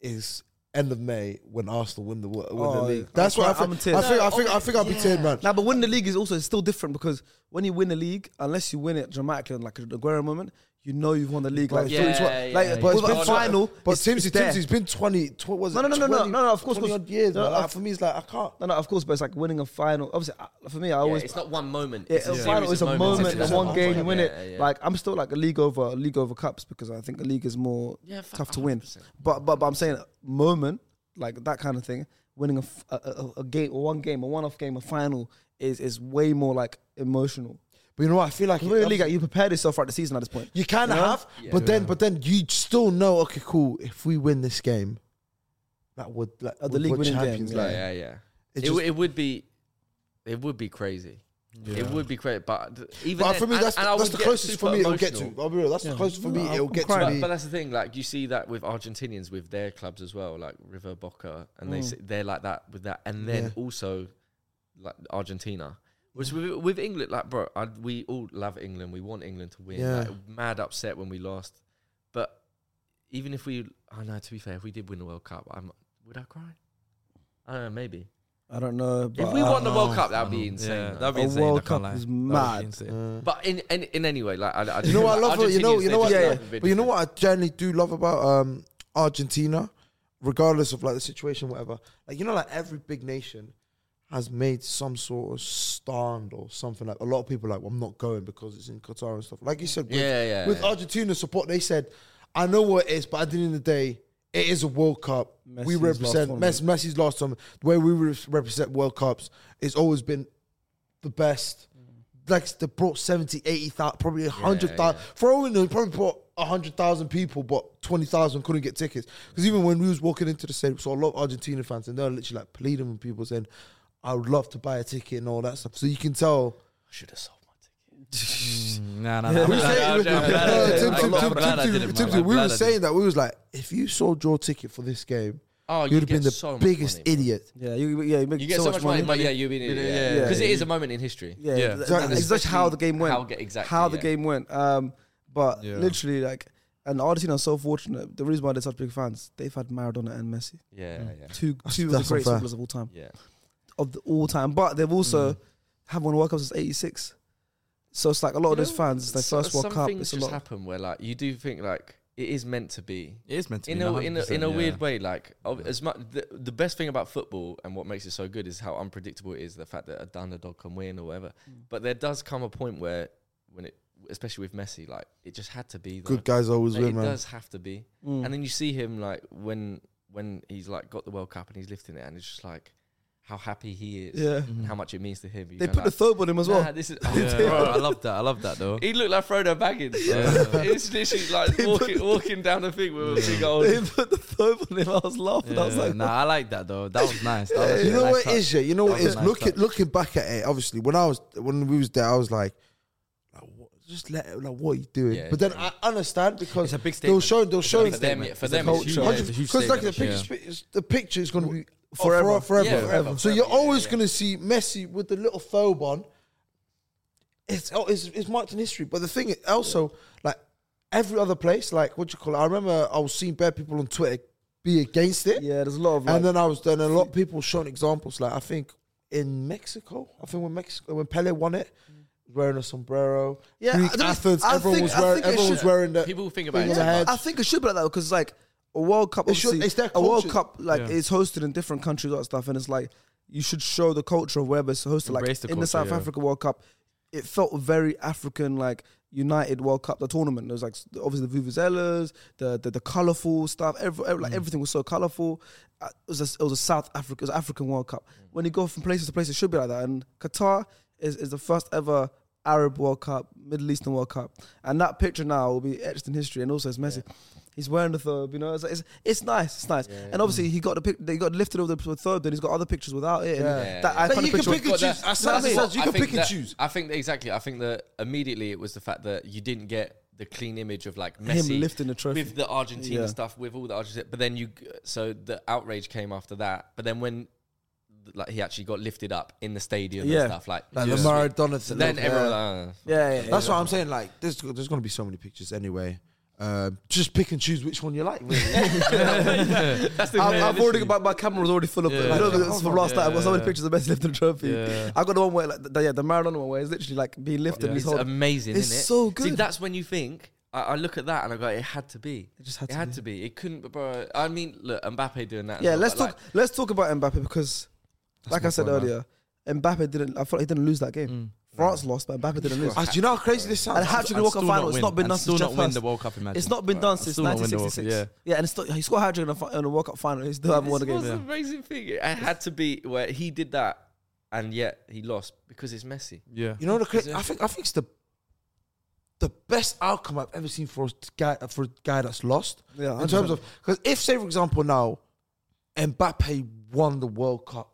[SPEAKER 4] is end of May when Arsenal win the wo- win the
[SPEAKER 2] Oh,
[SPEAKER 4] league.
[SPEAKER 2] I'm
[SPEAKER 4] That's what I
[SPEAKER 2] cry- I'm
[SPEAKER 4] think. I
[SPEAKER 2] in
[SPEAKER 4] think
[SPEAKER 2] tears.
[SPEAKER 4] I think I think I'll be tearing, man.
[SPEAKER 2] Now, but winning the league is also it's still different because when you win the league, unless you win it dramatically, on like the Aguero moment, you know you've won the league. Like,
[SPEAKER 3] Yeah,
[SPEAKER 2] through each one.
[SPEAKER 3] yeah,
[SPEAKER 2] like
[SPEAKER 3] yeah,
[SPEAKER 2] but
[SPEAKER 3] yeah.
[SPEAKER 2] it's been
[SPEAKER 3] But-
[SPEAKER 2] final.
[SPEAKER 4] But
[SPEAKER 2] it's,
[SPEAKER 4] Timsy,
[SPEAKER 2] it's there.
[SPEAKER 4] Timsy's been twenty. Tw- was
[SPEAKER 2] No,
[SPEAKER 4] it
[SPEAKER 2] no, no, no, no,
[SPEAKER 4] 20
[SPEAKER 2] no, no, of course,
[SPEAKER 4] 20
[SPEAKER 2] of
[SPEAKER 4] odd years.
[SPEAKER 2] No,
[SPEAKER 4] man.
[SPEAKER 2] I-
[SPEAKER 4] Like, for me, it's like I can't.
[SPEAKER 2] No, no, of course, but it's like winning a final. Obviously, I- for me, I
[SPEAKER 3] Yeah,
[SPEAKER 2] always
[SPEAKER 3] it's not one moment.
[SPEAKER 2] Yeah,
[SPEAKER 3] it's a
[SPEAKER 2] a
[SPEAKER 3] series
[SPEAKER 2] final is
[SPEAKER 3] of
[SPEAKER 2] a
[SPEAKER 3] moments.
[SPEAKER 2] moment,
[SPEAKER 3] It's
[SPEAKER 2] and
[SPEAKER 3] a
[SPEAKER 2] one
[SPEAKER 3] whole
[SPEAKER 2] game you
[SPEAKER 3] thing.
[SPEAKER 2] win
[SPEAKER 3] Yeah,
[SPEAKER 2] it.
[SPEAKER 3] yeah.
[SPEAKER 2] Like I'm still like a league over a league over cups because I think the league is more
[SPEAKER 3] Yeah, fuck,
[SPEAKER 2] tough to win.
[SPEAKER 3] 100%.
[SPEAKER 2] But but but I'm saying moment like that kind of thing, winning a f- a, a- a game or one game, a one-off game, a final is is way more like emotional.
[SPEAKER 4] But you know what? I feel like
[SPEAKER 2] Winning the league, like, you prepared yourself for the season at this point.
[SPEAKER 4] You kind of
[SPEAKER 2] You know?
[SPEAKER 4] have, but then but then you still know. Okay, cool. If we win this game, that would like
[SPEAKER 2] the
[SPEAKER 4] we're-
[SPEAKER 2] league
[SPEAKER 4] we're
[SPEAKER 2] winning game,
[SPEAKER 4] champions.
[SPEAKER 2] yeah.
[SPEAKER 4] like,
[SPEAKER 3] yeah, yeah. It,
[SPEAKER 4] It
[SPEAKER 3] w-
[SPEAKER 4] just-
[SPEAKER 3] it would be, it would be crazy. It would be crazy, but th- even
[SPEAKER 4] But
[SPEAKER 3] then-
[SPEAKER 4] for me,
[SPEAKER 3] and-
[SPEAKER 4] that's,
[SPEAKER 3] and I
[SPEAKER 4] the, that's
[SPEAKER 3] would
[SPEAKER 4] the
[SPEAKER 3] get
[SPEAKER 4] closest for
[SPEAKER 3] super
[SPEAKER 4] me it'll get to.
[SPEAKER 3] emotional.
[SPEAKER 4] I'll be real. That's the closest for me
[SPEAKER 2] No,
[SPEAKER 4] it'll
[SPEAKER 2] I'm
[SPEAKER 4] get
[SPEAKER 2] crying.
[SPEAKER 4] to.
[SPEAKER 3] But,
[SPEAKER 4] be-
[SPEAKER 3] but that's the thing, like you see that with Argentinians with their clubs as well, like River Boca, and they they they're like that with that, and then
[SPEAKER 4] Mm. Yeah.
[SPEAKER 3] also like Argentina. Whereas with, with England, like bro, I, we all love England. We want England to win.
[SPEAKER 4] Yeah.
[SPEAKER 3] Like, mad upset when we lost, but even if we, I know to be fair, if we did win the World Cup, I'm would I cry? I don't know, maybe.
[SPEAKER 2] I don't know. But uh,
[SPEAKER 3] If we
[SPEAKER 2] I-
[SPEAKER 3] won the World Cup, that
[SPEAKER 6] I
[SPEAKER 3] would be
[SPEAKER 6] know.
[SPEAKER 3] insane.
[SPEAKER 6] Yeah,
[SPEAKER 3] though.
[SPEAKER 6] that'd be
[SPEAKER 2] A
[SPEAKER 6] insane.
[SPEAKER 2] World
[SPEAKER 6] I can't
[SPEAKER 2] Cup
[SPEAKER 6] lie.
[SPEAKER 2] is
[SPEAKER 6] That would be
[SPEAKER 2] mad.
[SPEAKER 6] insane.
[SPEAKER 3] But in in in any way, like I, I
[SPEAKER 4] You know what I love? You know, you know what?
[SPEAKER 2] Yeah,
[SPEAKER 4] yeah, But you know what I generally do love about um, Argentina, regardless of like the situation, whatever. Like you know, like every big nation has made some sort of stand or something. Like a lot of people, are like well, I'm not going because it's in Qatar and stuff. Like you said, with,
[SPEAKER 3] Yeah, yeah,
[SPEAKER 4] with
[SPEAKER 3] yeah.
[SPEAKER 4] Argentina support, they said, I know what it is, but at the end of the day. It is a World Cup. we
[SPEAKER 2] Messi's last
[SPEAKER 4] represent Messi, Messi's last time. The way we re- represent World Cups, it's always been the best. Like they brought 70, 80,000, probably 100,000. For all we know, probably brought 100,000 people, but 20,000 couldn't get tickets. Because even when we was walking into the stadium, so a lot of Argentina fans, and they're literally like pleading with people saying, I would love to buy a ticket and all that stuff. So you can tell.
[SPEAKER 3] should have sold my ticket.
[SPEAKER 6] Nah, nah, nah. I'm
[SPEAKER 4] We were
[SPEAKER 6] glad- I'm
[SPEAKER 4] saying-
[SPEAKER 6] glad I did
[SPEAKER 4] No,
[SPEAKER 6] it.
[SPEAKER 4] Tim-
[SPEAKER 6] I'm
[SPEAKER 4] Tim- Tim-
[SPEAKER 6] glad I
[SPEAKER 4] Tim-
[SPEAKER 6] did it, man.
[SPEAKER 4] Tim-
[SPEAKER 6] I'm
[SPEAKER 4] we
[SPEAKER 6] glad I
[SPEAKER 4] were
[SPEAKER 6] did it.
[SPEAKER 4] saying that. We was like, if you sold your ticket for this game,
[SPEAKER 3] Oh,
[SPEAKER 4] you'd
[SPEAKER 3] you'd
[SPEAKER 4] have been
[SPEAKER 3] get
[SPEAKER 4] the
[SPEAKER 3] so much
[SPEAKER 4] biggest
[SPEAKER 3] money, bro.
[SPEAKER 4] idiot.
[SPEAKER 2] yeah, you, yeah, you make
[SPEAKER 3] You get
[SPEAKER 2] so, much, money.
[SPEAKER 3] but yeah, you mean it, yeah,
[SPEAKER 6] yeah.
[SPEAKER 3] because
[SPEAKER 2] Yeah.
[SPEAKER 3] it is a moment in history.
[SPEAKER 2] Yeah,
[SPEAKER 6] Yeah.
[SPEAKER 2] th- th-
[SPEAKER 4] Exactly.
[SPEAKER 2] it's just how the game went.
[SPEAKER 3] How ge- exactly,
[SPEAKER 2] How the
[SPEAKER 3] yeah.
[SPEAKER 2] game went. Um, but
[SPEAKER 6] Yeah.
[SPEAKER 2] literally, like, and Argentina are so fortunate. The reason why they're such big fans, they've had Maradona and Messi,
[SPEAKER 3] Yeah, yeah,
[SPEAKER 2] two two of
[SPEAKER 4] that's
[SPEAKER 2] the greatest
[SPEAKER 4] unfair.
[SPEAKER 2] footballers of all time,
[SPEAKER 3] yeah.
[SPEAKER 2] of the, all time. But they've also
[SPEAKER 6] Mm.
[SPEAKER 2] have won World Cups since '86. So it's like a lot of those fans, it's their
[SPEAKER 3] so-
[SPEAKER 2] first World
[SPEAKER 3] some
[SPEAKER 2] Cup.
[SPEAKER 3] things
[SPEAKER 2] It's a
[SPEAKER 3] just
[SPEAKER 2] lot.
[SPEAKER 3] happen where like you do think like it is meant to be.
[SPEAKER 6] It is meant to
[SPEAKER 3] In
[SPEAKER 6] be
[SPEAKER 3] a, in a
[SPEAKER 6] 100%,
[SPEAKER 3] in a
[SPEAKER 6] yeah.
[SPEAKER 3] weird way, like of- as much the, the best thing about football and what makes it so good is how unpredictable it is. The fact that a underdog can win or whatever,
[SPEAKER 2] Mm.
[SPEAKER 3] but there does come a point where when it, especially with Messi, like it just had to be. though.
[SPEAKER 4] Good guys always
[SPEAKER 3] Like,
[SPEAKER 4] win,
[SPEAKER 3] it
[SPEAKER 4] man.
[SPEAKER 3] does have to be. And then you see him like when when he's like got the World Cup and he's lifting it, and it's just like how happy he is,
[SPEAKER 6] Mm.
[SPEAKER 2] Yeah.
[SPEAKER 3] and how much it means to him. You
[SPEAKER 2] They
[SPEAKER 3] go
[SPEAKER 2] put the
[SPEAKER 3] like,
[SPEAKER 2] third on him as well.
[SPEAKER 3] "Nah, this is,
[SPEAKER 6] Yeah, bro, I love that. I love that though.
[SPEAKER 3] He looked like Frodo Baggins.
[SPEAKER 6] Yeah.
[SPEAKER 3] it's literally like walking, walking down the thing with a big old.
[SPEAKER 2] they put the third on him. I was laughing. I was
[SPEAKER 6] Yeah,
[SPEAKER 2] like,
[SPEAKER 6] nah, I like that though. That was nice. That was actually
[SPEAKER 4] you
[SPEAKER 6] a
[SPEAKER 4] know
[SPEAKER 6] nice
[SPEAKER 4] what it
[SPEAKER 6] touch.
[SPEAKER 4] is, yeah. You know what
[SPEAKER 6] That
[SPEAKER 4] it
[SPEAKER 6] was
[SPEAKER 4] is.
[SPEAKER 6] a nice
[SPEAKER 4] looking
[SPEAKER 6] touch.
[SPEAKER 4] looking back at it, obviously when I was when we was there, I was like, like what, just let it, like what are you doing?
[SPEAKER 3] Yeah,
[SPEAKER 4] but then I understand because
[SPEAKER 6] It's a big
[SPEAKER 4] they were
[SPEAKER 6] statement.
[SPEAKER 4] showing they were
[SPEAKER 6] It's a
[SPEAKER 4] showing
[SPEAKER 6] big
[SPEAKER 3] for them,
[SPEAKER 6] statement.
[SPEAKER 3] for
[SPEAKER 6] It's
[SPEAKER 3] them,
[SPEAKER 6] a
[SPEAKER 3] it's huge.
[SPEAKER 6] culture.
[SPEAKER 3] It's a
[SPEAKER 6] huge
[SPEAKER 4] because like the
[SPEAKER 6] statement, yeah. Oh,
[SPEAKER 4] picture is- the picture is going to be
[SPEAKER 2] Forever.
[SPEAKER 4] forever forever.
[SPEAKER 3] Yeah, forever,
[SPEAKER 4] So you're
[SPEAKER 3] forever, yeah,
[SPEAKER 4] always
[SPEAKER 3] yeah.
[SPEAKER 4] going to see Messi with the little thobe on. It's oh, it's, it's marked in history. But the thing is also like every other place, like what do you call it? I remember I was seeing bad people on Twitter be against it.
[SPEAKER 2] yeah, there's a lot of. Like,
[SPEAKER 4] and then I was then a lot of people showing examples. Like I think in Mexico, I think when Mexico when Pele won it, wearing a sombrero.
[SPEAKER 2] Yeah,
[SPEAKER 4] Greek
[SPEAKER 2] I don't-
[SPEAKER 4] Athens.
[SPEAKER 2] I
[SPEAKER 4] everyone
[SPEAKER 2] think-
[SPEAKER 4] was
[SPEAKER 2] I
[SPEAKER 4] wearing.
[SPEAKER 2] think it
[SPEAKER 4] Everyone was
[SPEAKER 2] should-
[SPEAKER 4] wearing that.
[SPEAKER 3] People think about
[SPEAKER 4] thing
[SPEAKER 3] it
[SPEAKER 4] on the
[SPEAKER 3] too
[SPEAKER 4] head.
[SPEAKER 2] I think it should be like that because like a World Cup,
[SPEAKER 4] It should-
[SPEAKER 2] obviously,
[SPEAKER 4] it's their
[SPEAKER 2] a World
[SPEAKER 4] culture.
[SPEAKER 2] Cup like
[SPEAKER 6] Yeah.
[SPEAKER 2] is hosted in different countries and stuff, and it's like you should show the culture of wherever it's hosted. Like
[SPEAKER 6] Embrace the
[SPEAKER 2] in the
[SPEAKER 6] culture,
[SPEAKER 2] South
[SPEAKER 6] yeah.
[SPEAKER 2] Africa World Cup, it felt very African, like United World Cup, the tournament. There was like s- obviously the vuvuzelas, the the, the colorful stuff. Every, every-
[SPEAKER 6] Mm.
[SPEAKER 2] like everything was so colorful. Uh, it was a, it was a South Africa, it was an African World Cup. When you go from places to places, it should be like that. And Qatar is is the first ever Arab World Cup, Middle Eastern World Cup, and that picture now will be etched in history. And also, it's Messi. He's wearing the third, you know. It's it's, it's nice, it's nice. And obviously, he got the pic. They got lifted over the third, and he's got other pictures without it. And
[SPEAKER 3] Yeah.
[SPEAKER 2] That
[SPEAKER 4] Like,
[SPEAKER 2] iconic
[SPEAKER 4] you can
[SPEAKER 2] picture.
[SPEAKER 4] pick and
[SPEAKER 3] But
[SPEAKER 4] choose.
[SPEAKER 3] that-
[SPEAKER 4] As Sam
[SPEAKER 2] that's it.
[SPEAKER 4] says, you
[SPEAKER 3] I
[SPEAKER 4] can
[SPEAKER 3] think
[SPEAKER 4] pick and
[SPEAKER 3] that-
[SPEAKER 4] choose.
[SPEAKER 3] I think that exactly. I think that immediately it was the fact that you didn't get the clean image of like Messi
[SPEAKER 2] lifting the trophy.
[SPEAKER 3] with the Argentina
[SPEAKER 2] Yeah.
[SPEAKER 3] stuff, with all the Argentina. But then you, g- so the outrage came after that. But then when like he actually got lifted up in the stadium
[SPEAKER 2] Yeah.
[SPEAKER 3] and stuff, like,
[SPEAKER 4] Like the Maradona thing.
[SPEAKER 3] then everyone was like, "Oh."
[SPEAKER 2] Yeah, yeah, yeah.
[SPEAKER 4] That's what I'm saying. Like, there's there's gonna be so many pictures anyway. Um, just pick and choose which one you like. really.
[SPEAKER 2] I've, I've already got my, my camera was already full of it. You know, it's from last night. I've got so many pictures of Messi lifting the trophy. I got the one where, like, the, yeah, the Maradona one where it's literally like being lifted. And
[SPEAKER 3] it's
[SPEAKER 2] he's holding.
[SPEAKER 3] amazing.
[SPEAKER 2] It's
[SPEAKER 3] isn't it?
[SPEAKER 2] so
[SPEAKER 3] See,
[SPEAKER 2] good.
[SPEAKER 3] that's when you think. I, I look at that and I go, it had to be. It
[SPEAKER 2] just had
[SPEAKER 3] it
[SPEAKER 2] to
[SPEAKER 3] had
[SPEAKER 2] be.
[SPEAKER 3] to be. It couldn't, bro. I mean, look, Mbappe doing that. as
[SPEAKER 2] Yeah,
[SPEAKER 3] well,
[SPEAKER 2] let's
[SPEAKER 3] but,
[SPEAKER 2] talk. let's talk about Mbappe because, like I said earlier, Mbappe didn't. I thought he didn't lose that game. France lost, but Mbappe didn't lose.
[SPEAKER 4] Ah, do you know how crazy this sounds?
[SPEAKER 2] And hat trick in
[SPEAKER 5] And
[SPEAKER 2] the World Cup
[SPEAKER 5] Mm. still
[SPEAKER 2] final.
[SPEAKER 5] not
[SPEAKER 2] It's
[SPEAKER 5] win.
[SPEAKER 2] not been
[SPEAKER 5] And
[SPEAKER 2] done
[SPEAKER 5] still
[SPEAKER 2] since Jeff
[SPEAKER 5] not win
[SPEAKER 2] Hurst.
[SPEAKER 5] the World Cup, imagine.
[SPEAKER 2] It's not been
[SPEAKER 5] Right.
[SPEAKER 2] done
[SPEAKER 5] And
[SPEAKER 2] since
[SPEAKER 5] still not win the World Cup,
[SPEAKER 2] 1966. Yeah. and it's still, he scored a hat trick in, the fi- in the World Cup final. He still haven't won a
[SPEAKER 3] This
[SPEAKER 2] game.
[SPEAKER 3] was an amazing thing. It had to be where he did that, and yet he lost because it's Messi.
[SPEAKER 5] Yeah.
[SPEAKER 4] You know the crazy. I think I think it's the the best outcome I've ever seen for a guy for a guy that's lost.
[SPEAKER 2] Yeah,
[SPEAKER 4] in
[SPEAKER 2] 100%.
[SPEAKER 4] terms of because if say for example now, Mbappe won the World Cup,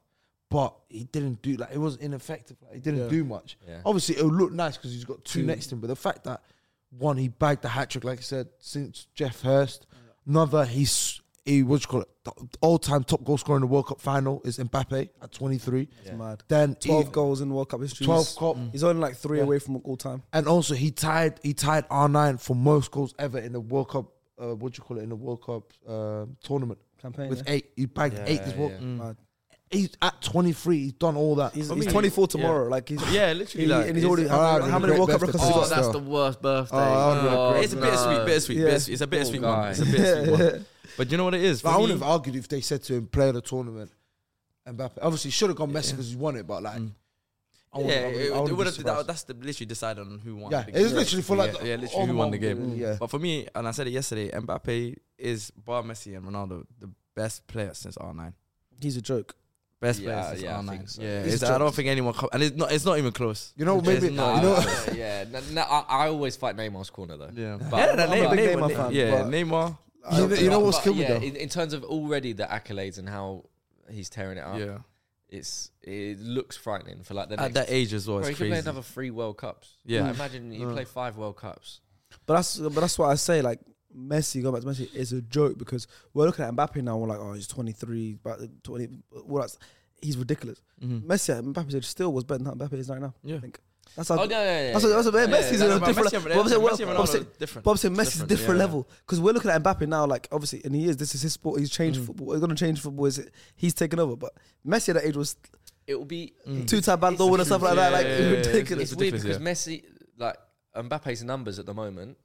[SPEAKER 4] but he didn't do like it wasn't ineffective. Like, he didn't do much. Obviously, it'll look nice because he's got two, next to him. But the fact that one he bagged the hat trick, like I said, since Jeff Hurst. Another he's he what do you call it? The all-time top goal scorer in the World Cup final is Mbappe at 23.
[SPEAKER 2] It's mad.
[SPEAKER 4] Then he-
[SPEAKER 2] Twelve goals Mm. in World Cup history.
[SPEAKER 4] 12 cup.
[SPEAKER 2] He's only like three away from all time.
[SPEAKER 4] And also, he tied he tied R nine for most goals ever in the World Cup. Uh, what do you call it in the World Cup um, tournament?
[SPEAKER 2] Campaign,
[SPEAKER 4] with
[SPEAKER 2] yeah.
[SPEAKER 4] eight, he bagged eight. This World.
[SPEAKER 2] Mad.
[SPEAKER 4] He's at twenty three. He's done all that.
[SPEAKER 2] He's,
[SPEAKER 4] I
[SPEAKER 2] he's
[SPEAKER 4] mean,
[SPEAKER 2] 24 tomorrow. Like he's
[SPEAKER 5] Yeah, literally,
[SPEAKER 2] he-
[SPEAKER 5] like,
[SPEAKER 2] and he's
[SPEAKER 5] he's-
[SPEAKER 2] already.
[SPEAKER 4] Oh,
[SPEAKER 2] How,
[SPEAKER 4] that'd
[SPEAKER 2] how
[SPEAKER 4] be
[SPEAKER 2] many
[SPEAKER 4] great
[SPEAKER 2] World Cup
[SPEAKER 4] birthday.
[SPEAKER 2] records? has he
[SPEAKER 4] Oh,
[SPEAKER 2] got still?
[SPEAKER 5] Oh, that's the worst birthday.
[SPEAKER 4] Oh, I'd
[SPEAKER 5] Oh,
[SPEAKER 4] regret
[SPEAKER 5] it's a bittersweet, bittersweet,
[SPEAKER 2] Yeah.
[SPEAKER 5] bittersweet. It's a bittersweet
[SPEAKER 3] Poor
[SPEAKER 5] one.
[SPEAKER 3] guy.
[SPEAKER 5] It's a bittersweet one. But you know what it is? For
[SPEAKER 4] like, I
[SPEAKER 5] me-
[SPEAKER 4] wouldn't have argued if they said to him play of the tournament. Mbappe obviously should have gone Messi because he won it, but like,
[SPEAKER 2] Mm.
[SPEAKER 4] I
[SPEAKER 5] yeah,
[SPEAKER 4] wouldn't- I
[SPEAKER 5] it-
[SPEAKER 4] wouldn't-
[SPEAKER 5] it,
[SPEAKER 4] I wouldn't be
[SPEAKER 5] would have. That,
[SPEAKER 4] surprised.
[SPEAKER 5] that's the literally decided on who won.
[SPEAKER 4] Yeah,
[SPEAKER 5] the
[SPEAKER 4] it
[SPEAKER 5] game.
[SPEAKER 4] was literally for like
[SPEAKER 5] yeah,
[SPEAKER 4] the-
[SPEAKER 5] yeah,
[SPEAKER 4] all
[SPEAKER 5] literally who won the game.
[SPEAKER 4] Yeah.
[SPEAKER 5] But for me, and I said it yesterday, Mbappe is bar Messi and Ronaldo the best player since R nine.
[SPEAKER 2] He's a joke.
[SPEAKER 5] Best player
[SPEAKER 3] Yeah,
[SPEAKER 5] since
[SPEAKER 3] yeah, I
[SPEAKER 5] R nine.
[SPEAKER 3] think so.
[SPEAKER 5] Yeah,
[SPEAKER 4] He's
[SPEAKER 5] it's, I don't
[SPEAKER 4] jokes.
[SPEAKER 5] think anyone co- and it's not. It's not even close.
[SPEAKER 4] You know,
[SPEAKER 5] It's
[SPEAKER 4] maybe-
[SPEAKER 5] not.
[SPEAKER 4] you know-
[SPEAKER 3] Uh, yeah, no, no, I, I always fight Neymar's corner though.
[SPEAKER 5] yeah,
[SPEAKER 3] But-
[SPEAKER 5] yeah, no,
[SPEAKER 2] I'm a
[SPEAKER 5] Neymar-
[SPEAKER 2] big
[SPEAKER 5] Neymar-
[SPEAKER 2] Neymar fan,
[SPEAKER 5] yeah,
[SPEAKER 2] but-
[SPEAKER 5] Neymar.
[SPEAKER 4] You know- you know what's
[SPEAKER 3] But
[SPEAKER 4] killed me
[SPEAKER 3] yeah,
[SPEAKER 4] though?
[SPEAKER 3] in, in terms of already the accolades and how he's tearing it up,
[SPEAKER 5] Yeah,
[SPEAKER 3] it's it looks frightening for like the
[SPEAKER 5] at
[SPEAKER 3] next.
[SPEAKER 5] that age as well,
[SPEAKER 3] Bro, he
[SPEAKER 5] it's
[SPEAKER 3] could play
[SPEAKER 5] crazy.
[SPEAKER 3] another three World Cups.
[SPEAKER 5] Yeah.
[SPEAKER 3] Like, imagine you play five World Cups.
[SPEAKER 2] But that's but that's why I say like Messi going back to Messi is a joke because we're looking at Mbappe now. We're like, oh, he's 23, about 20. Well, that's he's ridiculous. Messi at Mbappe's age still was better than Mbappe is right now.
[SPEAKER 5] Mm-hmm. Yeah.
[SPEAKER 2] I think. That's how.
[SPEAKER 3] Oh, no, yeah, yeah,
[SPEAKER 2] that's what, that's what,
[SPEAKER 3] yeah, yeah,
[SPEAKER 2] Messi's
[SPEAKER 3] yeah,
[SPEAKER 2] in a
[SPEAKER 5] but
[SPEAKER 2] different.
[SPEAKER 5] Messi and-
[SPEAKER 2] but I'm saying-
[SPEAKER 5] Messi and
[SPEAKER 2] well, I'm
[SPEAKER 5] Ronaldo
[SPEAKER 2] saying-
[SPEAKER 5] are different.
[SPEAKER 2] but I'm saying Messi's
[SPEAKER 5] Different,
[SPEAKER 2] different
[SPEAKER 5] yeah.
[SPEAKER 2] level because we're looking at Mbappe now. Like obviously, and he is. This is his sport. He's changed football. He's gonna change football. Is he's taken over? But Messi at that age was
[SPEAKER 3] It will be
[SPEAKER 2] two time Ballon d'Or winner, stuff like that. Like
[SPEAKER 5] Yeah, yeah, yeah, it's-
[SPEAKER 2] ridiculous.
[SPEAKER 3] it's weird
[SPEAKER 5] Mm. ridiculous,
[SPEAKER 3] because Messi, like Mbappe's numbers at the moment,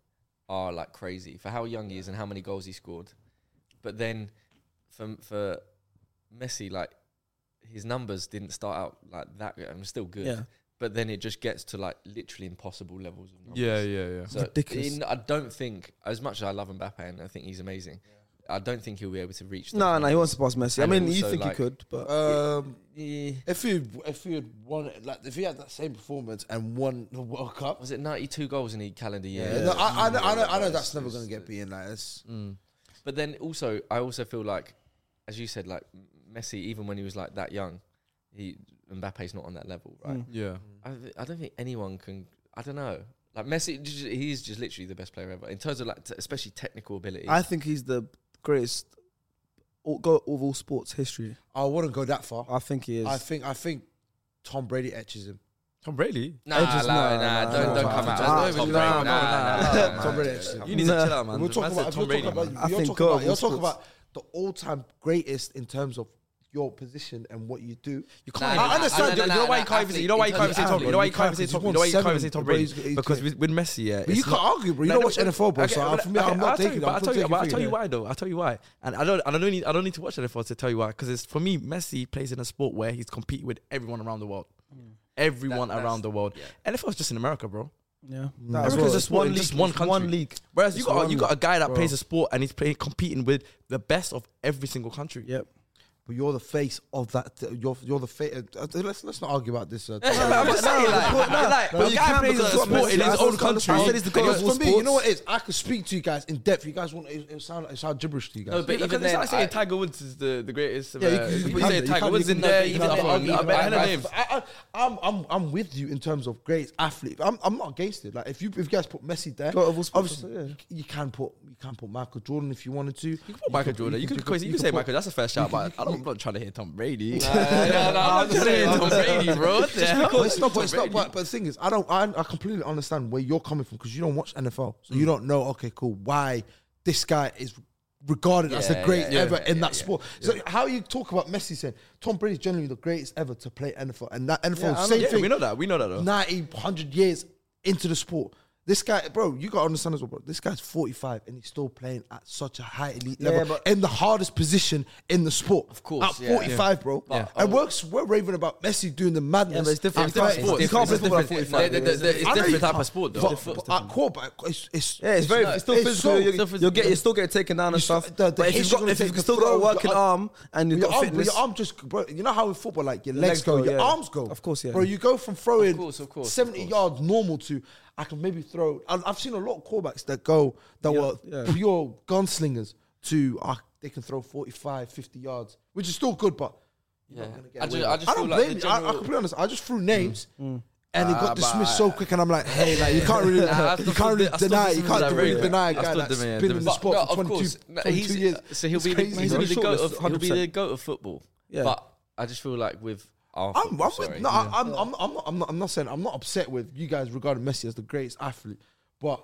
[SPEAKER 3] are like crazy for how young he is and how many goals he scored. But then, for for Messi, like his numbers didn't start out like that. good. I'm still good.
[SPEAKER 2] Yeah.
[SPEAKER 3] But then it just gets to like literally impossible levels of numbers.
[SPEAKER 5] Yeah, yeah, yeah.
[SPEAKER 3] So
[SPEAKER 2] Ridiculous.
[SPEAKER 3] in- I don't think, as much as I love Mbappe and I think he's amazing, I don't think he'll be able to reach. those
[SPEAKER 2] No, no, he
[SPEAKER 3] numbers.
[SPEAKER 2] wants to pass Messi. I
[SPEAKER 3] And
[SPEAKER 2] mean, you
[SPEAKER 3] also,
[SPEAKER 2] think he
[SPEAKER 3] like-
[SPEAKER 2] could, but
[SPEAKER 4] Um,
[SPEAKER 3] Yeah.
[SPEAKER 4] if he if he had won it, like if he had that same performance and won the World Cup,
[SPEAKER 3] Was it 92 goals in a calendar year?
[SPEAKER 4] Yeah, no, I, I, know, I, know, I know that's never going to get beaten like this.
[SPEAKER 5] mm.
[SPEAKER 3] But then also, I also feel like, as you said, like Messi, even when he was like that young, he Mbappe's not on that level,
[SPEAKER 4] Hmm.
[SPEAKER 2] mm.
[SPEAKER 3] right?
[SPEAKER 5] Yeah,
[SPEAKER 3] I, th- I don't think anyone can. I don't know. Like Messi, j- j- he's just literally the best player ever in terms of like, t- especially technical ability.
[SPEAKER 2] I think he's the greatest all, go of all sports history.
[SPEAKER 4] I wouldn't go that far.
[SPEAKER 2] I think he is.
[SPEAKER 4] I think I think Tom Brady etches him.
[SPEAKER 5] Tom Brady.
[SPEAKER 3] nah,
[SPEAKER 2] just-
[SPEAKER 3] nah,
[SPEAKER 2] nah,
[SPEAKER 3] nah,
[SPEAKER 2] nah,
[SPEAKER 3] don't,
[SPEAKER 2] nah,
[SPEAKER 3] don't
[SPEAKER 2] nah,
[SPEAKER 3] come
[SPEAKER 2] nah,
[SPEAKER 3] out.
[SPEAKER 2] nah,
[SPEAKER 3] That's not Tom
[SPEAKER 2] nah,
[SPEAKER 3] Brady. Nah, nah, nah,
[SPEAKER 4] Tom Brady
[SPEAKER 3] nah.
[SPEAKER 4] etches him.
[SPEAKER 5] You need
[SPEAKER 2] Nah.
[SPEAKER 5] to chill out, man.
[SPEAKER 4] We're
[SPEAKER 5] Man
[SPEAKER 4] talking
[SPEAKER 5] said
[SPEAKER 4] about.
[SPEAKER 5] Tom
[SPEAKER 4] You're
[SPEAKER 5] Brady.
[SPEAKER 4] talking
[SPEAKER 5] man.
[SPEAKER 4] about.
[SPEAKER 2] I
[SPEAKER 4] You're
[SPEAKER 2] think
[SPEAKER 4] talking about,
[SPEAKER 2] God
[SPEAKER 4] you're
[SPEAKER 2] was
[SPEAKER 4] talking
[SPEAKER 2] sports.
[SPEAKER 4] about the all-time greatest in terms of your position and what you do. You
[SPEAKER 3] can't even-
[SPEAKER 4] I
[SPEAKER 3] no,
[SPEAKER 4] understand. you
[SPEAKER 3] no,
[SPEAKER 5] You
[SPEAKER 4] know
[SPEAKER 5] know
[SPEAKER 4] why-
[SPEAKER 5] why you can't even say- you know why you can't even say Tom. You know why you can't even say Tom. You know why you can't even say Tom Brady because with, with Messi, yeah,
[SPEAKER 4] But you
[SPEAKER 5] it's
[SPEAKER 4] can't argue, bro. You don't watch NFL, bro, so for me, I'm not
[SPEAKER 5] I'll tell
[SPEAKER 4] taking
[SPEAKER 5] you,
[SPEAKER 4] it.
[SPEAKER 5] But
[SPEAKER 4] I'm
[SPEAKER 5] I
[SPEAKER 4] still
[SPEAKER 5] tell you,
[SPEAKER 4] taking
[SPEAKER 5] but I'll
[SPEAKER 4] three,
[SPEAKER 5] tell you
[SPEAKER 4] yeah.
[SPEAKER 5] why though. I will tell you why, and I don't, I don't need, I don't need to watch NFL to tell you why because it's for me. Messi plays in a sport where he's competing with everyone around the world, everyone around the world. NFL is just in America, bro.
[SPEAKER 2] yeah,
[SPEAKER 5] America's
[SPEAKER 2] Well,
[SPEAKER 5] just one
[SPEAKER 2] Mm. it's
[SPEAKER 5] league, one
[SPEAKER 2] it's
[SPEAKER 5] country.
[SPEAKER 2] one league.
[SPEAKER 5] Whereas
[SPEAKER 2] It's
[SPEAKER 5] you got,
[SPEAKER 2] one
[SPEAKER 5] you got a
[SPEAKER 2] league.
[SPEAKER 5] guy that
[SPEAKER 2] Bro.
[SPEAKER 5] plays a sport and he's playing competing with the best of every single country.
[SPEAKER 2] Yep.
[SPEAKER 4] but you're the face of that. uh, You're you're the face. uh, Let's let's not argue about this. Uh,
[SPEAKER 5] I'm just saying, like, like,
[SPEAKER 2] But
[SPEAKER 5] a
[SPEAKER 2] you
[SPEAKER 5] guy
[SPEAKER 2] can't
[SPEAKER 5] plays
[SPEAKER 2] because
[SPEAKER 5] a
[SPEAKER 2] it's
[SPEAKER 5] sport in
[SPEAKER 2] Messi. I said
[SPEAKER 5] his own
[SPEAKER 2] it's called-
[SPEAKER 5] country.
[SPEAKER 2] I said it's the
[SPEAKER 5] and
[SPEAKER 2] gospel
[SPEAKER 5] you're-
[SPEAKER 4] for me, you know what it is? I could speak to you guys in depth. You guys want it, it sound it sound gibberish to you guys.
[SPEAKER 5] No, but
[SPEAKER 6] Yeah,
[SPEAKER 5] even
[SPEAKER 6] because it's
[SPEAKER 5] then,
[SPEAKER 6] like saying
[SPEAKER 5] I-
[SPEAKER 6] Tiger Woods is the, the greatest.
[SPEAKER 4] Yeah, you
[SPEAKER 6] uh,
[SPEAKER 4] can- you
[SPEAKER 6] you,
[SPEAKER 4] can-
[SPEAKER 6] say
[SPEAKER 4] you
[SPEAKER 6] Tiger
[SPEAKER 4] can-
[SPEAKER 6] Woods
[SPEAKER 4] you
[SPEAKER 6] in
[SPEAKER 4] can-
[SPEAKER 6] there.
[SPEAKER 4] you
[SPEAKER 6] Even
[SPEAKER 4] can-
[SPEAKER 6] after,
[SPEAKER 4] you
[SPEAKER 6] I
[SPEAKER 4] can- you
[SPEAKER 6] bet
[SPEAKER 4] can-
[SPEAKER 6] hella
[SPEAKER 4] I- I-
[SPEAKER 6] names.
[SPEAKER 4] I, I, I'm, I'm, I'm with you in terms of great athlete. I'm, I'm not against it. Like if you, if you guys put Messi there,
[SPEAKER 2] Got of all sports,
[SPEAKER 4] obviously
[SPEAKER 2] yeah.
[SPEAKER 4] you, you can put, you can put Michael Jordan if you wanted to. You can
[SPEAKER 6] Michael Jordan. You could,
[SPEAKER 4] do-
[SPEAKER 6] you could say
[SPEAKER 4] put-
[SPEAKER 6] Michael. That's a fair shout, but I don't, I'm not trying to hear Tom Brady.
[SPEAKER 5] Yeah, no, I'm just saying, Tom Brady, bro. What the hell?
[SPEAKER 4] But it's not, but it's not, but, but the thing is, I don't, I, I completely understand where you're coming from because you don't watch NFL, so
[SPEAKER 6] Mm.
[SPEAKER 4] you don't know. Okay, cool. Why this guy is regarded as the
[SPEAKER 6] Yeah,
[SPEAKER 4] greatest
[SPEAKER 6] yeah,
[SPEAKER 4] ever
[SPEAKER 6] yeah,
[SPEAKER 4] in
[SPEAKER 6] yeah,
[SPEAKER 4] that
[SPEAKER 6] yeah,
[SPEAKER 4] sport? So how you talk about Messi saying Tom Brady's generally the greatest ever to play NFL, and that NFL same
[SPEAKER 6] Yeah,
[SPEAKER 4] thing.
[SPEAKER 6] we know that. We know that though.
[SPEAKER 4] 90, 100 years into the sport. This guy, bro, you gotta understand as well, bro. This guy's 45 and he's still playing at such a high elite
[SPEAKER 2] Yeah,
[SPEAKER 4] level
[SPEAKER 2] but-
[SPEAKER 4] in the hardest position in the sport. Of
[SPEAKER 5] course,
[SPEAKER 4] At
[SPEAKER 5] yeah.
[SPEAKER 4] 45, bro. And works, we're raving about Messi doing the
[SPEAKER 2] um,
[SPEAKER 4] madness.
[SPEAKER 2] Yeah, but it's different.
[SPEAKER 4] at
[SPEAKER 2] It's different.
[SPEAKER 4] 30.
[SPEAKER 2] You can't play football at 45.
[SPEAKER 6] It's different. It's
[SPEAKER 4] I know you
[SPEAKER 6] different type
[SPEAKER 4] can't,
[SPEAKER 6] of sport though.
[SPEAKER 4] but-
[SPEAKER 6] It's different.
[SPEAKER 4] but At quarterback, it's, it's,
[SPEAKER 2] Yeah, it's very. It's still physical.
[SPEAKER 4] so-
[SPEAKER 2] you're, you're, get, you're still getting taken down and
[SPEAKER 4] You still-
[SPEAKER 2] stuff.
[SPEAKER 4] the- the
[SPEAKER 2] but if
[SPEAKER 4] hits
[SPEAKER 2] you've
[SPEAKER 4] you're
[SPEAKER 2] got,
[SPEAKER 4] gonna
[SPEAKER 2] if
[SPEAKER 4] take,
[SPEAKER 2] you
[SPEAKER 4] the
[SPEAKER 2] still got a
[SPEAKER 4] throw,
[SPEAKER 2] working
[SPEAKER 4] your
[SPEAKER 2] arm and you've
[SPEAKER 4] your,
[SPEAKER 2] got
[SPEAKER 4] arm, bro,
[SPEAKER 2] fitness,
[SPEAKER 4] your arm just, bro, you know how in football, like your legs,
[SPEAKER 2] legs
[SPEAKER 4] go,
[SPEAKER 2] go,
[SPEAKER 4] your
[SPEAKER 2] yeah.
[SPEAKER 4] arms go.
[SPEAKER 2] Of course, yeah.
[SPEAKER 4] Bro, you go from throwing
[SPEAKER 5] Of course, of course, of
[SPEAKER 4] 70
[SPEAKER 5] course.
[SPEAKER 4] yards normal to, I can maybe throw. I, I've seen a lot of quarterbacks that go, that
[SPEAKER 2] Yeah,
[SPEAKER 4] were
[SPEAKER 2] yeah.
[SPEAKER 4] pure gunslingers to, ah, they can throw 45, 50 yards, which is still good, but you're not gonna get
[SPEAKER 5] I just-
[SPEAKER 4] away with
[SPEAKER 5] I
[SPEAKER 4] it.
[SPEAKER 5] just
[SPEAKER 4] I don't
[SPEAKER 5] feel like
[SPEAKER 4] blame
[SPEAKER 5] the
[SPEAKER 4] you. I, I
[SPEAKER 5] general-
[SPEAKER 4] completely understand. I just threw names. And it
[SPEAKER 6] Ah,
[SPEAKER 4] got
[SPEAKER 6] but
[SPEAKER 4] dismissed
[SPEAKER 6] I-
[SPEAKER 4] so quick, and I'm like, hey, like, you can't really,
[SPEAKER 6] Nah, I still
[SPEAKER 4] you can't
[SPEAKER 6] feel-
[SPEAKER 4] really
[SPEAKER 6] I still
[SPEAKER 4] deny,
[SPEAKER 6] feel
[SPEAKER 4] you can't
[SPEAKER 6] that
[SPEAKER 4] really
[SPEAKER 6] way.
[SPEAKER 4] deny a
[SPEAKER 6] I
[SPEAKER 4] guy
[SPEAKER 6] still
[SPEAKER 4] that's
[SPEAKER 6] demand
[SPEAKER 4] been
[SPEAKER 6] them.
[SPEAKER 4] in the
[SPEAKER 6] But-
[SPEAKER 4] sport
[SPEAKER 5] no,
[SPEAKER 4] for
[SPEAKER 5] of
[SPEAKER 4] 22,
[SPEAKER 5] course. No,
[SPEAKER 4] 22
[SPEAKER 5] he's-
[SPEAKER 4] years.
[SPEAKER 6] So he'll
[SPEAKER 4] It's
[SPEAKER 6] be the-
[SPEAKER 4] crazy.
[SPEAKER 6] he's
[SPEAKER 2] on
[SPEAKER 6] gonna
[SPEAKER 2] the
[SPEAKER 6] be the goat
[SPEAKER 2] shortlist,
[SPEAKER 6] of he'll be
[SPEAKER 2] 100%.
[SPEAKER 6] the goat of football.
[SPEAKER 2] Yeah.
[SPEAKER 6] But I just feel like with our
[SPEAKER 4] I'm, I'm
[SPEAKER 6] football,
[SPEAKER 4] with,
[SPEAKER 6] sorry.
[SPEAKER 4] no, I- I'm, I'm, I'm, not, I'm not. I'm not saying I'm not upset with you guys regarding Messi as the greatest athlete, but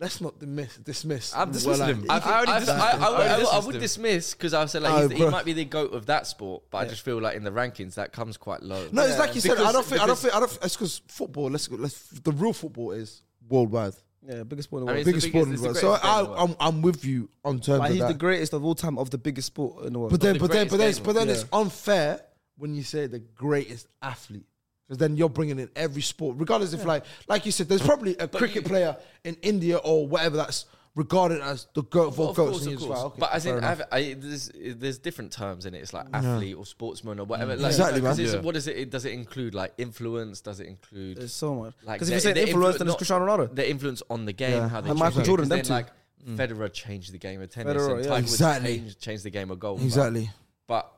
[SPEAKER 4] let's not dismiss. dismiss
[SPEAKER 6] I'm
[SPEAKER 4] well,
[SPEAKER 6] dismissing
[SPEAKER 4] like,
[SPEAKER 6] him.
[SPEAKER 4] I-
[SPEAKER 6] I
[SPEAKER 5] I already
[SPEAKER 6] already
[SPEAKER 5] dis- I- I would-
[SPEAKER 6] I would- I
[SPEAKER 5] dismissed
[SPEAKER 6] would
[SPEAKER 5] him.
[SPEAKER 6] dismiss because I was saying
[SPEAKER 4] Oh,
[SPEAKER 6] like he's the-
[SPEAKER 4] bro.
[SPEAKER 6] he might be the goat of that sport, but I just feel like in the rankings that comes quite low.
[SPEAKER 4] no, it's like you said. I
[SPEAKER 6] Because-
[SPEAKER 4] don't think. I don't
[SPEAKER 6] because-
[SPEAKER 4] think. I don't. Think, it's because football. Let's go. Let's. The real football is worldwide.
[SPEAKER 2] yeah, biggest sport in the
[SPEAKER 6] I mean,
[SPEAKER 2] world.
[SPEAKER 6] it's
[SPEAKER 4] biggest
[SPEAKER 6] the
[SPEAKER 4] sport in the
[SPEAKER 6] biggest-
[SPEAKER 4] world.
[SPEAKER 6] it's the
[SPEAKER 4] So
[SPEAKER 6] greatest
[SPEAKER 4] I,
[SPEAKER 6] game in the
[SPEAKER 4] I'm,
[SPEAKER 6] world.
[SPEAKER 4] I'm with you on terms
[SPEAKER 2] But
[SPEAKER 4] of
[SPEAKER 2] he's
[SPEAKER 4] that.
[SPEAKER 2] the greatest of all time of the biggest sport in the world.
[SPEAKER 4] But then,
[SPEAKER 6] the
[SPEAKER 4] but then, but then,
[SPEAKER 6] greatest
[SPEAKER 4] but then
[SPEAKER 2] game.
[SPEAKER 4] it's unfair when you say the greatest athlete. Because then you're bringing in every sport, regardless if like, like you said, there's probably a cricket player in India or whatever that's regarded as the goat of all
[SPEAKER 6] Of
[SPEAKER 4] goats.
[SPEAKER 6] course,
[SPEAKER 4] and
[SPEAKER 6] of
[SPEAKER 4] you're just
[SPEAKER 6] course.
[SPEAKER 4] like, okay,
[SPEAKER 6] but as
[SPEAKER 4] fair
[SPEAKER 6] in,
[SPEAKER 4] enough.
[SPEAKER 6] I've, I, there's, there's different terms in it. It's like athlete or sportsman or whatever. Like,
[SPEAKER 4] Exactly,
[SPEAKER 6] because
[SPEAKER 4] man.
[SPEAKER 6] it's-
[SPEAKER 4] Yeah.
[SPEAKER 6] What does it, it? Does it include like influence? Does it include
[SPEAKER 2] There's so much.
[SPEAKER 6] like
[SPEAKER 2] Because if
[SPEAKER 6] their-
[SPEAKER 2] you say
[SPEAKER 6] their
[SPEAKER 2] influence, then
[SPEAKER 6] influ-
[SPEAKER 2] it's
[SPEAKER 6] not-
[SPEAKER 2] Cristiano Ronaldo.
[SPEAKER 6] Their influence on the game,
[SPEAKER 4] Yeah.
[SPEAKER 6] how they changed
[SPEAKER 2] And Michael
[SPEAKER 6] it.
[SPEAKER 2] Jordan,
[SPEAKER 6] 'Cause
[SPEAKER 2] them
[SPEAKER 6] then,
[SPEAKER 2] two.
[SPEAKER 6] like Federer changed the game of tennis,
[SPEAKER 2] Federer,
[SPEAKER 6] and
[SPEAKER 2] yeah.
[SPEAKER 6] Tiger
[SPEAKER 4] Mm. Exactly.
[SPEAKER 6] exactly. changed, changed the game of golf. but-
[SPEAKER 4] exactly.
[SPEAKER 6] But,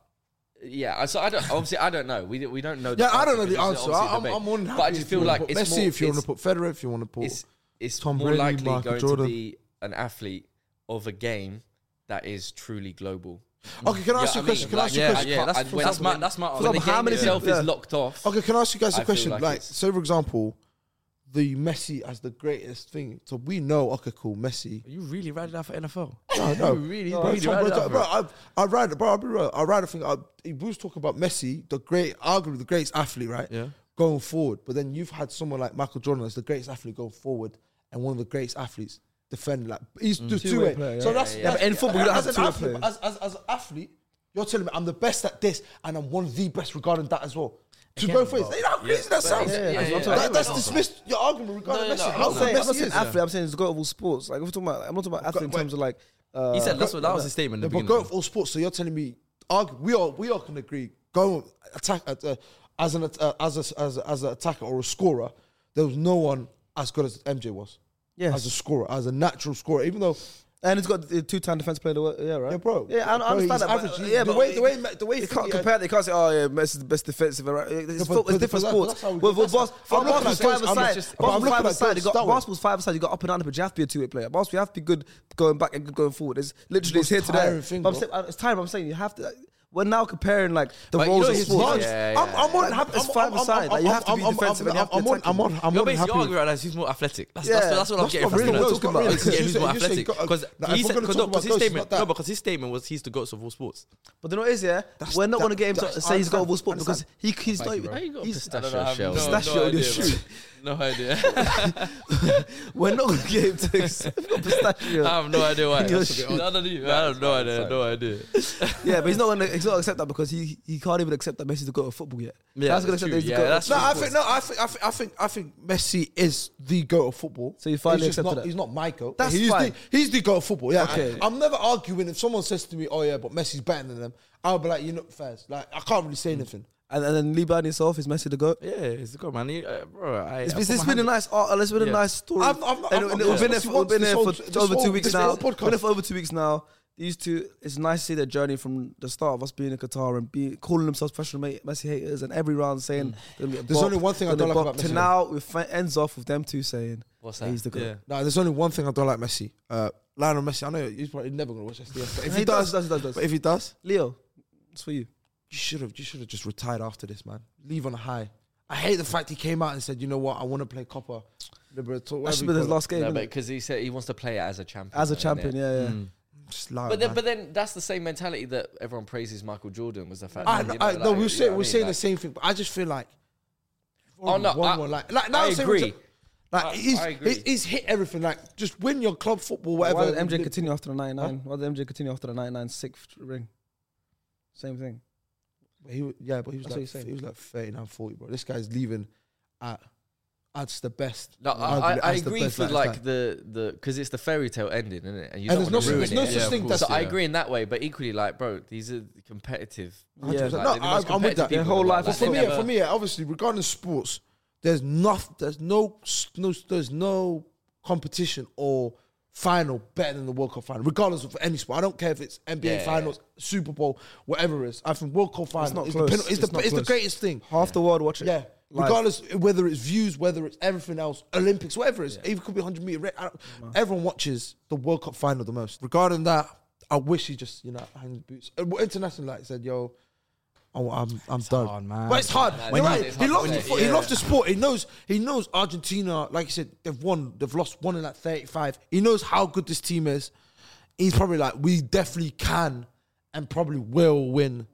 [SPEAKER 6] yeah, I- so I don't. Obviously, I don't know. We we don't know.
[SPEAKER 4] Yeah, I don't know the
[SPEAKER 6] because it's obviously
[SPEAKER 4] answer.
[SPEAKER 6] a
[SPEAKER 4] I, I'm,
[SPEAKER 6] debate.
[SPEAKER 4] I'm more than happy.
[SPEAKER 6] But I just
[SPEAKER 4] if you
[SPEAKER 6] feel
[SPEAKER 4] wanna
[SPEAKER 6] like
[SPEAKER 4] put
[SPEAKER 6] it's
[SPEAKER 4] Messi,
[SPEAKER 6] more,
[SPEAKER 4] if you want
[SPEAKER 6] it's-
[SPEAKER 4] to put Federer, if you want to put
[SPEAKER 6] it's it's
[SPEAKER 4] Tom
[SPEAKER 6] more
[SPEAKER 4] Brady,
[SPEAKER 6] likely
[SPEAKER 4] Michael
[SPEAKER 6] going
[SPEAKER 4] Jordan.
[SPEAKER 6] to be an athlete of a game that is truly global.
[SPEAKER 4] Okay, can I ask you a question? Can I ask you a question?
[SPEAKER 6] Yeah,
[SPEAKER 4] Can't-
[SPEAKER 6] that's,
[SPEAKER 4] for
[SPEAKER 6] that's
[SPEAKER 4] example-
[SPEAKER 6] my that's my.
[SPEAKER 2] for
[SPEAKER 6] when the
[SPEAKER 2] example, how
[SPEAKER 6] game
[SPEAKER 2] many
[SPEAKER 6] itself
[SPEAKER 2] people-
[SPEAKER 6] is locked off.
[SPEAKER 4] Okay, can I ask you guys
[SPEAKER 6] I
[SPEAKER 4] a
[SPEAKER 6] feel
[SPEAKER 4] question? Like,
[SPEAKER 6] like it's-
[SPEAKER 4] so for example, the Messi as the greatest thing. So we know, okay, cool, Messi.
[SPEAKER 6] You really riding out for NFL?
[SPEAKER 4] No, no,
[SPEAKER 6] You really,
[SPEAKER 4] no,
[SPEAKER 6] really
[SPEAKER 4] Tom
[SPEAKER 6] riding
[SPEAKER 4] Brady-
[SPEAKER 6] out for
[SPEAKER 4] bro,
[SPEAKER 6] it.
[SPEAKER 4] I, I ride, bro. I'll be real. I ride a thing. I, we was talking about Messi, the great, arguably the greatest athlete, right?
[SPEAKER 6] Yeah.
[SPEAKER 4] Going forward, but then you've had someone like Michael Jordan as the greatest athlete going forward, and one of the greatest athletes defending. Like he's two, two
[SPEAKER 2] Mm. Two-way
[SPEAKER 4] way.
[SPEAKER 2] player,
[SPEAKER 4] So
[SPEAKER 2] yeah.
[SPEAKER 4] that's
[SPEAKER 2] Yeah, but
[SPEAKER 4] that's-
[SPEAKER 2] in football, you don't
[SPEAKER 4] as
[SPEAKER 2] have
[SPEAKER 4] an
[SPEAKER 2] two-way
[SPEAKER 4] athlete,
[SPEAKER 2] players.
[SPEAKER 4] as, as as an athlete. You're telling me I'm the best at this, and I'm one of the best regarding that as well. To go for it, you know how crazy that sounds.
[SPEAKER 6] yeah, yeah,
[SPEAKER 4] That-
[SPEAKER 6] yeah, yeah.
[SPEAKER 4] that's dismissed your argument
[SPEAKER 6] No,
[SPEAKER 4] regarding
[SPEAKER 6] no,
[SPEAKER 4] Messi.
[SPEAKER 6] no,
[SPEAKER 4] How
[SPEAKER 2] I'm,
[SPEAKER 4] good
[SPEAKER 2] saying, I'm not
[SPEAKER 4] Messi
[SPEAKER 2] saying
[SPEAKER 4] is.
[SPEAKER 2] athlete. I'm saying it's the goat of all sports. Like if we're talking about, I'm not talking about athlete in terms of like. Uh,
[SPEAKER 6] He said that's what that was his statement.
[SPEAKER 4] Yeah,
[SPEAKER 6] In the
[SPEAKER 4] but
[SPEAKER 6] beginning.
[SPEAKER 4] go for all sports. So you're telling me, argue, we all we all can agree. Go attack at, uh, as an uh, as a, as a, as an attacker or a scorer. There was no one as good as MJ was
[SPEAKER 2] yeah,
[SPEAKER 4] as a scorer, as a natural scorer. Even though,
[SPEAKER 2] and it's got the two-time defense player. of the world, Yeah, right.
[SPEAKER 4] yeah, bro,
[SPEAKER 2] Yeah, I,
[SPEAKER 4] bro,
[SPEAKER 2] I understand
[SPEAKER 4] he's
[SPEAKER 2] that. but-
[SPEAKER 4] average.
[SPEAKER 2] uh,
[SPEAKER 4] He-
[SPEAKER 2] yeah,
[SPEAKER 4] the
[SPEAKER 2] but
[SPEAKER 4] way the way Ma- the way
[SPEAKER 2] They
[SPEAKER 4] he-
[SPEAKER 2] can't compare. They can't say, "Oh yeah, Messi's the best defensive." Right? It's,
[SPEAKER 4] Yeah, but-
[SPEAKER 2] fo- it's
[SPEAKER 4] but-
[SPEAKER 2] different
[SPEAKER 4] but that-
[SPEAKER 2] sports.
[SPEAKER 4] that's how we-
[SPEAKER 2] With, with
[SPEAKER 4] that's-
[SPEAKER 2] bas- for
[SPEAKER 4] I'm looking
[SPEAKER 2] basketball,
[SPEAKER 4] at
[SPEAKER 2] five
[SPEAKER 4] James- I'm
[SPEAKER 2] aside,
[SPEAKER 4] just- but I'm
[SPEAKER 2] basketball
[SPEAKER 4] looking
[SPEAKER 2] five
[SPEAKER 4] at
[SPEAKER 2] aside, you
[SPEAKER 4] James
[SPEAKER 2] got
[SPEAKER 4] Starwell.
[SPEAKER 2] basketball's five aside. You got up and down, but you have to be a two-way player. Basketball, you have to be good going back and good going forward. It's literally it's here
[SPEAKER 4] Most
[SPEAKER 2] today.
[SPEAKER 4] tiring thing,
[SPEAKER 2] But I'm
[SPEAKER 4] bro.
[SPEAKER 2] saying- uh, it's time. I'm saying you have to. We're now comparing like the
[SPEAKER 6] But you
[SPEAKER 2] roles
[SPEAKER 6] know
[SPEAKER 2] of
[SPEAKER 6] his
[SPEAKER 2] sports.
[SPEAKER 6] large- Yeah,
[SPEAKER 4] I'm, I'm more than
[SPEAKER 2] yeah.
[SPEAKER 4] happy.
[SPEAKER 2] It's
[SPEAKER 4] I'm-
[SPEAKER 2] five
[SPEAKER 4] I'm-
[SPEAKER 2] aside,
[SPEAKER 4] I'm-
[SPEAKER 2] like, you have to
[SPEAKER 4] I'm-
[SPEAKER 2] be
[SPEAKER 4] I'm-
[SPEAKER 2] defensive
[SPEAKER 4] I'm-
[SPEAKER 2] and you have to
[SPEAKER 4] I'm
[SPEAKER 2] be
[SPEAKER 4] on. I'm on. I'm
[SPEAKER 6] You're
[SPEAKER 4] on.
[SPEAKER 6] basically
[SPEAKER 4] happy.
[SPEAKER 6] arguing right now. He's more athletic. That's,
[SPEAKER 2] Yeah.
[SPEAKER 6] that's, that's what I'm
[SPEAKER 4] That's
[SPEAKER 6] getting
[SPEAKER 4] not
[SPEAKER 6] from
[SPEAKER 4] really
[SPEAKER 6] him.
[SPEAKER 4] what we're
[SPEAKER 6] That's
[SPEAKER 4] talking
[SPEAKER 6] what I'm
[SPEAKER 4] about.
[SPEAKER 6] getting
[SPEAKER 4] You
[SPEAKER 6] He's
[SPEAKER 4] said-
[SPEAKER 6] more
[SPEAKER 4] you said
[SPEAKER 6] athletic
[SPEAKER 4] got-
[SPEAKER 6] because
[SPEAKER 4] like,
[SPEAKER 6] he
[SPEAKER 4] if we're
[SPEAKER 6] said
[SPEAKER 4] gonna
[SPEAKER 6] because
[SPEAKER 4] talk
[SPEAKER 6] no, because
[SPEAKER 4] about
[SPEAKER 6] his
[SPEAKER 4] goats,
[SPEAKER 6] statement
[SPEAKER 4] not that.
[SPEAKER 6] no, because his statement was he's the goats of all sports.
[SPEAKER 2] But the know is, yeah, we're not
[SPEAKER 4] that-
[SPEAKER 2] going to get him to
[SPEAKER 4] that's-
[SPEAKER 2] say he's got
[SPEAKER 4] I
[SPEAKER 2] a world sport because
[SPEAKER 4] understand.
[SPEAKER 2] he, he's not.
[SPEAKER 4] you, bro.
[SPEAKER 2] even-
[SPEAKER 6] got
[SPEAKER 2] he's-
[SPEAKER 6] pistachio shells?
[SPEAKER 5] No,
[SPEAKER 2] Pistachio
[SPEAKER 5] no
[SPEAKER 2] in your
[SPEAKER 5] idea,
[SPEAKER 2] shoe.
[SPEAKER 5] bro. No idea.
[SPEAKER 2] We're not going to get him to. accept- We've got pistachio.
[SPEAKER 5] Um, I have no idea why.
[SPEAKER 2] In your shoe.
[SPEAKER 5] None of you. I have no idea. No idea.
[SPEAKER 2] Yeah, but he's not going to he's not accept that because he he can't even accept that Messi to go to football yet.
[SPEAKER 3] Yeah,
[SPEAKER 2] that's gonna
[SPEAKER 3] that's
[SPEAKER 2] accept
[SPEAKER 3] true.
[SPEAKER 2] that he's
[SPEAKER 3] Yeah,
[SPEAKER 2] got-
[SPEAKER 3] that's
[SPEAKER 4] No, I think no, I think I think I think I think Messi is the goat of football.
[SPEAKER 2] So you finally
[SPEAKER 4] he's just
[SPEAKER 2] accepted
[SPEAKER 4] not,
[SPEAKER 2] that?
[SPEAKER 4] He's not my goat.
[SPEAKER 2] That's
[SPEAKER 4] he's
[SPEAKER 2] fine.
[SPEAKER 4] The, he's the goat of football. Yeah,
[SPEAKER 2] Okay.
[SPEAKER 4] I, am never arguing if someone says to me, "Oh yeah, but Messi's better than them," I'll be like, "You're not fair." Like I can't really
[SPEAKER 2] Hmm.
[SPEAKER 4] say anything.
[SPEAKER 2] and, and then Liban himself is Messi to go.
[SPEAKER 3] Yeah, it's good, man. He- uh, bro, I,
[SPEAKER 2] It's,
[SPEAKER 3] I
[SPEAKER 2] it's,
[SPEAKER 3] put
[SPEAKER 2] it's
[SPEAKER 3] my
[SPEAKER 2] been a
[SPEAKER 3] hand-
[SPEAKER 2] nice, art, it's been a nice story.
[SPEAKER 4] I'm- I'm- I'm-
[SPEAKER 2] and and
[SPEAKER 4] I'm-
[SPEAKER 2] we've been there
[SPEAKER 4] yeah.
[SPEAKER 2] for, we've been
[SPEAKER 4] This
[SPEAKER 2] there
[SPEAKER 4] whole-
[SPEAKER 2] for
[SPEAKER 4] this
[SPEAKER 2] over
[SPEAKER 4] whole-
[SPEAKER 2] two weeks
[SPEAKER 4] this
[SPEAKER 2] now.
[SPEAKER 4] whole
[SPEAKER 2] We've
[SPEAKER 4] podcast.
[SPEAKER 2] been there for over two weeks now. These two, it's nice to see their journey from the start of us being in Qatar and be, calling themselves professional Ma- Messi haters and every round saying they're gonna get
[SPEAKER 4] There's
[SPEAKER 2] bopped,
[SPEAKER 4] only one thing I
[SPEAKER 2] they're
[SPEAKER 4] don't
[SPEAKER 2] gonna
[SPEAKER 4] like
[SPEAKER 2] get
[SPEAKER 4] about
[SPEAKER 2] bopped, To now, it fin- ends off with them two saying
[SPEAKER 3] What's
[SPEAKER 2] that
[SPEAKER 3] that?
[SPEAKER 2] he's the goat.
[SPEAKER 3] Yeah.
[SPEAKER 4] No, there's only one thing I don't like Messi. Uh, Lionel Messi. I know he's probably never gonna watch SDS, but if
[SPEAKER 2] And
[SPEAKER 4] he, does,
[SPEAKER 2] does, does, does.
[SPEAKER 4] but if he does,
[SPEAKER 2] Leo, it's for you.
[SPEAKER 4] you should have you should have just retired after this, man. Leave on a high. I hate the fact he came out and said, "You know what? I want to play Copper." Liberator,
[SPEAKER 2] That should be his last game.
[SPEAKER 3] No,
[SPEAKER 2] innit?
[SPEAKER 3] but because he said he wants to play it as a champion.
[SPEAKER 2] As a
[SPEAKER 3] though, innit?
[SPEAKER 2] champion, yeah, yeah.
[SPEAKER 4] Just lie,
[SPEAKER 3] But
[SPEAKER 4] Oh, man.
[SPEAKER 3] then, but then that's the same mentality that everyone praises Michael Jordan was the fact.
[SPEAKER 4] I,
[SPEAKER 3] that, you know,
[SPEAKER 4] I,
[SPEAKER 3] like,
[SPEAKER 4] no,
[SPEAKER 3] you know
[SPEAKER 4] we're saying
[SPEAKER 3] what I
[SPEAKER 4] we're
[SPEAKER 3] mean?
[SPEAKER 4] saying the
[SPEAKER 3] Like,
[SPEAKER 4] same thing, but I just feel like.
[SPEAKER 3] Oh, no,
[SPEAKER 4] one
[SPEAKER 3] I-
[SPEAKER 4] more like, like now
[SPEAKER 3] I
[SPEAKER 4] I'm saying
[SPEAKER 3] agree.
[SPEAKER 4] we're ta- Like
[SPEAKER 3] I-
[SPEAKER 4] he's,
[SPEAKER 3] I agree.
[SPEAKER 4] he- he's hit everything. Like just win your club football, whatever.
[SPEAKER 2] Why did MJ continue after the 99? Why did MJ continue after the 99 sixth ring? Same thing.
[SPEAKER 4] He, wa- yeah, but he was
[SPEAKER 2] That's what
[SPEAKER 4] like
[SPEAKER 2] he's saying.
[SPEAKER 4] he was like 39, 40, bro. This guy's leaving. At that's the best.
[SPEAKER 3] No, I, I,
[SPEAKER 4] Arguably,
[SPEAKER 3] I
[SPEAKER 4] Ads the
[SPEAKER 3] agree
[SPEAKER 4] best
[SPEAKER 3] for
[SPEAKER 4] at his
[SPEAKER 3] like
[SPEAKER 4] time.
[SPEAKER 3] the the because it's the fairy tale ending, isn't it? And you
[SPEAKER 4] And
[SPEAKER 3] don't want
[SPEAKER 4] there's no-
[SPEAKER 3] to ruin
[SPEAKER 4] there's no
[SPEAKER 3] it.
[SPEAKER 4] such Yeah, of thing course.
[SPEAKER 3] So
[SPEAKER 4] that's-
[SPEAKER 3] I
[SPEAKER 4] yeah.
[SPEAKER 3] agree in that way, but equally, like, bro, these are competitive.
[SPEAKER 2] Yeah.
[SPEAKER 3] like,
[SPEAKER 4] no,
[SPEAKER 3] they're the
[SPEAKER 4] I,
[SPEAKER 3] most
[SPEAKER 4] I'm with
[SPEAKER 3] competitive
[SPEAKER 4] that.
[SPEAKER 3] people
[SPEAKER 2] Their whole
[SPEAKER 3] in the
[SPEAKER 2] life
[SPEAKER 3] world.
[SPEAKER 2] is
[SPEAKER 3] Like,
[SPEAKER 4] for me,
[SPEAKER 3] they
[SPEAKER 4] yeah,
[SPEAKER 3] never-
[SPEAKER 4] for me, yeah, obviously, regarding sports, there's nothing, there's no, s- no, s- there's no competition or final better than the World Cup final, regardless of any sport. I don't care if it's NBA
[SPEAKER 3] Yeah, yeah,
[SPEAKER 4] finals, Super Bowl, whatever it is. I think World Cup final
[SPEAKER 2] not
[SPEAKER 4] is the,
[SPEAKER 2] close.
[SPEAKER 4] penal- is
[SPEAKER 2] It's
[SPEAKER 4] the,
[SPEAKER 2] not
[SPEAKER 4] it's the
[SPEAKER 2] close.
[SPEAKER 4] greatest thing.
[SPEAKER 2] Half the world watch it.
[SPEAKER 4] Yeah.
[SPEAKER 2] live.
[SPEAKER 4] Regardless, whether it's views, whether it's everything else, Olympics, whatever it is, even could be 100 meter. ra- I don't- Everyone watches the World Cup final the most. Regarding that, I wish he just, you know, hangs boots. Uh, well, International, like, said, yo, I'm, I'm, I'm done.
[SPEAKER 5] hard, man.
[SPEAKER 4] But it's hard.
[SPEAKER 3] Yeah,
[SPEAKER 4] You're
[SPEAKER 3] it's
[SPEAKER 4] right.
[SPEAKER 3] hard.
[SPEAKER 4] He loves,
[SPEAKER 3] Yeah.
[SPEAKER 4] the, fo- he loves the sport. He knows, he knows Argentina, like you said, they've won, they've lost one in like 35. He knows how good this team is. He's probably like, we definitely can and probably will win.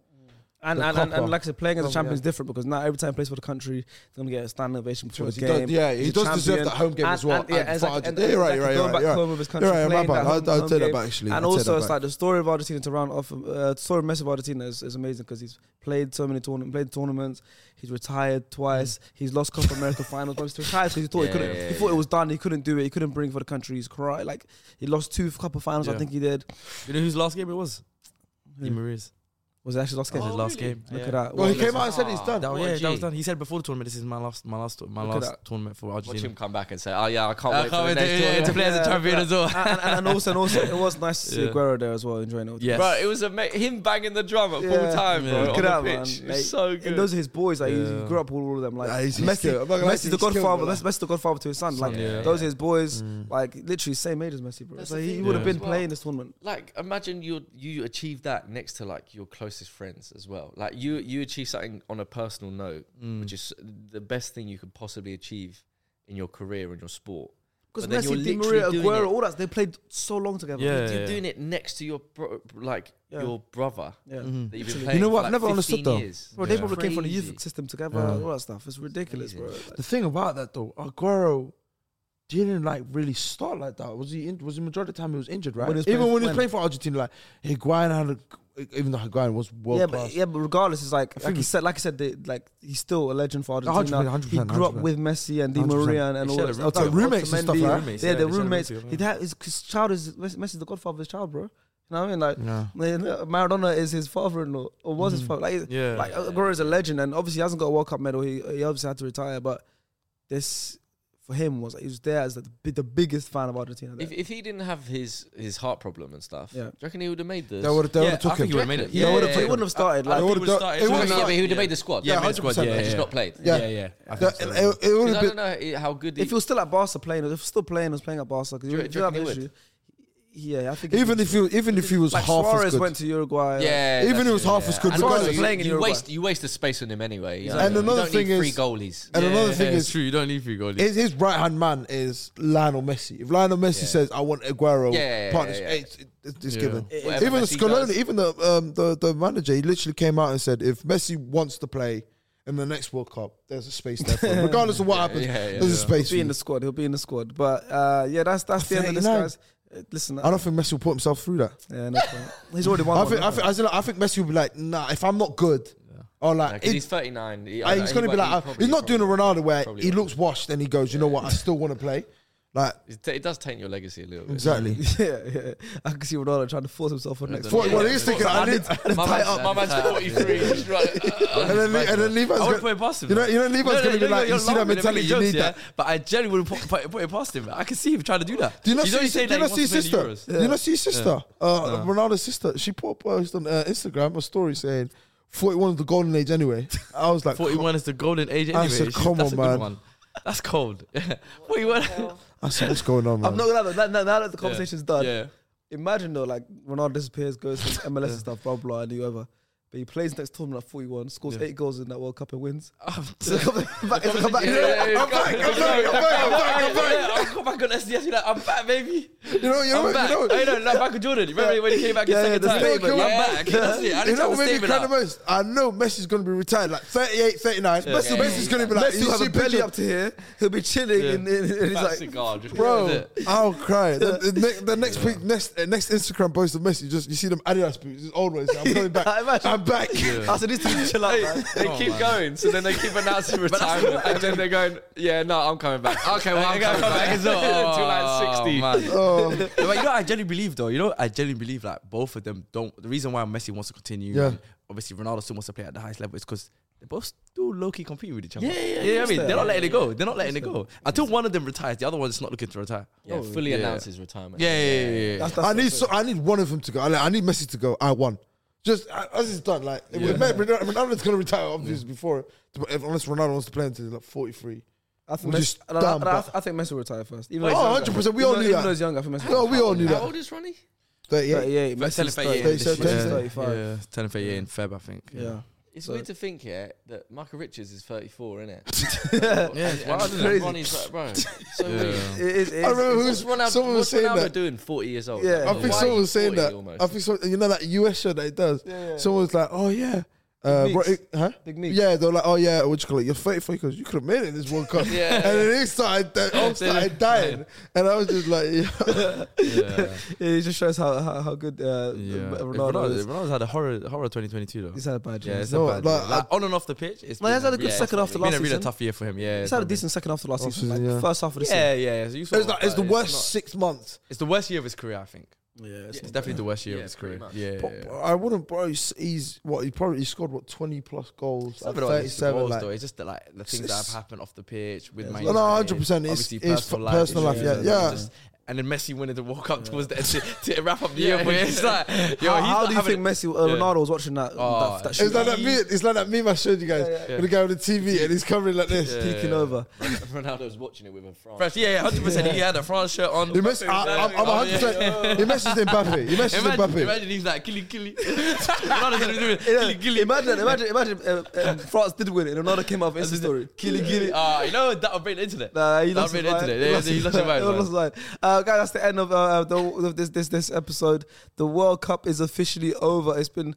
[SPEAKER 2] And,
[SPEAKER 4] The
[SPEAKER 2] and, and, and
[SPEAKER 4] Copa.
[SPEAKER 2] like I said, playing as a
[SPEAKER 4] Copa,
[SPEAKER 2] champion
[SPEAKER 4] yeah.
[SPEAKER 2] is different because now every time he plays for the country, he's going to get a standing ovation before the
[SPEAKER 4] He does-
[SPEAKER 2] game.
[SPEAKER 4] yeah, he
[SPEAKER 2] He's a
[SPEAKER 4] does deserve
[SPEAKER 2] champion.
[SPEAKER 4] that home game
[SPEAKER 2] And-
[SPEAKER 4] as well.
[SPEAKER 2] and- yeah,
[SPEAKER 4] And
[SPEAKER 2] exactly.
[SPEAKER 4] for
[SPEAKER 2] And-
[SPEAKER 4] Argentina. You're right,
[SPEAKER 2] exactly,
[SPEAKER 4] you're
[SPEAKER 2] going
[SPEAKER 4] right, you're
[SPEAKER 2] back
[SPEAKER 4] right.
[SPEAKER 2] home with his country,
[SPEAKER 4] You're right, my
[SPEAKER 2] playing
[SPEAKER 4] bad.
[SPEAKER 2] that
[SPEAKER 4] I'll-
[SPEAKER 2] home-
[SPEAKER 4] I'll
[SPEAKER 2] home
[SPEAKER 4] take that
[SPEAKER 2] game.
[SPEAKER 4] back, actually.
[SPEAKER 2] And
[SPEAKER 4] I'll take
[SPEAKER 2] also,
[SPEAKER 4] that
[SPEAKER 2] it's
[SPEAKER 4] back.
[SPEAKER 2] like the story of Argentina to round off, uh, the story of Messi of Argentina is, is amazing because he's played so many tourna- played tournaments, he's retired
[SPEAKER 4] Mm.
[SPEAKER 2] twice, he's lost Copa America finals, but he's retired because he thought he couldn't, he thought it was done, he couldn't do it, he couldn't bring for the country, he's cried. Like, he lost two Copa finals, I
[SPEAKER 5] Yeah.
[SPEAKER 2] think he did.
[SPEAKER 5] You know whose last game it was? Di Maria's.
[SPEAKER 2] Was it actually last game?
[SPEAKER 5] his last game.
[SPEAKER 2] Look
[SPEAKER 5] yeah.
[SPEAKER 2] at that.
[SPEAKER 4] Well, he
[SPEAKER 2] Well,
[SPEAKER 4] came out and said he's done.
[SPEAKER 5] That,
[SPEAKER 3] What
[SPEAKER 5] yeah,
[SPEAKER 3] a
[SPEAKER 5] that was
[SPEAKER 3] G.
[SPEAKER 5] done. He said before the tournament, this is my last, my last, my
[SPEAKER 2] Look at
[SPEAKER 5] last
[SPEAKER 2] that.
[SPEAKER 5] tournament for
[SPEAKER 3] Watch
[SPEAKER 5] Argentina.
[SPEAKER 3] him come back and say, "Oh yeah, I can't
[SPEAKER 5] I
[SPEAKER 3] wait
[SPEAKER 5] can't
[SPEAKER 3] for the
[SPEAKER 5] wait to-
[SPEAKER 3] next
[SPEAKER 5] yeah,
[SPEAKER 3] tournament."
[SPEAKER 5] to play as a
[SPEAKER 2] Yeah,
[SPEAKER 5] champion
[SPEAKER 2] but-
[SPEAKER 5] as well.
[SPEAKER 2] And, and, and also, and also, it was nice to see
[SPEAKER 5] Yeah.
[SPEAKER 2] Aguero there as well enjoying it.
[SPEAKER 5] Yes.
[SPEAKER 3] Bro, it was ama- him banging the drum at
[SPEAKER 2] Yeah.
[SPEAKER 3] full time, bro.
[SPEAKER 2] Look
[SPEAKER 3] on
[SPEAKER 2] at
[SPEAKER 3] the
[SPEAKER 2] that, man.
[SPEAKER 3] pitch. It
[SPEAKER 2] Like,
[SPEAKER 3] was so good.
[SPEAKER 2] And those are his boys. Like he
[SPEAKER 5] Yeah.
[SPEAKER 2] grew up with all of them. Like
[SPEAKER 4] Nah, he's- he's
[SPEAKER 2] Messi,
[SPEAKER 4] skilled. I'm not gonna lie to
[SPEAKER 2] Messi's
[SPEAKER 4] you,
[SPEAKER 2] the
[SPEAKER 4] he's skilled,
[SPEAKER 2] godfather.
[SPEAKER 4] bro.
[SPEAKER 2] Messi's Messi's the godfather to his son. Like
[SPEAKER 5] Son, yeah. Mm.
[SPEAKER 2] those are his boys. Like literally same age as Messi, bro.
[SPEAKER 3] That's
[SPEAKER 2] so
[SPEAKER 3] the
[SPEAKER 2] he
[SPEAKER 3] thing,
[SPEAKER 2] would have
[SPEAKER 5] yeah.
[SPEAKER 2] been
[SPEAKER 3] as well.
[SPEAKER 2] playing this tournament.
[SPEAKER 3] like imagine you you achieve that next to like your closest friends as well like you you achieve something on a personal note
[SPEAKER 5] mm.
[SPEAKER 4] Mm.
[SPEAKER 3] which is the best thing you could possibly achieve in your career in your sport
[SPEAKER 2] Because
[SPEAKER 3] But then you're
[SPEAKER 2] Messi, Di
[SPEAKER 3] literally
[SPEAKER 2] Maria,
[SPEAKER 3] doing
[SPEAKER 2] Aguero,
[SPEAKER 3] it-
[SPEAKER 2] all that they played so long together.
[SPEAKER 5] Yeah.
[SPEAKER 3] you're doing it next to your bro- like
[SPEAKER 2] Yeah.
[SPEAKER 3] your brother
[SPEAKER 2] Yeah.
[SPEAKER 5] Mm-hmm.
[SPEAKER 3] that you've been playing
[SPEAKER 4] You know
[SPEAKER 3] for,
[SPEAKER 4] what?
[SPEAKER 3] like,
[SPEAKER 4] Never understood
[SPEAKER 3] 15
[SPEAKER 4] though.
[SPEAKER 3] years.
[SPEAKER 2] Bro, they probably came from the youth
[SPEAKER 3] Crazy.
[SPEAKER 2] system together,
[SPEAKER 4] Yeah.
[SPEAKER 2] all that stuff. It's ridiculous, bro.
[SPEAKER 3] amazing.
[SPEAKER 4] The thing about that though, Aguero didn't like really start like that. Was he? In, was the majority of the time he was injured, right?
[SPEAKER 2] When he was
[SPEAKER 4] even
[SPEAKER 2] playing-
[SPEAKER 4] when he
[SPEAKER 2] when?
[SPEAKER 4] was playing for Argentina, like Higuain had, a, even though Higuain was world
[SPEAKER 2] yeah,
[SPEAKER 4] class.
[SPEAKER 2] but yeah, but regardless, it's like like
[SPEAKER 4] I think
[SPEAKER 2] he said, like I said, they, like he's still a legend for
[SPEAKER 4] 100%,
[SPEAKER 2] Argentina. He
[SPEAKER 4] 100%,
[SPEAKER 2] grew up
[SPEAKER 4] 100%.
[SPEAKER 2] with Messi and Di
[SPEAKER 4] 100%.
[SPEAKER 2] Maria and, and
[SPEAKER 5] They
[SPEAKER 2] all
[SPEAKER 5] share
[SPEAKER 2] that.
[SPEAKER 5] the
[SPEAKER 2] stuff.
[SPEAKER 5] room
[SPEAKER 2] Like,
[SPEAKER 4] roommates and stuff,
[SPEAKER 2] Otamendi,
[SPEAKER 4] right?
[SPEAKER 5] Roommates,
[SPEAKER 2] Yeah,
[SPEAKER 5] yeah,
[SPEAKER 2] they're
[SPEAKER 5] they share the
[SPEAKER 2] roommates.
[SPEAKER 5] room together,
[SPEAKER 2] He'd have his his child is Messi- Messi's the godfather of his child, bro. You know what I mean?
[SPEAKER 5] Hmm.
[SPEAKER 2] Like
[SPEAKER 4] Yeah.
[SPEAKER 2] uh, Maradona is his father-in-law or was his father. Like,
[SPEAKER 5] Yeah.
[SPEAKER 2] like uh, Aguero is a legend, and obviously he hasn't got a World Cup medal. He he obviously had to retire, but this for him was he was there as the, bi- the biggest fan of Argentina. there.
[SPEAKER 3] if, if he didn't have his his heart problem and stuff
[SPEAKER 2] Yeah.
[SPEAKER 3] do you reckon he would have made this
[SPEAKER 4] they would have. They
[SPEAKER 5] Yeah,
[SPEAKER 4] would have
[SPEAKER 5] I
[SPEAKER 4] took
[SPEAKER 5] think
[SPEAKER 4] him.
[SPEAKER 5] he would have made it.
[SPEAKER 2] They would've- they wouldn't have started. Like,
[SPEAKER 5] I think
[SPEAKER 4] They
[SPEAKER 5] he would've
[SPEAKER 4] would've
[SPEAKER 5] started.
[SPEAKER 4] done- it
[SPEAKER 3] yeah,
[SPEAKER 4] would've
[SPEAKER 3] but he would have
[SPEAKER 5] Yeah.
[SPEAKER 3] made the squad
[SPEAKER 5] Yeah,
[SPEAKER 4] Yeah,
[SPEAKER 5] made the squad.
[SPEAKER 4] 100%.
[SPEAKER 5] Yeah,
[SPEAKER 3] He's
[SPEAKER 5] yeah,
[SPEAKER 3] just not played
[SPEAKER 4] Yeah.
[SPEAKER 5] Yeah, yeah. I
[SPEAKER 4] They-
[SPEAKER 5] think so.
[SPEAKER 4] It, it
[SPEAKER 3] 'Cause
[SPEAKER 4] would have
[SPEAKER 3] I
[SPEAKER 4] been.
[SPEAKER 3] don't know how good he,
[SPEAKER 2] if he was still at Barca playing, if he was still playing, he was playing at Barca. 'cause
[SPEAKER 3] Do you-
[SPEAKER 2] you- you
[SPEAKER 3] do you
[SPEAKER 2] have
[SPEAKER 3] reckon he
[SPEAKER 2] an issue. Yeah, I think he
[SPEAKER 4] Even
[SPEAKER 2] would.
[SPEAKER 4] if he, even if he was
[SPEAKER 2] like
[SPEAKER 4] half
[SPEAKER 2] Suarez
[SPEAKER 4] as good,
[SPEAKER 2] went to Uruguay.
[SPEAKER 3] yeah
[SPEAKER 4] uh, even if
[SPEAKER 3] that's
[SPEAKER 4] it was
[SPEAKER 3] it,
[SPEAKER 4] half
[SPEAKER 3] yeah.
[SPEAKER 4] as good,
[SPEAKER 3] And also,
[SPEAKER 4] regardless-
[SPEAKER 2] playing in
[SPEAKER 3] you, you
[SPEAKER 2] Uruguay.
[SPEAKER 3] waste you waste the space on him anyway you know?
[SPEAKER 4] And
[SPEAKER 3] You
[SPEAKER 4] another
[SPEAKER 3] don't
[SPEAKER 4] thing
[SPEAKER 3] need three
[SPEAKER 4] is-
[SPEAKER 3] goalies
[SPEAKER 4] and another
[SPEAKER 5] Yeah,
[SPEAKER 4] thing
[SPEAKER 5] it's
[SPEAKER 4] is,
[SPEAKER 5] true. You don't need three goalies.
[SPEAKER 4] his, his right hand man is Lionel Messi. If Lionel Messi says, "I want Aguero,"
[SPEAKER 3] Yeah, yeah, yeah,
[SPEAKER 4] partners,
[SPEAKER 3] yeah.
[SPEAKER 4] It's, it's, it's
[SPEAKER 5] Yeah.
[SPEAKER 4] given.
[SPEAKER 3] Whatever
[SPEAKER 4] even
[SPEAKER 3] Messi
[SPEAKER 4] Scaloni,
[SPEAKER 3] does.
[SPEAKER 4] even the, um, the the manager, he literally came out and said, "If Messi wants to play in the next World Cup, there's a space there for him. Regardless of what happens,
[SPEAKER 3] yeah, yeah,
[SPEAKER 4] there's a space for
[SPEAKER 2] be in
[SPEAKER 4] him."
[SPEAKER 2] the squad. He'll be in the squad. But uh, yeah, that's that's the end of this,
[SPEAKER 4] 39.
[SPEAKER 2] guys. Uh, Listen,
[SPEAKER 4] I don't think Messi will put himself through that.
[SPEAKER 2] yeah, no point. He's already won.
[SPEAKER 4] I
[SPEAKER 2] one,
[SPEAKER 4] think, I
[SPEAKER 2] no
[SPEAKER 4] think,
[SPEAKER 2] point.
[SPEAKER 4] I, think, I think Messi will be like, nah, if I'm not good, or like,
[SPEAKER 3] Because
[SPEAKER 4] it-
[SPEAKER 3] he's 39. He-
[SPEAKER 4] I- he's
[SPEAKER 3] he
[SPEAKER 4] going to be
[SPEAKER 3] might- he
[SPEAKER 4] like, uh,
[SPEAKER 3] probably-
[SPEAKER 4] he's not doing a
[SPEAKER 3] probably-
[SPEAKER 4] Ronaldo where
[SPEAKER 3] probably
[SPEAKER 4] he
[SPEAKER 3] won't.
[SPEAKER 4] looks washed and he goes, you know what, I still want to play. Like,
[SPEAKER 3] It it does taint your legacy a little bit.
[SPEAKER 4] exactly.
[SPEAKER 2] yeah, yeah. I can see Ronaldo trying to force himself on next.
[SPEAKER 3] don't
[SPEAKER 4] What,
[SPEAKER 2] one.
[SPEAKER 3] know.
[SPEAKER 4] what he's thinking, I need,
[SPEAKER 3] My
[SPEAKER 2] Tie
[SPEAKER 3] man's,
[SPEAKER 2] up.
[SPEAKER 3] my man's 43. He's right.
[SPEAKER 4] and then, Le- and then Levi's
[SPEAKER 5] I would
[SPEAKER 4] gonna,
[SPEAKER 5] put it past him.
[SPEAKER 4] you know,
[SPEAKER 5] man.
[SPEAKER 4] you know, Levi's
[SPEAKER 5] No, no,
[SPEAKER 4] gonna be
[SPEAKER 5] no, no,
[SPEAKER 4] like, you
[SPEAKER 5] you're
[SPEAKER 4] see that
[SPEAKER 5] laughing at
[SPEAKER 4] mentality,
[SPEAKER 5] Billy
[SPEAKER 4] you
[SPEAKER 5] Jones,
[SPEAKER 4] need
[SPEAKER 5] yeah?
[SPEAKER 4] that.
[SPEAKER 5] But I generally wouldn't put, put, put it past him. man. I can see him trying to do that.
[SPEAKER 4] Do you not
[SPEAKER 5] He's
[SPEAKER 4] see,
[SPEAKER 5] only
[SPEAKER 4] do
[SPEAKER 5] saying
[SPEAKER 4] you
[SPEAKER 5] that
[SPEAKER 4] not
[SPEAKER 5] he
[SPEAKER 4] see his
[SPEAKER 5] wants to win
[SPEAKER 4] sister?
[SPEAKER 5] the Euros.
[SPEAKER 4] Do you not see his sister? Uh, Ronaldo's sister. She put a post on uh, Instagram, a story saying, 41 is the golden age anyway. I was like,
[SPEAKER 5] 41 is the golden age anyway.
[SPEAKER 4] I said,
[SPEAKER 5] She's-
[SPEAKER 4] come
[SPEAKER 5] That's
[SPEAKER 4] on,
[SPEAKER 5] a
[SPEAKER 4] man.
[SPEAKER 5] good one. That's cold. 41.
[SPEAKER 4] I said, what's going on, man?
[SPEAKER 2] I'm not gonna lie, though, now, now that the conversation's done,
[SPEAKER 5] Yeah.
[SPEAKER 2] imagine though, like Ronaldo disappears, goes to MLS and stuff, blah blah, and whoever. But he plays next tournament at 41, scores eight goals in that World Cup and wins. So come back, so come back.
[SPEAKER 5] I'm back, Oh
[SPEAKER 4] I'm back, I'm back, I'm back, I'm back.
[SPEAKER 5] I'm come back on SDS. Be like, I'm back, baby.
[SPEAKER 4] You know, you know,
[SPEAKER 5] I'm
[SPEAKER 4] you
[SPEAKER 5] back.
[SPEAKER 4] know,
[SPEAKER 3] Oh,
[SPEAKER 5] Hey, no, no, Michael Jordan. You Remember when he came back
[SPEAKER 2] Yeah,
[SPEAKER 5] his
[SPEAKER 2] yeah,
[SPEAKER 5] second
[SPEAKER 2] the
[SPEAKER 5] time?
[SPEAKER 2] statement.
[SPEAKER 5] I'm
[SPEAKER 2] Yeah.
[SPEAKER 5] back.
[SPEAKER 4] You
[SPEAKER 5] That's it. I need to
[SPEAKER 4] know
[SPEAKER 5] have a
[SPEAKER 4] what made me
[SPEAKER 5] statement
[SPEAKER 4] cry the
[SPEAKER 5] out.
[SPEAKER 4] most? I know Messi's going to be retired like 38, 39. Messi, Messi's going to be like,
[SPEAKER 2] Messi will have a belly up to here. He'll be chilling,
[SPEAKER 5] Yeah.
[SPEAKER 2] and, then- and he's
[SPEAKER 3] That's
[SPEAKER 2] like,
[SPEAKER 3] a guard. Just put
[SPEAKER 4] Bro,
[SPEAKER 3] it.
[SPEAKER 4] I'll cry. The, the, ne- the next week, next uh, next Instagram post of Messi, just you see them Adidas boots, it's old ones. I'm coming back.
[SPEAKER 2] I imagine.
[SPEAKER 4] I'm back.
[SPEAKER 2] I said, these two need to chill out, man.
[SPEAKER 3] They keep going, so then they keep announcing retirement, and then they're going, "Yeah, no, I'm coming back."
[SPEAKER 5] Okay, well, I'm
[SPEAKER 3] They're gonna
[SPEAKER 5] coming back as well.
[SPEAKER 3] until like
[SPEAKER 5] Oh,
[SPEAKER 3] 60.
[SPEAKER 5] man.
[SPEAKER 4] Oh,
[SPEAKER 5] No, but you know, what I genuinely believe though. You know, I genuinely believe like both of them don't. The reason why Messi wants to continue,
[SPEAKER 4] Yeah.
[SPEAKER 5] and obviously Ronaldo still wants to play at the highest level, is because they both still low key compete with each other.
[SPEAKER 2] Yeah, yeah, yeah,
[SPEAKER 5] you know what I mean,
[SPEAKER 2] understand.
[SPEAKER 5] they're not letting it go. They're not letting it go until one of them retires. The other one's not looking to retire.
[SPEAKER 3] Yeah, fully
[SPEAKER 5] yeah.
[SPEAKER 3] announces retirement.
[SPEAKER 5] Yeah, yeah, yeah. yeah,
[SPEAKER 2] That's- that's
[SPEAKER 4] I
[SPEAKER 2] what
[SPEAKER 4] need
[SPEAKER 2] I'm
[SPEAKER 4] so I need one of them to go. I, I need Messi to go. I won. Just uh, as it's done, like if Ronaldo- Ronaldo's going to retire obviously before, if, unless Ronaldo wants to play until he's like 43.
[SPEAKER 2] I think,
[SPEAKER 4] We're just
[SPEAKER 2] Messi, and I,
[SPEAKER 4] damn
[SPEAKER 2] and I,
[SPEAKER 4] bad.
[SPEAKER 2] I think Messi will retire first. Even though
[SPEAKER 4] Oh,
[SPEAKER 2] he's younger.
[SPEAKER 4] 100%, we
[SPEAKER 2] Even
[SPEAKER 4] all
[SPEAKER 2] though-
[SPEAKER 4] knew
[SPEAKER 2] even
[SPEAKER 4] that.
[SPEAKER 2] though he's younger, I think Messi.
[SPEAKER 4] No, we all knew
[SPEAKER 3] How
[SPEAKER 4] that.
[SPEAKER 3] old is Ronnie?
[SPEAKER 4] 38.
[SPEAKER 2] 38.
[SPEAKER 5] But
[SPEAKER 2] Messi's
[SPEAKER 5] 38,
[SPEAKER 2] 30,
[SPEAKER 4] yeah.
[SPEAKER 2] 35.
[SPEAKER 5] Yeah, it's ten for a year in Feb, I think.
[SPEAKER 2] Yeah.
[SPEAKER 3] It's
[SPEAKER 2] So-
[SPEAKER 3] weird to think here that Michael Richards is 34, isn't it?
[SPEAKER 5] Yeah, it's wild, isn't it?
[SPEAKER 3] and Ronnie's like, bro, so weird.
[SPEAKER 5] Yeah.
[SPEAKER 2] It is, it
[SPEAKER 4] I
[SPEAKER 2] is,
[SPEAKER 4] remember
[SPEAKER 3] What's
[SPEAKER 4] who's,
[SPEAKER 3] Ronaldo,
[SPEAKER 4] someone was
[SPEAKER 3] what's
[SPEAKER 4] saying
[SPEAKER 3] Ronaldo
[SPEAKER 4] that.
[SPEAKER 3] doing 40 years old?
[SPEAKER 2] Yeah.
[SPEAKER 3] Like,
[SPEAKER 4] I
[SPEAKER 3] why
[SPEAKER 4] think
[SPEAKER 3] is
[SPEAKER 4] someone
[SPEAKER 3] he
[SPEAKER 4] was saying
[SPEAKER 3] 40
[SPEAKER 4] that.
[SPEAKER 3] almost?
[SPEAKER 4] I think so, you know that US show that he does.
[SPEAKER 2] Yeah, yeah.
[SPEAKER 4] Someone was like, "Oh yeah." Uh,
[SPEAKER 2] Big
[SPEAKER 4] bro,
[SPEAKER 2] Meeks.
[SPEAKER 4] it- huh?
[SPEAKER 2] Big Meeks.
[SPEAKER 4] Yeah, they were like, "Oh yeah, what you call it? You're 34 because you could have made it in this World Cup."
[SPEAKER 3] Yeah.
[SPEAKER 4] and then he started, they all started dying, and I was just like, yeah.
[SPEAKER 2] yeah, it just shows how how, how good uh,
[SPEAKER 5] Yeah.
[SPEAKER 2] Ronaldo,
[SPEAKER 5] Ronaldo's,
[SPEAKER 2] is.
[SPEAKER 5] Ronaldo's had a horror horror 2022 though.
[SPEAKER 2] He's had a bad year.
[SPEAKER 5] Yeah, it's
[SPEAKER 4] No,
[SPEAKER 5] a bad
[SPEAKER 4] like,
[SPEAKER 5] year. Like, on and off the pitch. It's
[SPEAKER 2] Man, he's had a good second half
[SPEAKER 5] after
[SPEAKER 2] to
[SPEAKER 5] last
[SPEAKER 2] last
[SPEAKER 5] It's been a
[SPEAKER 2] season.
[SPEAKER 5] really tough year for him. Yeah,
[SPEAKER 2] he's
[SPEAKER 5] it's
[SPEAKER 2] had a
[SPEAKER 5] not been-
[SPEAKER 2] decent second half of last
[SPEAKER 4] Off
[SPEAKER 2] season.
[SPEAKER 4] season,
[SPEAKER 2] like,
[SPEAKER 4] yeah.
[SPEAKER 2] First half of the
[SPEAKER 5] Yeah, yeah. It's,
[SPEAKER 4] It's, like, it's the worst six months.
[SPEAKER 5] It's the worst year of his career, I think.
[SPEAKER 2] season. Yeah,
[SPEAKER 5] It's definitely the worst year
[SPEAKER 3] Yeah,
[SPEAKER 5] of his
[SPEAKER 3] pretty
[SPEAKER 5] career.
[SPEAKER 3] much.
[SPEAKER 5] Yeah, yeah,
[SPEAKER 4] But
[SPEAKER 5] yeah.
[SPEAKER 4] I wouldn't, bro. He's, he's what he probably he scored what 20 plus goals,
[SPEAKER 5] It's
[SPEAKER 4] like
[SPEAKER 5] not about the
[SPEAKER 4] 37.
[SPEAKER 5] goals,
[SPEAKER 4] like,
[SPEAKER 5] though. It's just that, like the things that have happened off the pitch with my
[SPEAKER 4] no, no, 100%, it's- it's personal life, yeah, yeah.
[SPEAKER 5] and then Messi winning the World Cup towards the end to, to wrap up the year. But it's like, yo,
[SPEAKER 2] How,
[SPEAKER 5] he's
[SPEAKER 2] how
[SPEAKER 5] not
[SPEAKER 2] do you
[SPEAKER 5] having
[SPEAKER 2] think
[SPEAKER 5] it-
[SPEAKER 2] Messi, uh,
[SPEAKER 5] Yeah.
[SPEAKER 2] Ronaldo was watching that?
[SPEAKER 5] Oh,
[SPEAKER 2] that, that
[SPEAKER 4] it's like
[SPEAKER 2] shootout?
[SPEAKER 4] that meme. It's like that meme I showed you guys. With the guy on the TV and he's covering like this.
[SPEAKER 5] Yeah.
[SPEAKER 2] peeking over.
[SPEAKER 3] Ronaldo's watching it with a frown.
[SPEAKER 5] Fresh, yeah, hundred percent. He had a France shirt on.
[SPEAKER 4] He mess, I, I'm, I'm
[SPEAKER 2] Oh,
[SPEAKER 4] 100. percent He messes Mbappe. He messes
[SPEAKER 5] Imagine,
[SPEAKER 4] Mbappe.
[SPEAKER 5] imagine he's like killy killy. Ronaldo's gonna be doing
[SPEAKER 2] Yeah,
[SPEAKER 5] killy killy.
[SPEAKER 2] imagine, imagine, imagine um, um, France did win it and Ronaldo came out with Insta story. Killy, killy.
[SPEAKER 5] Ah, you know that'll break the internet.
[SPEAKER 2] Nah, he
[SPEAKER 5] That'll
[SPEAKER 2] lost
[SPEAKER 5] break
[SPEAKER 2] his
[SPEAKER 5] the
[SPEAKER 2] mind.
[SPEAKER 5] internet. Yeah, he lost his mind.
[SPEAKER 2] He lost
[SPEAKER 5] man.
[SPEAKER 2] his mind. Uh, guys, that's the end of, uh, the, of this, this this episode. The World Cup is officially over. It's been,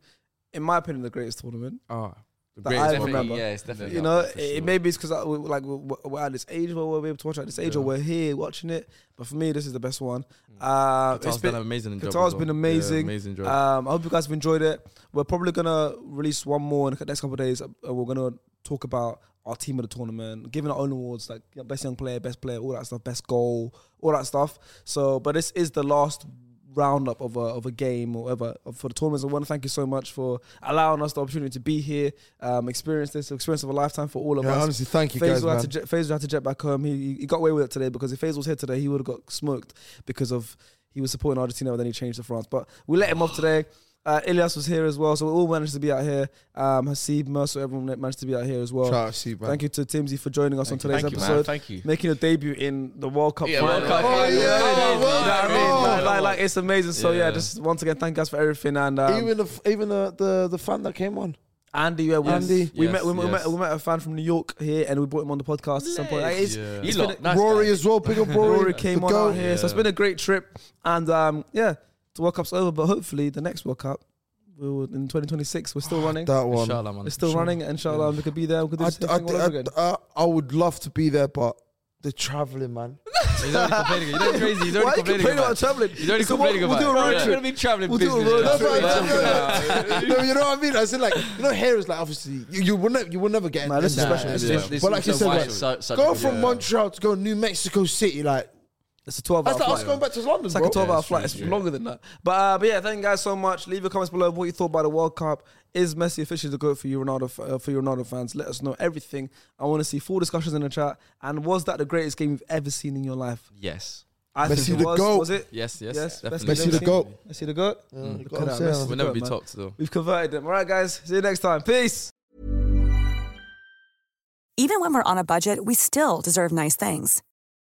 [SPEAKER 2] in my opinion, the greatest tournament.
[SPEAKER 5] Ah, the
[SPEAKER 2] That
[SPEAKER 5] greatest
[SPEAKER 2] I
[SPEAKER 5] ever.
[SPEAKER 2] remember.
[SPEAKER 3] Yeah, it's definitely.
[SPEAKER 2] you
[SPEAKER 3] up
[SPEAKER 2] know,
[SPEAKER 3] there for
[SPEAKER 2] it,
[SPEAKER 3] sure.
[SPEAKER 2] maybe it's because like we're, we're at this age where we're able to watch at this age, or we're here watching it. But for me, this is the best one.
[SPEAKER 5] Mm.
[SPEAKER 2] Uh,
[SPEAKER 5] Qatar's done an amazing job.
[SPEAKER 2] Qatar's
[SPEAKER 5] as well.
[SPEAKER 2] been
[SPEAKER 5] Yeah,
[SPEAKER 2] amazing.
[SPEAKER 5] amazing job.
[SPEAKER 2] Um, I hope you guys have enjoyed it. We're probably gonna release one more in the next couple of days. Uh, we're gonna talk about our team of the tournament, giving our own awards like you know, best young player, best player, all that stuff, best goal, all that stuff. So, but this is the last roundup of a of a game or whatever for the tournaments. I want to thank you so much for allowing us the opportunity to be here, um, experience this experience of a lifetime for all of
[SPEAKER 4] Yeah,
[SPEAKER 2] us.
[SPEAKER 4] honestly, thank you
[SPEAKER 2] Faisal
[SPEAKER 4] guys,
[SPEAKER 2] had
[SPEAKER 4] man.
[SPEAKER 2] to E. jet, Faisal had to jet back home. He, he got away with it today because if Faisal was here today, he would have got smoked because of he was supporting Argentina, but then he changed to France. But we let him off today. Uh, Ilias was here as well, so we all managed to be out here. Um, Hasib, Mercer, everyone managed to be out here as well.
[SPEAKER 4] Shout out to Steve, man.
[SPEAKER 2] Thank you to Timsy for joining us on today's
[SPEAKER 3] Thank you, man.
[SPEAKER 2] episode.
[SPEAKER 3] Thank you.
[SPEAKER 2] Making a debut in the World Cup.
[SPEAKER 3] Yeah,
[SPEAKER 2] final.
[SPEAKER 3] World Cup.
[SPEAKER 4] Oh,
[SPEAKER 3] final.
[SPEAKER 4] yeah,
[SPEAKER 3] Come
[SPEAKER 2] You know
[SPEAKER 3] on, man.
[SPEAKER 4] World
[SPEAKER 2] what I mean?
[SPEAKER 4] Cup.
[SPEAKER 2] Like, like, like, it's amazing. So yeah.
[SPEAKER 5] Yeah.
[SPEAKER 2] just once again, thank you guys for everything. And um,
[SPEAKER 4] even the f- even the, the the fan that came
[SPEAKER 2] um,
[SPEAKER 4] on.
[SPEAKER 2] Andy, yeah, we,
[SPEAKER 4] Andy.
[SPEAKER 2] we
[SPEAKER 5] Yes,
[SPEAKER 2] met we,
[SPEAKER 5] yes.
[SPEAKER 2] met we met a fan from New York here, and we brought him on the podcast at some point. Like, it's-
[SPEAKER 5] Yeah.
[SPEAKER 2] it's
[SPEAKER 3] You
[SPEAKER 2] been
[SPEAKER 3] lot,
[SPEAKER 2] a-
[SPEAKER 3] nice
[SPEAKER 4] Rory
[SPEAKER 3] guys.
[SPEAKER 4] as well. Big up Rory.
[SPEAKER 2] Rory came
[SPEAKER 4] The
[SPEAKER 2] on
[SPEAKER 4] goat.
[SPEAKER 2] out here, so it's
[SPEAKER 5] Yeah.
[SPEAKER 2] been a great trip. And um, yeah, the World Cup's over, but hopefully the next World Cup, we will in 2026, we're still running.
[SPEAKER 4] That one.
[SPEAKER 5] Inshallah, man.
[SPEAKER 2] We're still running. Inshallah, we could be there. We could do
[SPEAKER 4] I,
[SPEAKER 2] this thing
[SPEAKER 4] I,
[SPEAKER 2] all over
[SPEAKER 4] I-
[SPEAKER 2] again.
[SPEAKER 4] I- I would love to be there, but The traveling, man.
[SPEAKER 6] He's only complaining. He's only crazy. He's only
[SPEAKER 2] Why are you
[SPEAKER 6] complaining
[SPEAKER 2] complaining about
[SPEAKER 6] about.
[SPEAKER 2] traveling?
[SPEAKER 6] He's only
[SPEAKER 2] So
[SPEAKER 6] complaining
[SPEAKER 2] we'll
[SPEAKER 6] about.
[SPEAKER 2] do a road
[SPEAKER 6] Yeah.
[SPEAKER 2] trip.
[SPEAKER 5] be traveling
[SPEAKER 2] We'll do a road
[SPEAKER 4] That's
[SPEAKER 2] trip.
[SPEAKER 4] what I'm
[SPEAKER 2] Yeah.
[SPEAKER 4] saying, no, no, no, you know what I mean? I said like, you know, hair is like obviously you, you will never you will never get.
[SPEAKER 2] Man, this is
[SPEAKER 4] in that.
[SPEAKER 2] special.
[SPEAKER 4] It's
[SPEAKER 2] This-
[SPEAKER 4] special.
[SPEAKER 5] this
[SPEAKER 4] but
[SPEAKER 5] is
[SPEAKER 4] like you
[SPEAKER 5] so
[SPEAKER 4] said,
[SPEAKER 5] wide,
[SPEAKER 4] like,
[SPEAKER 5] so- such a
[SPEAKER 4] go
[SPEAKER 5] good-
[SPEAKER 4] from Montreal to go New Mexico City, like
[SPEAKER 2] It's a 12 hour
[SPEAKER 4] that's like
[SPEAKER 2] flight.
[SPEAKER 4] us going back to London,
[SPEAKER 2] It's
[SPEAKER 4] bro.
[SPEAKER 2] like a 12
[SPEAKER 6] Yeah,
[SPEAKER 2] hour
[SPEAKER 6] it's
[SPEAKER 2] flight.
[SPEAKER 6] true,
[SPEAKER 2] It's
[SPEAKER 6] it's true.
[SPEAKER 2] longer than that. But, uh, but yeah, thank you guys so much. Leave your comments below what you thought about the World Cup. Is Messi officially the goat for you, Ronaldo, f- uh, for you Ronaldo fans? Let us know everything. I want to see full discussions in the chat. And was that the greatest game you've ever seen in your life?
[SPEAKER 6] Yes.
[SPEAKER 2] I
[SPEAKER 4] Messi
[SPEAKER 2] think it
[SPEAKER 4] the
[SPEAKER 2] was.
[SPEAKER 4] goat.
[SPEAKER 2] Was it?
[SPEAKER 6] Yes. Yes.
[SPEAKER 2] Yes,
[SPEAKER 6] definitely.
[SPEAKER 2] Messi
[SPEAKER 4] the goat.
[SPEAKER 2] Messi the goat.
[SPEAKER 4] Mm.
[SPEAKER 2] Look
[SPEAKER 4] Got
[SPEAKER 2] at that.
[SPEAKER 4] him
[SPEAKER 2] Messi
[SPEAKER 4] saying.
[SPEAKER 2] the
[SPEAKER 6] We'll never
[SPEAKER 2] goat,
[SPEAKER 6] be
[SPEAKER 2] man.
[SPEAKER 6] talked though.
[SPEAKER 2] We've converted them. All right, guys. See you next time. Peace.
[SPEAKER 7] Even when we're on a budget, we still deserve nice things.